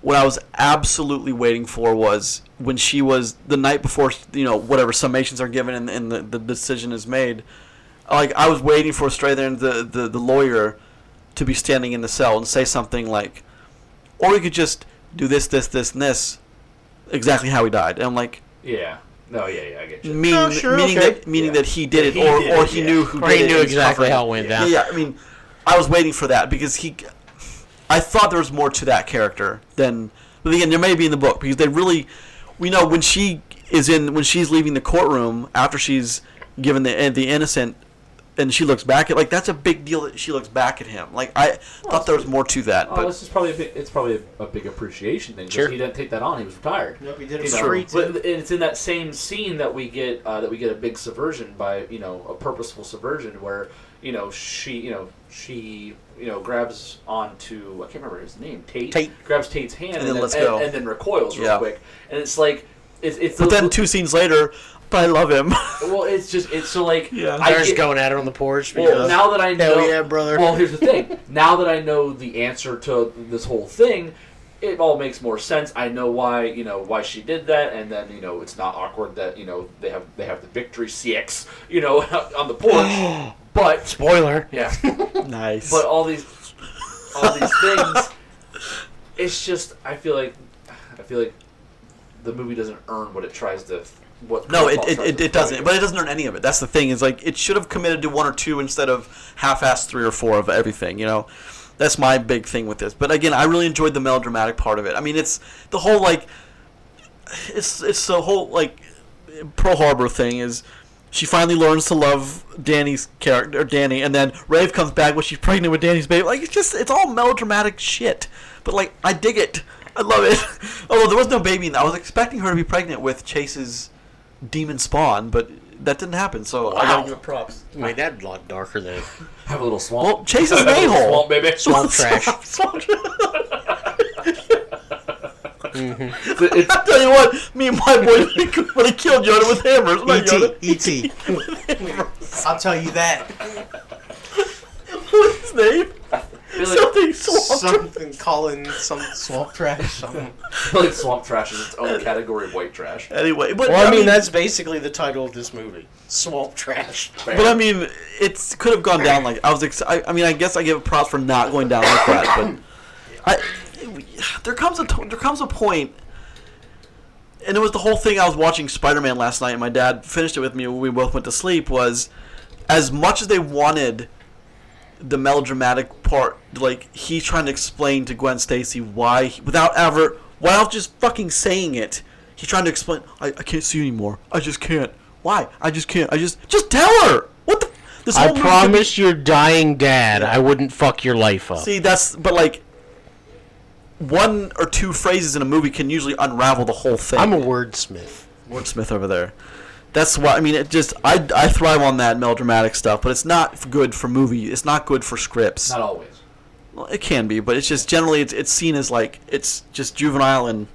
[SPEAKER 1] what I was absolutely waiting for was when she was the night before you know whatever summations are given and, and the, the decision is made. Like I was waiting for straight there and the, the the lawyer to be standing in the cell and say something like, or we could just do this this this and this, exactly how he died. And I'm like.
[SPEAKER 4] yeah. No, yeah, yeah. I get you.
[SPEAKER 1] mean,
[SPEAKER 6] Oh, sure,
[SPEAKER 1] meaning
[SPEAKER 6] okay.
[SPEAKER 1] that meaning
[SPEAKER 4] Yeah.
[SPEAKER 1] that he did it,
[SPEAKER 4] He
[SPEAKER 1] or,
[SPEAKER 4] did
[SPEAKER 1] or
[SPEAKER 4] it,
[SPEAKER 1] he
[SPEAKER 4] yeah.
[SPEAKER 1] knew who
[SPEAKER 6] Or
[SPEAKER 1] did
[SPEAKER 6] he
[SPEAKER 1] it
[SPEAKER 6] knew
[SPEAKER 1] and
[SPEAKER 6] exactly
[SPEAKER 1] covered
[SPEAKER 6] how
[SPEAKER 1] it.
[SPEAKER 6] it went
[SPEAKER 1] Yeah.
[SPEAKER 6] down.
[SPEAKER 1] yeah, I mean, I was waiting for that because he, I thought there was more to that character than. But again, there may be in the book because they really, we know when she is in when she's leaving the courtroom after she's given the and the innocent. And she looks back at like that's a big deal that she looks back at him. Like I thought there was more to that,
[SPEAKER 4] Oh,
[SPEAKER 1] but
[SPEAKER 4] this is probably a big, it's probably a, a big appreciation thing. 'cause
[SPEAKER 6] Sure.
[SPEAKER 4] He didn't take that on. He was retired.
[SPEAKER 3] Nope, he did it
[SPEAKER 4] You
[SPEAKER 3] for
[SPEAKER 4] know,
[SPEAKER 3] free,
[SPEAKER 4] But
[SPEAKER 3] too.
[SPEAKER 4] it's in that same scene that we get uh, that we get a big subversion by you know a purposeful subversion where you know she you know she you know grabs onto I can't remember his name Tate,
[SPEAKER 6] Tate.
[SPEAKER 4] grabs Tate's hand and,
[SPEAKER 1] then lets
[SPEAKER 4] and,
[SPEAKER 1] go.
[SPEAKER 4] and then recoils real
[SPEAKER 1] Yeah.
[SPEAKER 4] quick and it's like it's it's
[SPEAKER 1] but
[SPEAKER 4] those-
[SPEAKER 1] then two scenes later, but I love him.
[SPEAKER 4] well it's just it's so like
[SPEAKER 1] Yeah.
[SPEAKER 4] I
[SPEAKER 6] There's
[SPEAKER 4] get-
[SPEAKER 6] going at it on the porch.
[SPEAKER 4] well,
[SPEAKER 6] Because
[SPEAKER 4] now that I know,
[SPEAKER 6] Hell yeah, brother.
[SPEAKER 4] Well, here's the thing. now that I know the answer to this whole thing, it all makes more sense. I know why you know why she did that, and then you know it's not awkward that you know they have they have the victory CX you know on the porch, but
[SPEAKER 6] spoiler.
[SPEAKER 4] yeah,
[SPEAKER 1] nice.
[SPEAKER 4] but all these all these things, it's just I feel like I feel like the movie doesn't earn what it tries to. What
[SPEAKER 1] No, it,
[SPEAKER 4] Paul
[SPEAKER 1] it,
[SPEAKER 4] tries
[SPEAKER 1] it,
[SPEAKER 4] to
[SPEAKER 1] it doesn't.
[SPEAKER 4] portray.
[SPEAKER 1] But it doesn't earn any of it. That's the thing. Is like it should have committed to one or two instead of half-assed three or four of everything. You know, that's my big thing with this. But again, I really enjoyed the melodramatic part of it. I mean, it's the whole like, it's it's the whole like, Pearl Harbor thing is. She finally learns to love Danny's character, or Danny, and then Rave comes back when she's pregnant with Danny's baby. Like it's just, it's all melodramatic shit. But like, I dig it. I love it. Although there was no baby in that, I was expecting her to be pregnant with Chase's demon spawn, but that didn't happen. So I gotta give it props.
[SPEAKER 6] I mean, that's a lot darker than
[SPEAKER 4] Have a little swamp.
[SPEAKER 1] Well, Chase is an
[SPEAKER 4] Have a little
[SPEAKER 1] a-hole.
[SPEAKER 4] Swamp, baby.
[SPEAKER 6] swamp trash.
[SPEAKER 1] Swamp trash. I tell you what, me and my boy when he killed Yoda with hammers. I'm not
[SPEAKER 3] E.T.
[SPEAKER 1] Yoda.
[SPEAKER 3] E.T. E I'll tell you that.
[SPEAKER 1] What's his name?
[SPEAKER 4] I feel
[SPEAKER 1] Something
[SPEAKER 4] like,
[SPEAKER 1] swamp. trash.
[SPEAKER 3] Something calling some swamp trash. Something.
[SPEAKER 4] I feel like swamp trash is its own category of white trash.
[SPEAKER 1] Anyway, but
[SPEAKER 3] Well, I mean, that's basically the title of this movie. Swamp trash.
[SPEAKER 1] But I mean, it's could have gone down like I was. Ex- I, I mean, I guess I give it props for not going down like that. But I, there comes a to- there comes a point, and it was the whole thing. I was watching Spider Man last night, and my dad finished it with me when we both went to sleep. Was as much as they wanted the melodramatic part, like he's trying to explain to Gwen Stacy why, without ever, without just fucking saying it, he's trying to explain. I, I can't see anymore. I just can't. Why? I just can't. I just just tell her. What the? This
[SPEAKER 6] I
[SPEAKER 1] whole movie could be-
[SPEAKER 6] promise your dying dad I wouldn't fuck your life up.
[SPEAKER 1] See, that's but like one or two phrases in a movie can usually unravel the whole thing.
[SPEAKER 6] I'm a wordsmith.
[SPEAKER 1] wordsmith over there. That's why I mean it. Just I, I thrive on that melodramatic stuff, but it's not f- good for movie. It's not good for scripts.
[SPEAKER 4] Not always.
[SPEAKER 1] Well, it can be, but it's just generally it's, it's seen as like it's just juvenile and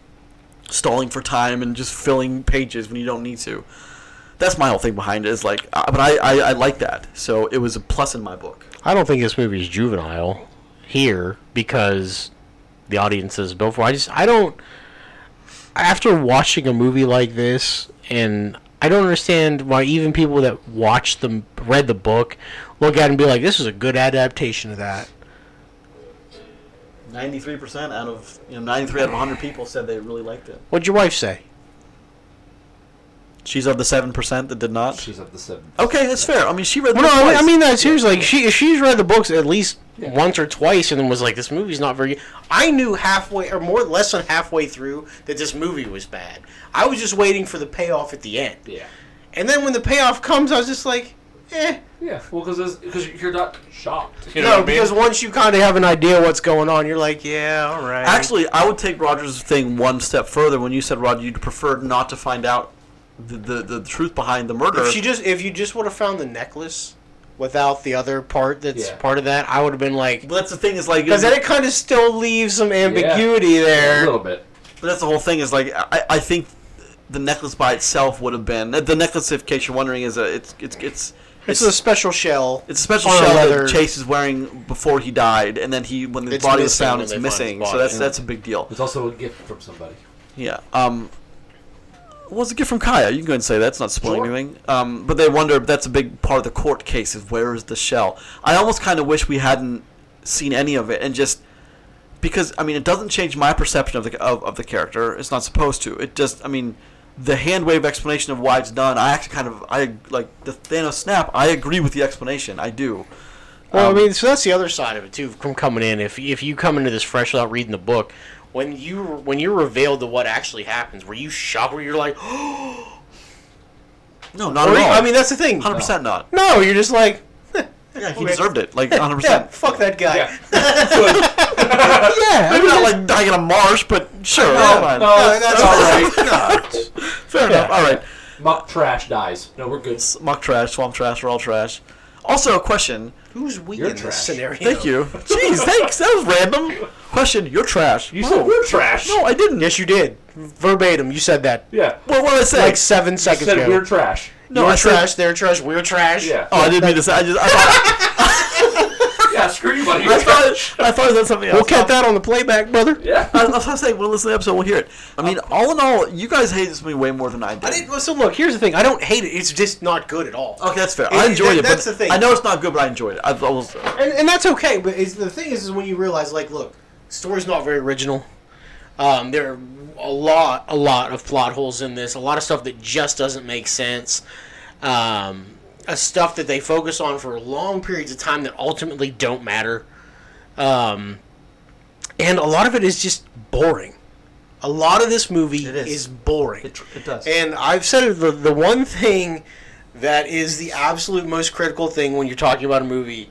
[SPEAKER 1] stalling for time and just filling pages when you don't need to. That's my whole thing behind it. Is like, uh, but I, I I like that, so it was a plus in my book.
[SPEAKER 6] I don't think this movie is juvenile here because the audience is built for. I just I don't. After watching a movie like this, and I don't understand why even people that watch them read the book look at it and be like, "This is a good adaptation of that."
[SPEAKER 1] Ninety three percent out of you know ninety three out of hundred people said they really liked it.
[SPEAKER 6] What'd your wife say?
[SPEAKER 1] She's of the seven percent that did not.
[SPEAKER 4] She's at the seven.
[SPEAKER 1] Okay, that's fair. I mean, she read. the
[SPEAKER 6] Well, no,
[SPEAKER 1] book
[SPEAKER 6] I mean,
[SPEAKER 1] twice.
[SPEAKER 6] I mean that seriously. Like she, if she's read the books at least once or twice, and then was like, "This movie's not very." good."
[SPEAKER 3] I knew halfway, or more less than halfway through, that this movie was bad. I was just waiting for the payoff at the end.
[SPEAKER 4] Yeah.
[SPEAKER 3] And then when the payoff comes, I was just like, eh.
[SPEAKER 4] Yeah. Well, because you're not shocked.
[SPEAKER 6] You know
[SPEAKER 3] no,
[SPEAKER 6] what I mean?
[SPEAKER 3] because once you kind of have an idea what's going on, you're like, yeah, all right.
[SPEAKER 1] Actually, I would take Roger's thing one step further. When you said, Roger, you'd prefer not to find out the the, the truth behind the murder.
[SPEAKER 3] if she just if you just would have found the necklace without the other part that's
[SPEAKER 4] Yeah.
[SPEAKER 3] part of that, I would have been like,
[SPEAKER 1] But that's the thing is like
[SPEAKER 3] because then it kind of still leaves some ambiguity
[SPEAKER 4] A
[SPEAKER 3] there.
[SPEAKER 4] little bit.
[SPEAKER 1] But that's the whole thing. Is like I, I think the necklace by itself would have been the necklace. In case you're wondering, is a it's it's it's
[SPEAKER 3] It's a special shell.
[SPEAKER 1] it's a special
[SPEAKER 3] on a
[SPEAKER 1] shell
[SPEAKER 3] leather-
[SPEAKER 1] that Chase is wearing before he died, and then he when the
[SPEAKER 3] It's
[SPEAKER 1] body was
[SPEAKER 3] missing
[SPEAKER 1] found,
[SPEAKER 3] when
[SPEAKER 1] it's
[SPEAKER 3] they find his
[SPEAKER 1] missing.
[SPEAKER 3] body,
[SPEAKER 1] So that's
[SPEAKER 3] yeah.
[SPEAKER 1] that's a big deal.
[SPEAKER 4] It's also a gift from somebody.
[SPEAKER 1] Yeah. Um, what was a gift from Kaya? You can go ahead and say that's not spoiling
[SPEAKER 4] Sure.
[SPEAKER 1] anything. Um, but they wonder. That's a big part of the court case. Is where is the shell? I almost kind of wish we hadn't seen any of it and just because I mean it doesn't change my perception of the of, of the character. It's not supposed to. It just I mean the hand wave explanation of why it's done. I actually kind of I like the Thanos snap. I agree with the explanation. I do.
[SPEAKER 6] Well, I mean, so that's the other side of it too. From coming in, if if you come into this fresh without reading the book,
[SPEAKER 3] When you when you're revealed to what actually happens, were you shocked? Where you're like,
[SPEAKER 1] No, not
[SPEAKER 3] Or
[SPEAKER 1] at
[SPEAKER 3] you-
[SPEAKER 1] all.
[SPEAKER 3] I mean, that's the thing.
[SPEAKER 1] hundred percent not.
[SPEAKER 3] No, you're just like,
[SPEAKER 1] Yeah, he
[SPEAKER 3] Okay.
[SPEAKER 1] deserved it. Like hundred
[SPEAKER 3] yeah,
[SPEAKER 1] percent.
[SPEAKER 3] fuck that guy.
[SPEAKER 4] Yeah.
[SPEAKER 3] Yeah,
[SPEAKER 1] Maybe not like dying in a marsh, but sure. that's fine.
[SPEAKER 3] no, that's all right.
[SPEAKER 1] Fair enough. All right.
[SPEAKER 4] Muck trash dies. No, we're good.
[SPEAKER 1] S- Muck trash, swamp trash, we're all trash. Also, a question.
[SPEAKER 3] Who's we
[SPEAKER 4] You're
[SPEAKER 3] in
[SPEAKER 4] trash.
[SPEAKER 3] this scenario?
[SPEAKER 1] Thank you. Jeez, thanks. That was random. Question. You're trash. You
[SPEAKER 4] said we're trash.
[SPEAKER 1] No, I didn't.
[SPEAKER 6] yes, you did verbatim. You said that
[SPEAKER 4] Yeah.
[SPEAKER 1] Well, what did I say?
[SPEAKER 6] like seven
[SPEAKER 4] You
[SPEAKER 6] seconds
[SPEAKER 4] said
[SPEAKER 6] ago.
[SPEAKER 4] we're trash.
[SPEAKER 1] no,
[SPEAKER 3] You're
[SPEAKER 1] I said-
[SPEAKER 3] trash. They're trash. We're trash.
[SPEAKER 4] Yeah.
[SPEAKER 1] oh, I didn't mean to say. I just. I thought.
[SPEAKER 4] Yeah. Screw you, buddy.
[SPEAKER 1] I thought, I thought it was something else.
[SPEAKER 6] We'll cut that on the playback, brother.
[SPEAKER 4] Yeah.
[SPEAKER 1] I, I was gonna say we'll listen to the episode. We'll hear it. I mean, all in all, you guys hated this movie way more than I did.
[SPEAKER 3] Uh, I didn't, well, so look, here's the thing. I don't hate it. It's just not good at all.
[SPEAKER 1] Okay, that's fair. I
[SPEAKER 3] It-
[SPEAKER 1] enjoyed
[SPEAKER 3] that-
[SPEAKER 1] it.
[SPEAKER 3] That's
[SPEAKER 1] but
[SPEAKER 3] the thing.
[SPEAKER 1] I know it's not good, but I enjoyed it. I, I was,
[SPEAKER 3] and, and that's okay. But it's, the thing is, is when you realize, like, look, story's not very original. Um, there are a lot, a lot of plot holes in this. A lot of stuff that just doesn't make sense. Um, uh, stuff that they focus on for long periods of time that ultimately don't matter. Um, and a lot of it is just boring. A lot of this movie
[SPEAKER 1] It is.
[SPEAKER 3] is boring.
[SPEAKER 1] it, it does.
[SPEAKER 3] And I've said it, the, the one thing that is the absolute most critical thing when you're talking about a movie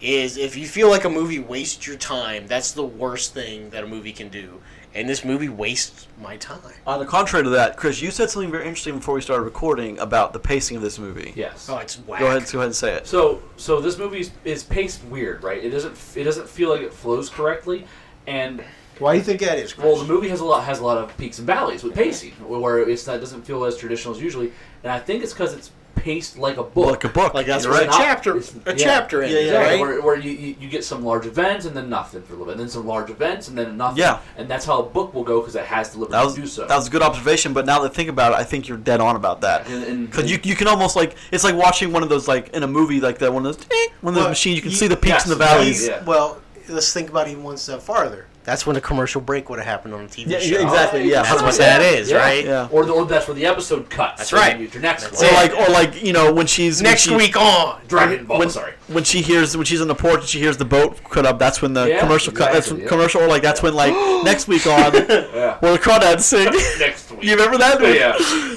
[SPEAKER 3] is if you feel like a movie wastes your time, that's the worst thing that a movie can do. And this movie wastes my time.
[SPEAKER 1] On the contrary to that, Chris, you said something very interesting before we started recording about the pacing of this movie.
[SPEAKER 4] Yes.
[SPEAKER 3] Oh, it's whack.
[SPEAKER 1] Go ahead, go ahead and say it.
[SPEAKER 4] So so this movie is, is paced weird, right? It doesn't it doesn't feel like it flows correctly, and
[SPEAKER 3] Why do you think that is? Chris?
[SPEAKER 4] well, the movie has a lot has a lot of peaks and valleys with pacing, where it's not doesn't feel as traditional as usually, and I think it's because it's paced like a book.
[SPEAKER 1] Like a book.
[SPEAKER 3] like that's
[SPEAKER 4] You're
[SPEAKER 3] where
[SPEAKER 4] right.
[SPEAKER 3] a chapter,
[SPEAKER 4] It's-
[SPEAKER 3] a
[SPEAKER 4] yeah.
[SPEAKER 3] chapter in,
[SPEAKER 1] Yeah, yeah,
[SPEAKER 3] yeah, right?
[SPEAKER 4] Where, where you, you, you get some large events and then nothing for a little bit, and then some large events and then nothing.
[SPEAKER 1] Yeah.
[SPEAKER 4] And that's how a book will go because it has to liberty
[SPEAKER 1] that was,
[SPEAKER 4] to do so.
[SPEAKER 1] that was a good observation, but now that I think about it, I think you're dead on about that.
[SPEAKER 4] And- and-
[SPEAKER 1] Because you, you can almost like it's like watching one of those like in a movie like that one of those "Ting," one of those
[SPEAKER 3] Well,
[SPEAKER 1] machines you can
[SPEAKER 3] you-
[SPEAKER 1] see the peaks
[SPEAKER 4] yes,
[SPEAKER 1] and the
[SPEAKER 4] yeah,
[SPEAKER 1] valleys.
[SPEAKER 4] yeah.
[SPEAKER 3] Well, let's think about even one step farther. That's when a commercial break would have happened on the TV
[SPEAKER 1] Yeah,
[SPEAKER 3] show.
[SPEAKER 4] Oh,
[SPEAKER 1] yeah, exactly, yeah.
[SPEAKER 3] That's what
[SPEAKER 4] Yeah.
[SPEAKER 3] that is,
[SPEAKER 4] Yeah.
[SPEAKER 3] right?
[SPEAKER 1] Yeah.
[SPEAKER 4] Or, the, or that's where the episode cuts.
[SPEAKER 3] That's
[SPEAKER 4] and then
[SPEAKER 3] right.
[SPEAKER 4] You, your next
[SPEAKER 3] That's
[SPEAKER 1] Or
[SPEAKER 4] one.
[SPEAKER 3] it.
[SPEAKER 1] like or like you know when she's when
[SPEAKER 3] Next
[SPEAKER 1] she-
[SPEAKER 3] week on
[SPEAKER 4] Dragon Ball.
[SPEAKER 1] when,
[SPEAKER 4] sorry.
[SPEAKER 1] when she hears when she's on the porch and she hears the boat cut up, that's when the
[SPEAKER 4] Yeah,
[SPEAKER 1] commercial cut. That's
[SPEAKER 4] exactly,
[SPEAKER 1] when
[SPEAKER 4] yeah.
[SPEAKER 1] commercial or like that's when like next week on
[SPEAKER 4] Yeah.
[SPEAKER 1] where the crawdads sing.
[SPEAKER 4] next week.
[SPEAKER 1] you remember that?
[SPEAKER 4] yeah.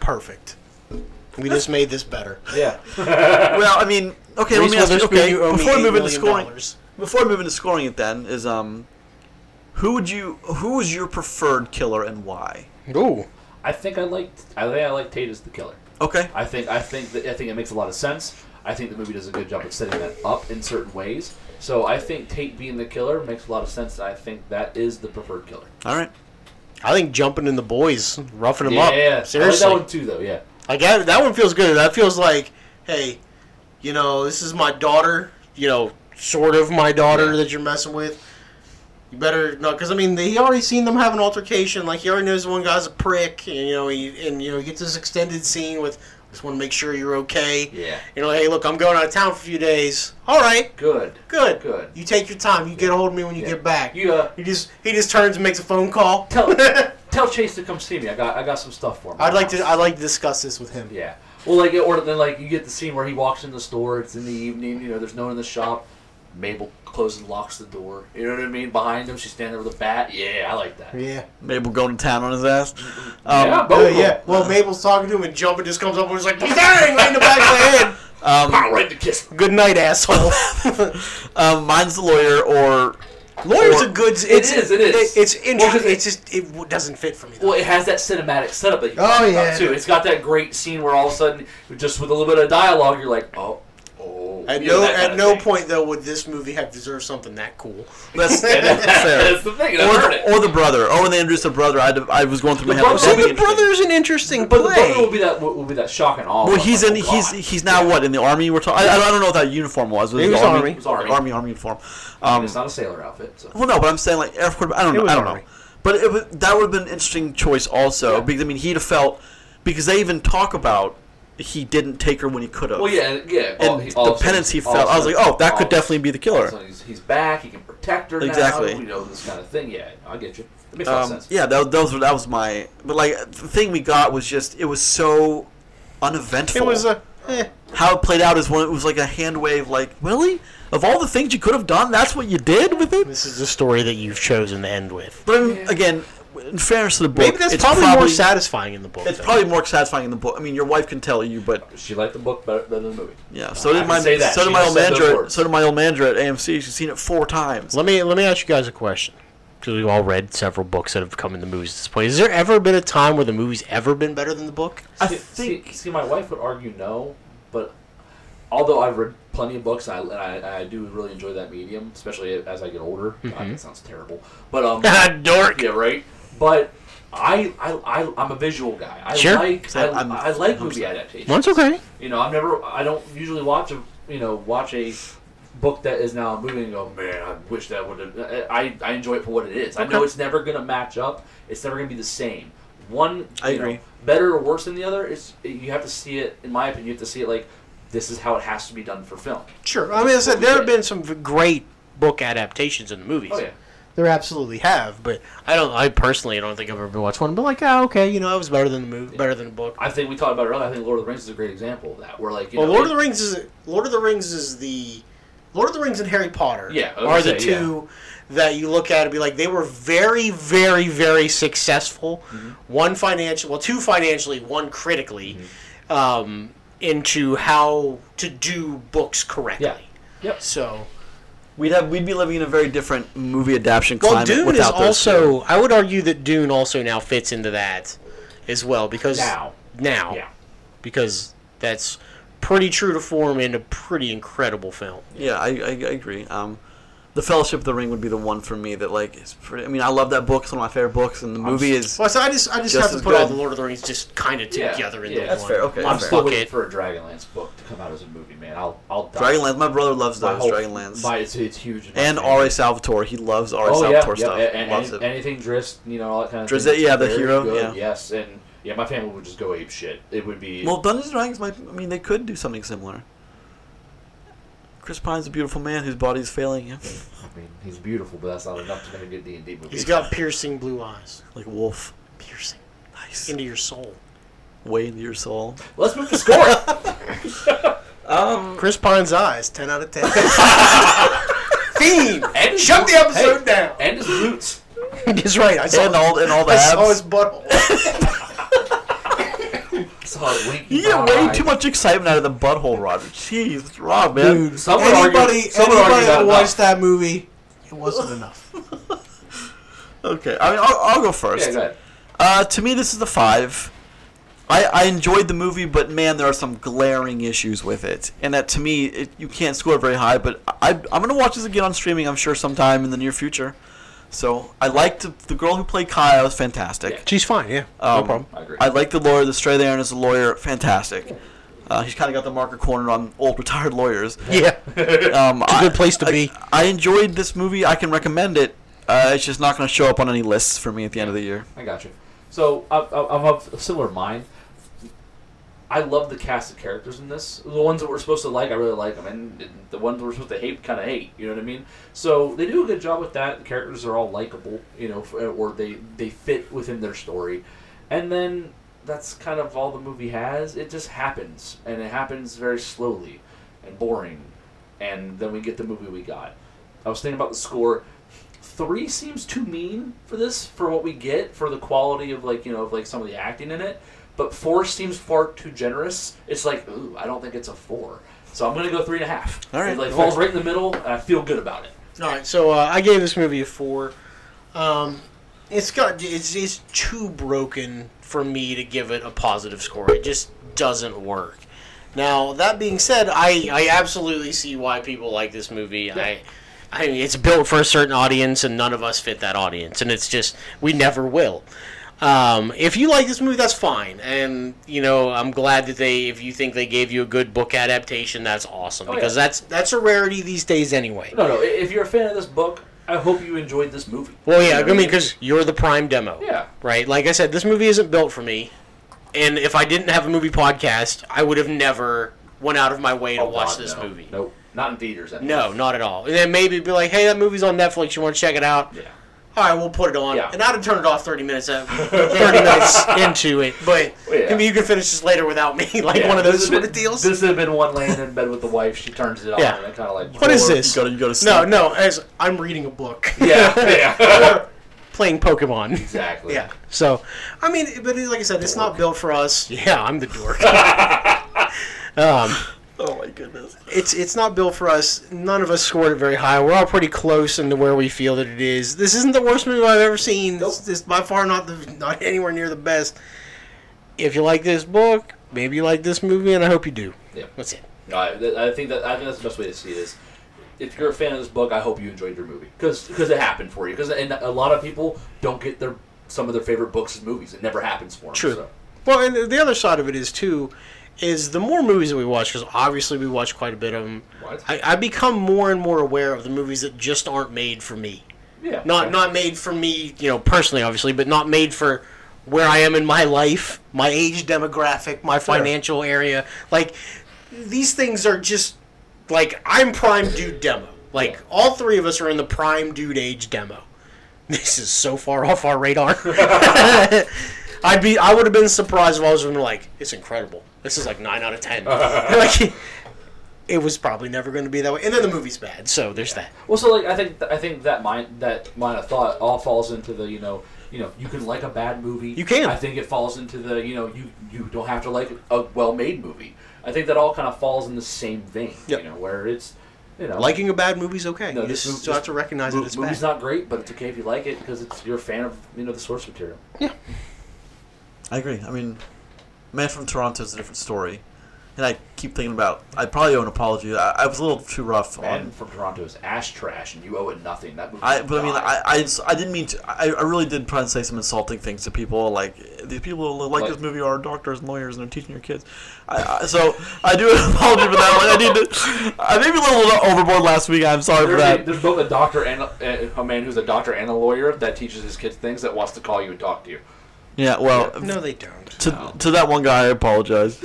[SPEAKER 3] Perfect. We just made this better.
[SPEAKER 4] Yeah.
[SPEAKER 1] Well, I mean, okay. Let
[SPEAKER 3] Reese
[SPEAKER 1] me ask you.
[SPEAKER 3] Witherspoon,
[SPEAKER 1] Okay,
[SPEAKER 3] you owe me
[SPEAKER 1] before we
[SPEAKER 3] $8
[SPEAKER 1] move into
[SPEAKER 3] million
[SPEAKER 1] scoring,
[SPEAKER 3] dollars.
[SPEAKER 1] before we move into scoring it, then is um, who would you? Who is your preferred killer and why?
[SPEAKER 6] Ooh.
[SPEAKER 4] I think I liked. I think I liked Tate as the killer.
[SPEAKER 1] Okay.
[SPEAKER 4] I think I think that I think it makes a lot of sense. I think the movie does a good job of setting that up in certain ways. So I think Tate being the killer makes a lot of sense. I think that is the preferred killer.
[SPEAKER 1] All right.
[SPEAKER 3] I think jumping in the boys, roughing them
[SPEAKER 4] yeah,
[SPEAKER 3] up.
[SPEAKER 4] yeah.
[SPEAKER 3] Seriously.
[SPEAKER 4] I like that one too, though. Yeah,
[SPEAKER 3] Like that, that one feels good. That feels like, hey, you know, this is my daughter. You know, sort of my daughter that you're messing with. You better not, because I mean, they, he already seen them have an altercation. Like he already knows one guy's a prick, and you know, he and you know, he gets this extended scene with. Just want to make sure you're okay.
[SPEAKER 4] yeah.
[SPEAKER 3] You know, hey, look, I'm going out of town for a few days. All right,
[SPEAKER 4] Good.
[SPEAKER 3] good.
[SPEAKER 4] Good.
[SPEAKER 3] You take your time. You get a hold of me when you
[SPEAKER 4] Yeah.
[SPEAKER 3] get back.
[SPEAKER 4] You uh,
[SPEAKER 3] he just he just turns and makes a phone call.
[SPEAKER 4] tell tell Chase to come see me. I got I got some stuff for him.
[SPEAKER 3] I'd like to I'd like to discuss this with him.
[SPEAKER 4] Yeah. Well, like or then like you get the scene where he walks in the store. It's in the evening. You know, there's no one in the shop. Mabel closes and locks the door. You know what I mean? Behind him, she's standing there with a bat. Yeah, I like that.
[SPEAKER 3] Yeah.
[SPEAKER 1] Mabel going to town on his ass.
[SPEAKER 4] yeah,
[SPEAKER 1] Um,
[SPEAKER 4] both
[SPEAKER 3] Uh,
[SPEAKER 4] of them. Uh-huh.
[SPEAKER 3] yeah. Well, Mabel's talking to him, and Jumpin just comes up and is like, "Bang!" right in the back of the head.
[SPEAKER 1] um,
[SPEAKER 4] Pow, right to kiss.
[SPEAKER 3] Good night, asshole.
[SPEAKER 1] um, mine's the lawyer, or
[SPEAKER 3] Lawyer's
[SPEAKER 1] Or-
[SPEAKER 3] a good. It's,
[SPEAKER 4] is, it is.
[SPEAKER 3] It's
[SPEAKER 4] Well, 'cause
[SPEAKER 3] interesting.
[SPEAKER 4] it-
[SPEAKER 3] It's just it w- doesn't fit for me. Though.
[SPEAKER 4] Well, it has that cinematic setup that you
[SPEAKER 3] Oh,
[SPEAKER 4] talked
[SPEAKER 3] yeah.
[SPEAKER 4] about too. It's got that great scene where all of a sudden, just with a little bit of dialogue, you're like, oh, oh.
[SPEAKER 3] at
[SPEAKER 4] You know,
[SPEAKER 3] no
[SPEAKER 4] that kind
[SPEAKER 3] at
[SPEAKER 4] of
[SPEAKER 3] no
[SPEAKER 4] thing.
[SPEAKER 3] point though would this movie have deserved something that cool.
[SPEAKER 1] that's,
[SPEAKER 4] And that-
[SPEAKER 1] that's fair.
[SPEAKER 4] That's the thing. That
[SPEAKER 1] Or
[SPEAKER 4] hurt
[SPEAKER 1] the,
[SPEAKER 4] it.
[SPEAKER 1] or the brother, or when they introduced the brother, I, d- I was going through my
[SPEAKER 4] The
[SPEAKER 1] head. like,
[SPEAKER 4] brother's
[SPEAKER 1] that'd
[SPEAKER 4] in
[SPEAKER 1] be
[SPEAKER 4] the
[SPEAKER 1] interesting.
[SPEAKER 3] an interesting
[SPEAKER 4] But the brother will be that will be that shock and awe.
[SPEAKER 1] Well,
[SPEAKER 4] of,
[SPEAKER 1] he's
[SPEAKER 4] like,
[SPEAKER 1] in.
[SPEAKER 4] oh,
[SPEAKER 1] He's
[SPEAKER 4] God.
[SPEAKER 1] he's now what in the army? We're talking. I, I don't know what that uniform was. Was
[SPEAKER 6] He
[SPEAKER 1] the
[SPEAKER 6] was
[SPEAKER 1] army.
[SPEAKER 6] army.
[SPEAKER 4] It was army.
[SPEAKER 1] army army uniform. Um,
[SPEAKER 4] It's not a sailor outfit. So.
[SPEAKER 1] well, no, but I'm saying like Air Force. I don't
[SPEAKER 6] It
[SPEAKER 1] know.
[SPEAKER 6] was
[SPEAKER 1] I don't
[SPEAKER 6] army.
[SPEAKER 1] know. But it was, that would have been an interesting choice also
[SPEAKER 4] Yeah.
[SPEAKER 1] because I mean he'd have felt because they even talk about he didn't take her when he could have.
[SPEAKER 4] Well, yeah, yeah.
[SPEAKER 1] And
[SPEAKER 4] all- all
[SPEAKER 1] the
[SPEAKER 4] of a
[SPEAKER 1] penance he
[SPEAKER 4] sudden- all
[SPEAKER 1] felt,
[SPEAKER 4] of a
[SPEAKER 1] I was like,
[SPEAKER 4] sudden-
[SPEAKER 1] oh, that
[SPEAKER 4] all
[SPEAKER 1] could
[SPEAKER 4] of a
[SPEAKER 1] definitely be the killer.
[SPEAKER 4] So he's, he's back. He can protect her
[SPEAKER 1] Exactly.
[SPEAKER 4] now. You know this kind of thing. Yeah, I get you. It makes a lot of
[SPEAKER 1] Um,
[SPEAKER 4] sense.
[SPEAKER 1] yeah, that, those were that was my. But like the thing we got was just it was so uneventful.
[SPEAKER 3] It was a. Eh.
[SPEAKER 1] how it played out is when it was like a hand wave. Like really, of all the things you could have done, that's what you did with it.
[SPEAKER 3] This is the story that you've chosen to end with.
[SPEAKER 1] But I mean, again, in fairness to the book,
[SPEAKER 3] Maybe that's
[SPEAKER 1] it's
[SPEAKER 3] probably, more satisfying in the book.
[SPEAKER 1] It's
[SPEAKER 3] though.
[SPEAKER 1] probably more satisfying in the book. I mean, your wife can tell you, but
[SPEAKER 4] She liked the book better than the movie.
[SPEAKER 1] yeah. So
[SPEAKER 4] I
[SPEAKER 1] did
[SPEAKER 4] can
[SPEAKER 1] my
[SPEAKER 4] say that.
[SPEAKER 1] so did
[SPEAKER 4] She
[SPEAKER 1] my
[SPEAKER 4] just
[SPEAKER 1] old
[SPEAKER 4] said those
[SPEAKER 1] manager. At,
[SPEAKER 4] words.
[SPEAKER 1] so did my old manager at AMC. She's seen it four times.
[SPEAKER 6] Let me let me ask you guys a question. Because we've all read several books that have come into movies at this point. Has there ever been a time where the movie's ever been better than the book?
[SPEAKER 1] I
[SPEAKER 4] see,
[SPEAKER 1] think-
[SPEAKER 4] See, see, my wife would argue no, but although I've read plenty of books, and I, and I, I do really enjoy that medium, especially as I get older.
[SPEAKER 1] Mm-hmm.
[SPEAKER 4] God, that sounds terrible, but um,
[SPEAKER 6] Dork.
[SPEAKER 4] yeah, right. But I, I, I I'm a visual guy. I
[SPEAKER 6] Sure.
[SPEAKER 4] like I,
[SPEAKER 1] So I'm-
[SPEAKER 4] I like
[SPEAKER 1] I'm
[SPEAKER 4] movie
[SPEAKER 1] sorry.
[SPEAKER 4] adaptations.
[SPEAKER 6] That's okay.
[SPEAKER 4] You know, I've never, I don't usually watch a, you know, watch a book that is now a movie and go, man, I wish that would have. I, I enjoy it for what it is. I know it's never going to match up. It's never going to be the same. One,
[SPEAKER 1] I
[SPEAKER 4] you know,
[SPEAKER 1] agree.
[SPEAKER 4] better or worse than the other. It's you have to see it. In my opinion, you have to see it like this is how it has to be done for film.
[SPEAKER 3] Sure. I mean, I said, there have
[SPEAKER 4] Yeah.
[SPEAKER 3] been some v- great book adaptations in the movies.
[SPEAKER 4] Oh yeah,
[SPEAKER 3] There absolutely have, but I don't. I personally don't think I've ever watched one. But like, oh, okay, you know, it was better than the movie, better than the book.
[SPEAKER 4] I think we talked about it earlier. I think Lord of the Rings is a great example of that. Where like, you
[SPEAKER 3] Well,
[SPEAKER 4] know,
[SPEAKER 3] Lord
[SPEAKER 4] it-
[SPEAKER 3] of the Rings is Lord of the Rings is the Lord of the Rings and Harry Potter.
[SPEAKER 4] Yeah, I was
[SPEAKER 3] are the
[SPEAKER 4] gonna say, yeah.
[SPEAKER 3] two that you look at and be like, they were very, very, very successful.
[SPEAKER 4] Mm-hmm.
[SPEAKER 3] One financial, well, two financially, one
[SPEAKER 4] Mm-hmm.
[SPEAKER 3] critically, um, into how to do books correctly.
[SPEAKER 4] Yeah. Yep.
[SPEAKER 6] So
[SPEAKER 1] We'd have we'd be living in a very different movie adaptation
[SPEAKER 6] well,
[SPEAKER 1] climate
[SPEAKER 6] Dune is
[SPEAKER 1] without those two.
[SPEAKER 6] also. I would argue that Dune also now fits into that as well because
[SPEAKER 4] Now.
[SPEAKER 6] now,
[SPEAKER 4] Yeah.
[SPEAKER 6] because that's pretty true to form and a pretty incredible film.
[SPEAKER 1] Yeah, I, I, I agree. Um, the Fellowship of the Ring would be the one for me that like is pretty. I mean, I love that book. It's one of my favorite books, and the movie is.
[SPEAKER 6] Well, so I just I just,
[SPEAKER 1] Just
[SPEAKER 6] have
[SPEAKER 1] as
[SPEAKER 6] to put all
[SPEAKER 1] good.
[SPEAKER 6] the Lord of the Rings just kind of
[SPEAKER 4] Yeah,
[SPEAKER 6] together into
[SPEAKER 4] yeah, that's
[SPEAKER 6] one.
[SPEAKER 1] fair, okay,
[SPEAKER 6] I'm
[SPEAKER 1] fair.
[SPEAKER 4] Still
[SPEAKER 6] fuck
[SPEAKER 4] waiting
[SPEAKER 6] it.
[SPEAKER 4] for a Dragonlance book to come out as a movie, man. I'll I'll die.
[SPEAKER 1] Dragonlance. My brother loves
[SPEAKER 4] My
[SPEAKER 1] those
[SPEAKER 4] whole-
[SPEAKER 1] Dragonlance.
[SPEAKER 4] My, it's, it's huge.
[SPEAKER 1] and R.A.
[SPEAKER 4] always.
[SPEAKER 1] Salvatore. He loves R.A.
[SPEAKER 4] Oh yeah,
[SPEAKER 1] Salvatore
[SPEAKER 4] yeah.
[SPEAKER 1] stuff.
[SPEAKER 4] a- a-
[SPEAKER 1] loves
[SPEAKER 4] any-
[SPEAKER 1] it.
[SPEAKER 4] anything Drist, you know, all that kind of.
[SPEAKER 1] Drist,
[SPEAKER 4] thing.
[SPEAKER 1] yeah, the
[SPEAKER 4] Very
[SPEAKER 1] hero, yeah.
[SPEAKER 4] good, Yes, and yeah, my family would just go ape shit. It would be
[SPEAKER 1] Well, Dungeons and Dragons might. I mean, they could do something similar. Chris Pine's a beautiful man whose body's failing him,
[SPEAKER 4] I mean, he's beautiful, but that's not enough to make a good D and D movie.
[SPEAKER 6] He's got piercing blue eyes,
[SPEAKER 1] like a wolf.
[SPEAKER 6] piercing
[SPEAKER 1] Nice.
[SPEAKER 6] into your soul.
[SPEAKER 1] Way into your soul.
[SPEAKER 4] Let's move the score.
[SPEAKER 6] Chris Pine's eyes, ten out of ten. Theme.
[SPEAKER 4] and
[SPEAKER 6] Shut the episode down.
[SPEAKER 4] And his roots.
[SPEAKER 6] He's right. I saw,
[SPEAKER 1] And all and all the
[SPEAKER 6] I saw his
[SPEAKER 1] abs.
[SPEAKER 6] butthole.
[SPEAKER 4] Saw his winky
[SPEAKER 1] You get
[SPEAKER 4] brown
[SPEAKER 1] way
[SPEAKER 4] eye.
[SPEAKER 1] too much excitement out of the butthole, Roger. Jeez, Rob, man.
[SPEAKER 6] Dude,
[SPEAKER 4] Some would argue-
[SPEAKER 6] anybody,
[SPEAKER 4] some would argue
[SPEAKER 6] anybody
[SPEAKER 4] not
[SPEAKER 6] that
[SPEAKER 4] enough.
[SPEAKER 6] watched that movie, it wasn't enough.
[SPEAKER 1] Okay, I mean, I'll, I'll go
[SPEAKER 4] Yeah,
[SPEAKER 1] first.
[SPEAKER 4] go ahead.
[SPEAKER 1] Uh, to me, this is a five. I, I enjoyed the movie, but man, there are some glaring issues with it, and that to me, it, you can't score very high. But I, I'm gonna watch this again on streaming, I'm sure, sometime in the near future. So I liked the, the girl who played Kaya was fantastic.
[SPEAKER 6] She's fine. Yeah,
[SPEAKER 4] Uh,
[SPEAKER 1] Um,
[SPEAKER 4] I agree.
[SPEAKER 1] I like the lawyer, the straight iron is a lawyer, fantastic. Uh, he's kind of got the marker cornered on old retired lawyers.
[SPEAKER 6] yeah.
[SPEAKER 1] Um, it's a
[SPEAKER 6] good place to be.
[SPEAKER 1] I enjoyed this movie. I can recommend it. Uh, it's just not going to show up on any lists for me at the end of the year.
[SPEAKER 4] I got you. So I, I, I'm of a similar mind. I love the cast of characters in this. The ones that we're supposed to like, I really like them, and the ones we're supposed to hate, kind of hate. You know what I mean? So they do a good job with that. The characters are all likable, you know, f- uh, or they they fit within their story, and then that's kind of all the movie has. It just happens, and it happens very slowly and boring, and then we get the movie we got. I was thinking about the score three seems too mean for this for what we get for the quality of like you know of like some of the acting in it but four seems far too generous it's like ooh i don't think it's a four so i'm gonna go three and a half
[SPEAKER 1] All right.
[SPEAKER 4] it like falls right in the middle and i feel good about it
[SPEAKER 6] All right, so uh, I gave this movie a four. Um, it's got it's, it's too broken for me to give it a positive score. It just doesn't work. Now that being said, I, I absolutely see why people like this movie. I I mean it's built for a certain audience, and none of us fit that audience, and it's just we never will. Um, if you like this movie, that's fine, and you know I'm glad that they. If you think they gave you a good book adaptation, that's awesome
[SPEAKER 4] yeah.
[SPEAKER 6] because that's that's a rarity these days anyway.
[SPEAKER 4] no no i- if you're a fan of this book i hope you enjoyed this movie
[SPEAKER 6] Well,
[SPEAKER 4] You know
[SPEAKER 6] Oh, yeah,
[SPEAKER 4] what
[SPEAKER 6] I mean, because you're the prime demo.
[SPEAKER 4] Yeah.
[SPEAKER 6] Right? Like I said, this movie isn't built for me. And if I didn't have a movie podcast, I would have never went out of my way to
[SPEAKER 4] Oh,
[SPEAKER 6] watch
[SPEAKER 4] God,
[SPEAKER 6] this
[SPEAKER 4] no.
[SPEAKER 6] movie.
[SPEAKER 4] nope not in theaters anyway.
[SPEAKER 6] No, not at all. And then maybe be like, hey, that movie's on Netflix. You want to check it out?
[SPEAKER 4] yeah
[SPEAKER 6] All right, we'll put it on.
[SPEAKER 4] Yeah.
[SPEAKER 6] And I'd have turned it off 30 minutes, uh, 30 minutes into it. But
[SPEAKER 4] Well, yeah.
[SPEAKER 6] I mean, you can finish this later without me. Like
[SPEAKER 4] Yeah,
[SPEAKER 6] one of
[SPEAKER 4] this
[SPEAKER 6] those
[SPEAKER 4] has
[SPEAKER 6] sort
[SPEAKER 4] been-
[SPEAKER 6] of deals.
[SPEAKER 4] this would have been one laying in bed with the wife she turns it on
[SPEAKER 6] Yeah.
[SPEAKER 4] and i kind of like
[SPEAKER 6] what is
[SPEAKER 1] Or
[SPEAKER 6] this?
[SPEAKER 1] You gotta, you gotta
[SPEAKER 6] No,
[SPEAKER 1] sleep.
[SPEAKER 6] no. As I'm reading a book.
[SPEAKER 4] yeah yeah
[SPEAKER 6] Playing Pokemon.
[SPEAKER 4] exactly
[SPEAKER 6] Yeah. So, I mean, but it- like I said, it's not built for us. Yeah, I'm the dork. um,
[SPEAKER 1] Oh my goodness.
[SPEAKER 6] it's it's not built for us. None of us scored it very high. We're all pretty close into where we feel that it is. This isn't the worst movie I've ever seen. This This is by far not the not anywhere near the best. If you like this book, maybe you like this movie, and I hope you do.
[SPEAKER 4] Yeah.
[SPEAKER 6] That's it.
[SPEAKER 4] No, I, th- I think that I think that's the best way to see this. If you're a fan of this book, I hope you enjoyed your movie because it happened for you. Because and a lot of people don't get their some of their favorite books as movies. It never happens for them.
[SPEAKER 6] True.
[SPEAKER 4] So.
[SPEAKER 6] Well, and the other side of it is too, is the more movies that we watch, because obviously we watch quite a bit of them.
[SPEAKER 4] What?
[SPEAKER 6] I, I become more and more aware of the movies that just aren't made for me.
[SPEAKER 4] Yeah.
[SPEAKER 6] not not made for me, you know, personally, obviously, but not made for where I am in my life, my age demographic, my financial area. Like these things are just like I'm prime dude demo. Like
[SPEAKER 4] Yeah.
[SPEAKER 6] all three of us are in the prime dude age demo. This is so far off our radar. I'd be I would have been surprised if I was been like, it's incredible. This is like nine out of ten. like it was probably never going to be that way. And then the movie's bad, so there's that.
[SPEAKER 4] Well, so like I think I think that mind that line of thought all falls into the you know you know you can like a bad movie.
[SPEAKER 6] You can.
[SPEAKER 4] I think it falls into the you know you you don't have to like a well made movie. I think that all kind of falls in the same vein.
[SPEAKER 6] Yep.
[SPEAKER 4] You know where it's You know,
[SPEAKER 3] Liking a bad movie's okay.
[SPEAKER 4] No,
[SPEAKER 3] you
[SPEAKER 4] this
[SPEAKER 3] just
[SPEAKER 4] movie-
[SPEAKER 3] still have to recognize
[SPEAKER 4] mo-
[SPEAKER 3] that it's
[SPEAKER 4] movie's
[SPEAKER 3] bad.
[SPEAKER 4] not great, but it's okay if you like it because it's you're a fan of you know the source material.
[SPEAKER 1] I agree. I mean, Man from Toronto is a different story, and I keep thinking about. I probably owe an apology. I, I was a little too rough
[SPEAKER 4] Man
[SPEAKER 1] on.
[SPEAKER 4] from Toronto is ash trash, and you owe it nothing. That movie.
[SPEAKER 1] I, but I mean,
[SPEAKER 4] died.
[SPEAKER 1] I, I, just- I didn't mean to. I, I really did try and say some insulting things to people. Like, these people who like,
[SPEAKER 4] Like-
[SPEAKER 1] this movie are doctors and lawyers and they're teaching your kids. I, I, so, I do apologize for that. Like, I need to. I maybe a little overboard last week. I'm sorry for
[SPEAKER 4] There's, a,
[SPEAKER 1] that.
[SPEAKER 4] there's both a doctor and a, a man who's a doctor and a lawyer that teaches his kids things that wants to call you and talk to you.
[SPEAKER 1] Yeah, well,
[SPEAKER 3] No, they don't.
[SPEAKER 1] to, to that one guy, I apologize.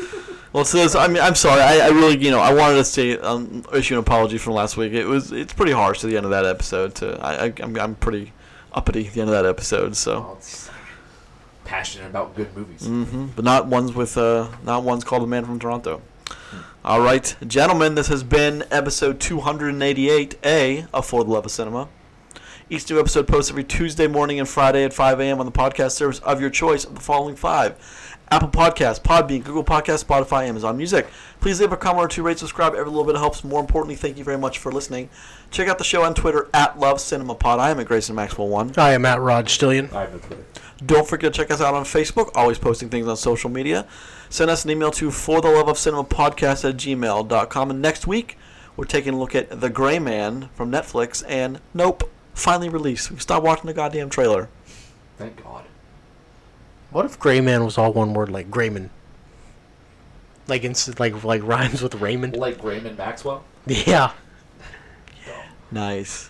[SPEAKER 1] Well, so this, I mean, I'm sorry. I, I really, you know, I wanted to say, um, issue an apology from last week. It was, it's pretty harsh at the end of that episode. To, I, I I'm, I'm pretty uppity at the end of that episode. So,
[SPEAKER 4] Oh, it's- passionate about good movies.
[SPEAKER 1] hmm but not ones with, uh, not ones called a man from Toronto. All right, gentlemen, this has been episode 288A of For the Love of Cinema. Each new episode posts every Tuesday morning and Friday at 5 a.m. on the podcast service of your choice of the following five Apple Podcasts, Podbean, Google Podcasts, Spotify, Amazon Music. Please leave a comment or two, rate, subscribe. Every little bit helps. More importantly, thank you very much for listening. Check out the show on Twitter at Love Cinema Pod. I am at Grayson Maxwell 1.
[SPEAKER 3] I am at Rod Stillian.
[SPEAKER 4] I have no Twitter.
[SPEAKER 1] Don't forget to check us out on Facebook, always posting things on social media. Send us an email to for the love of cinema podcast at gmail.com. And next week, we're taking a look at The Gray Man from Netflix and Nope, finally released. We can stop watching the goddamn trailer.
[SPEAKER 4] Thank God.
[SPEAKER 3] What if Gray Man was all one word, like Grayman? Like instead, like like rhymes with Raymond.
[SPEAKER 4] Like Raymond Maxwell.
[SPEAKER 3] Yeah.
[SPEAKER 1] Nice.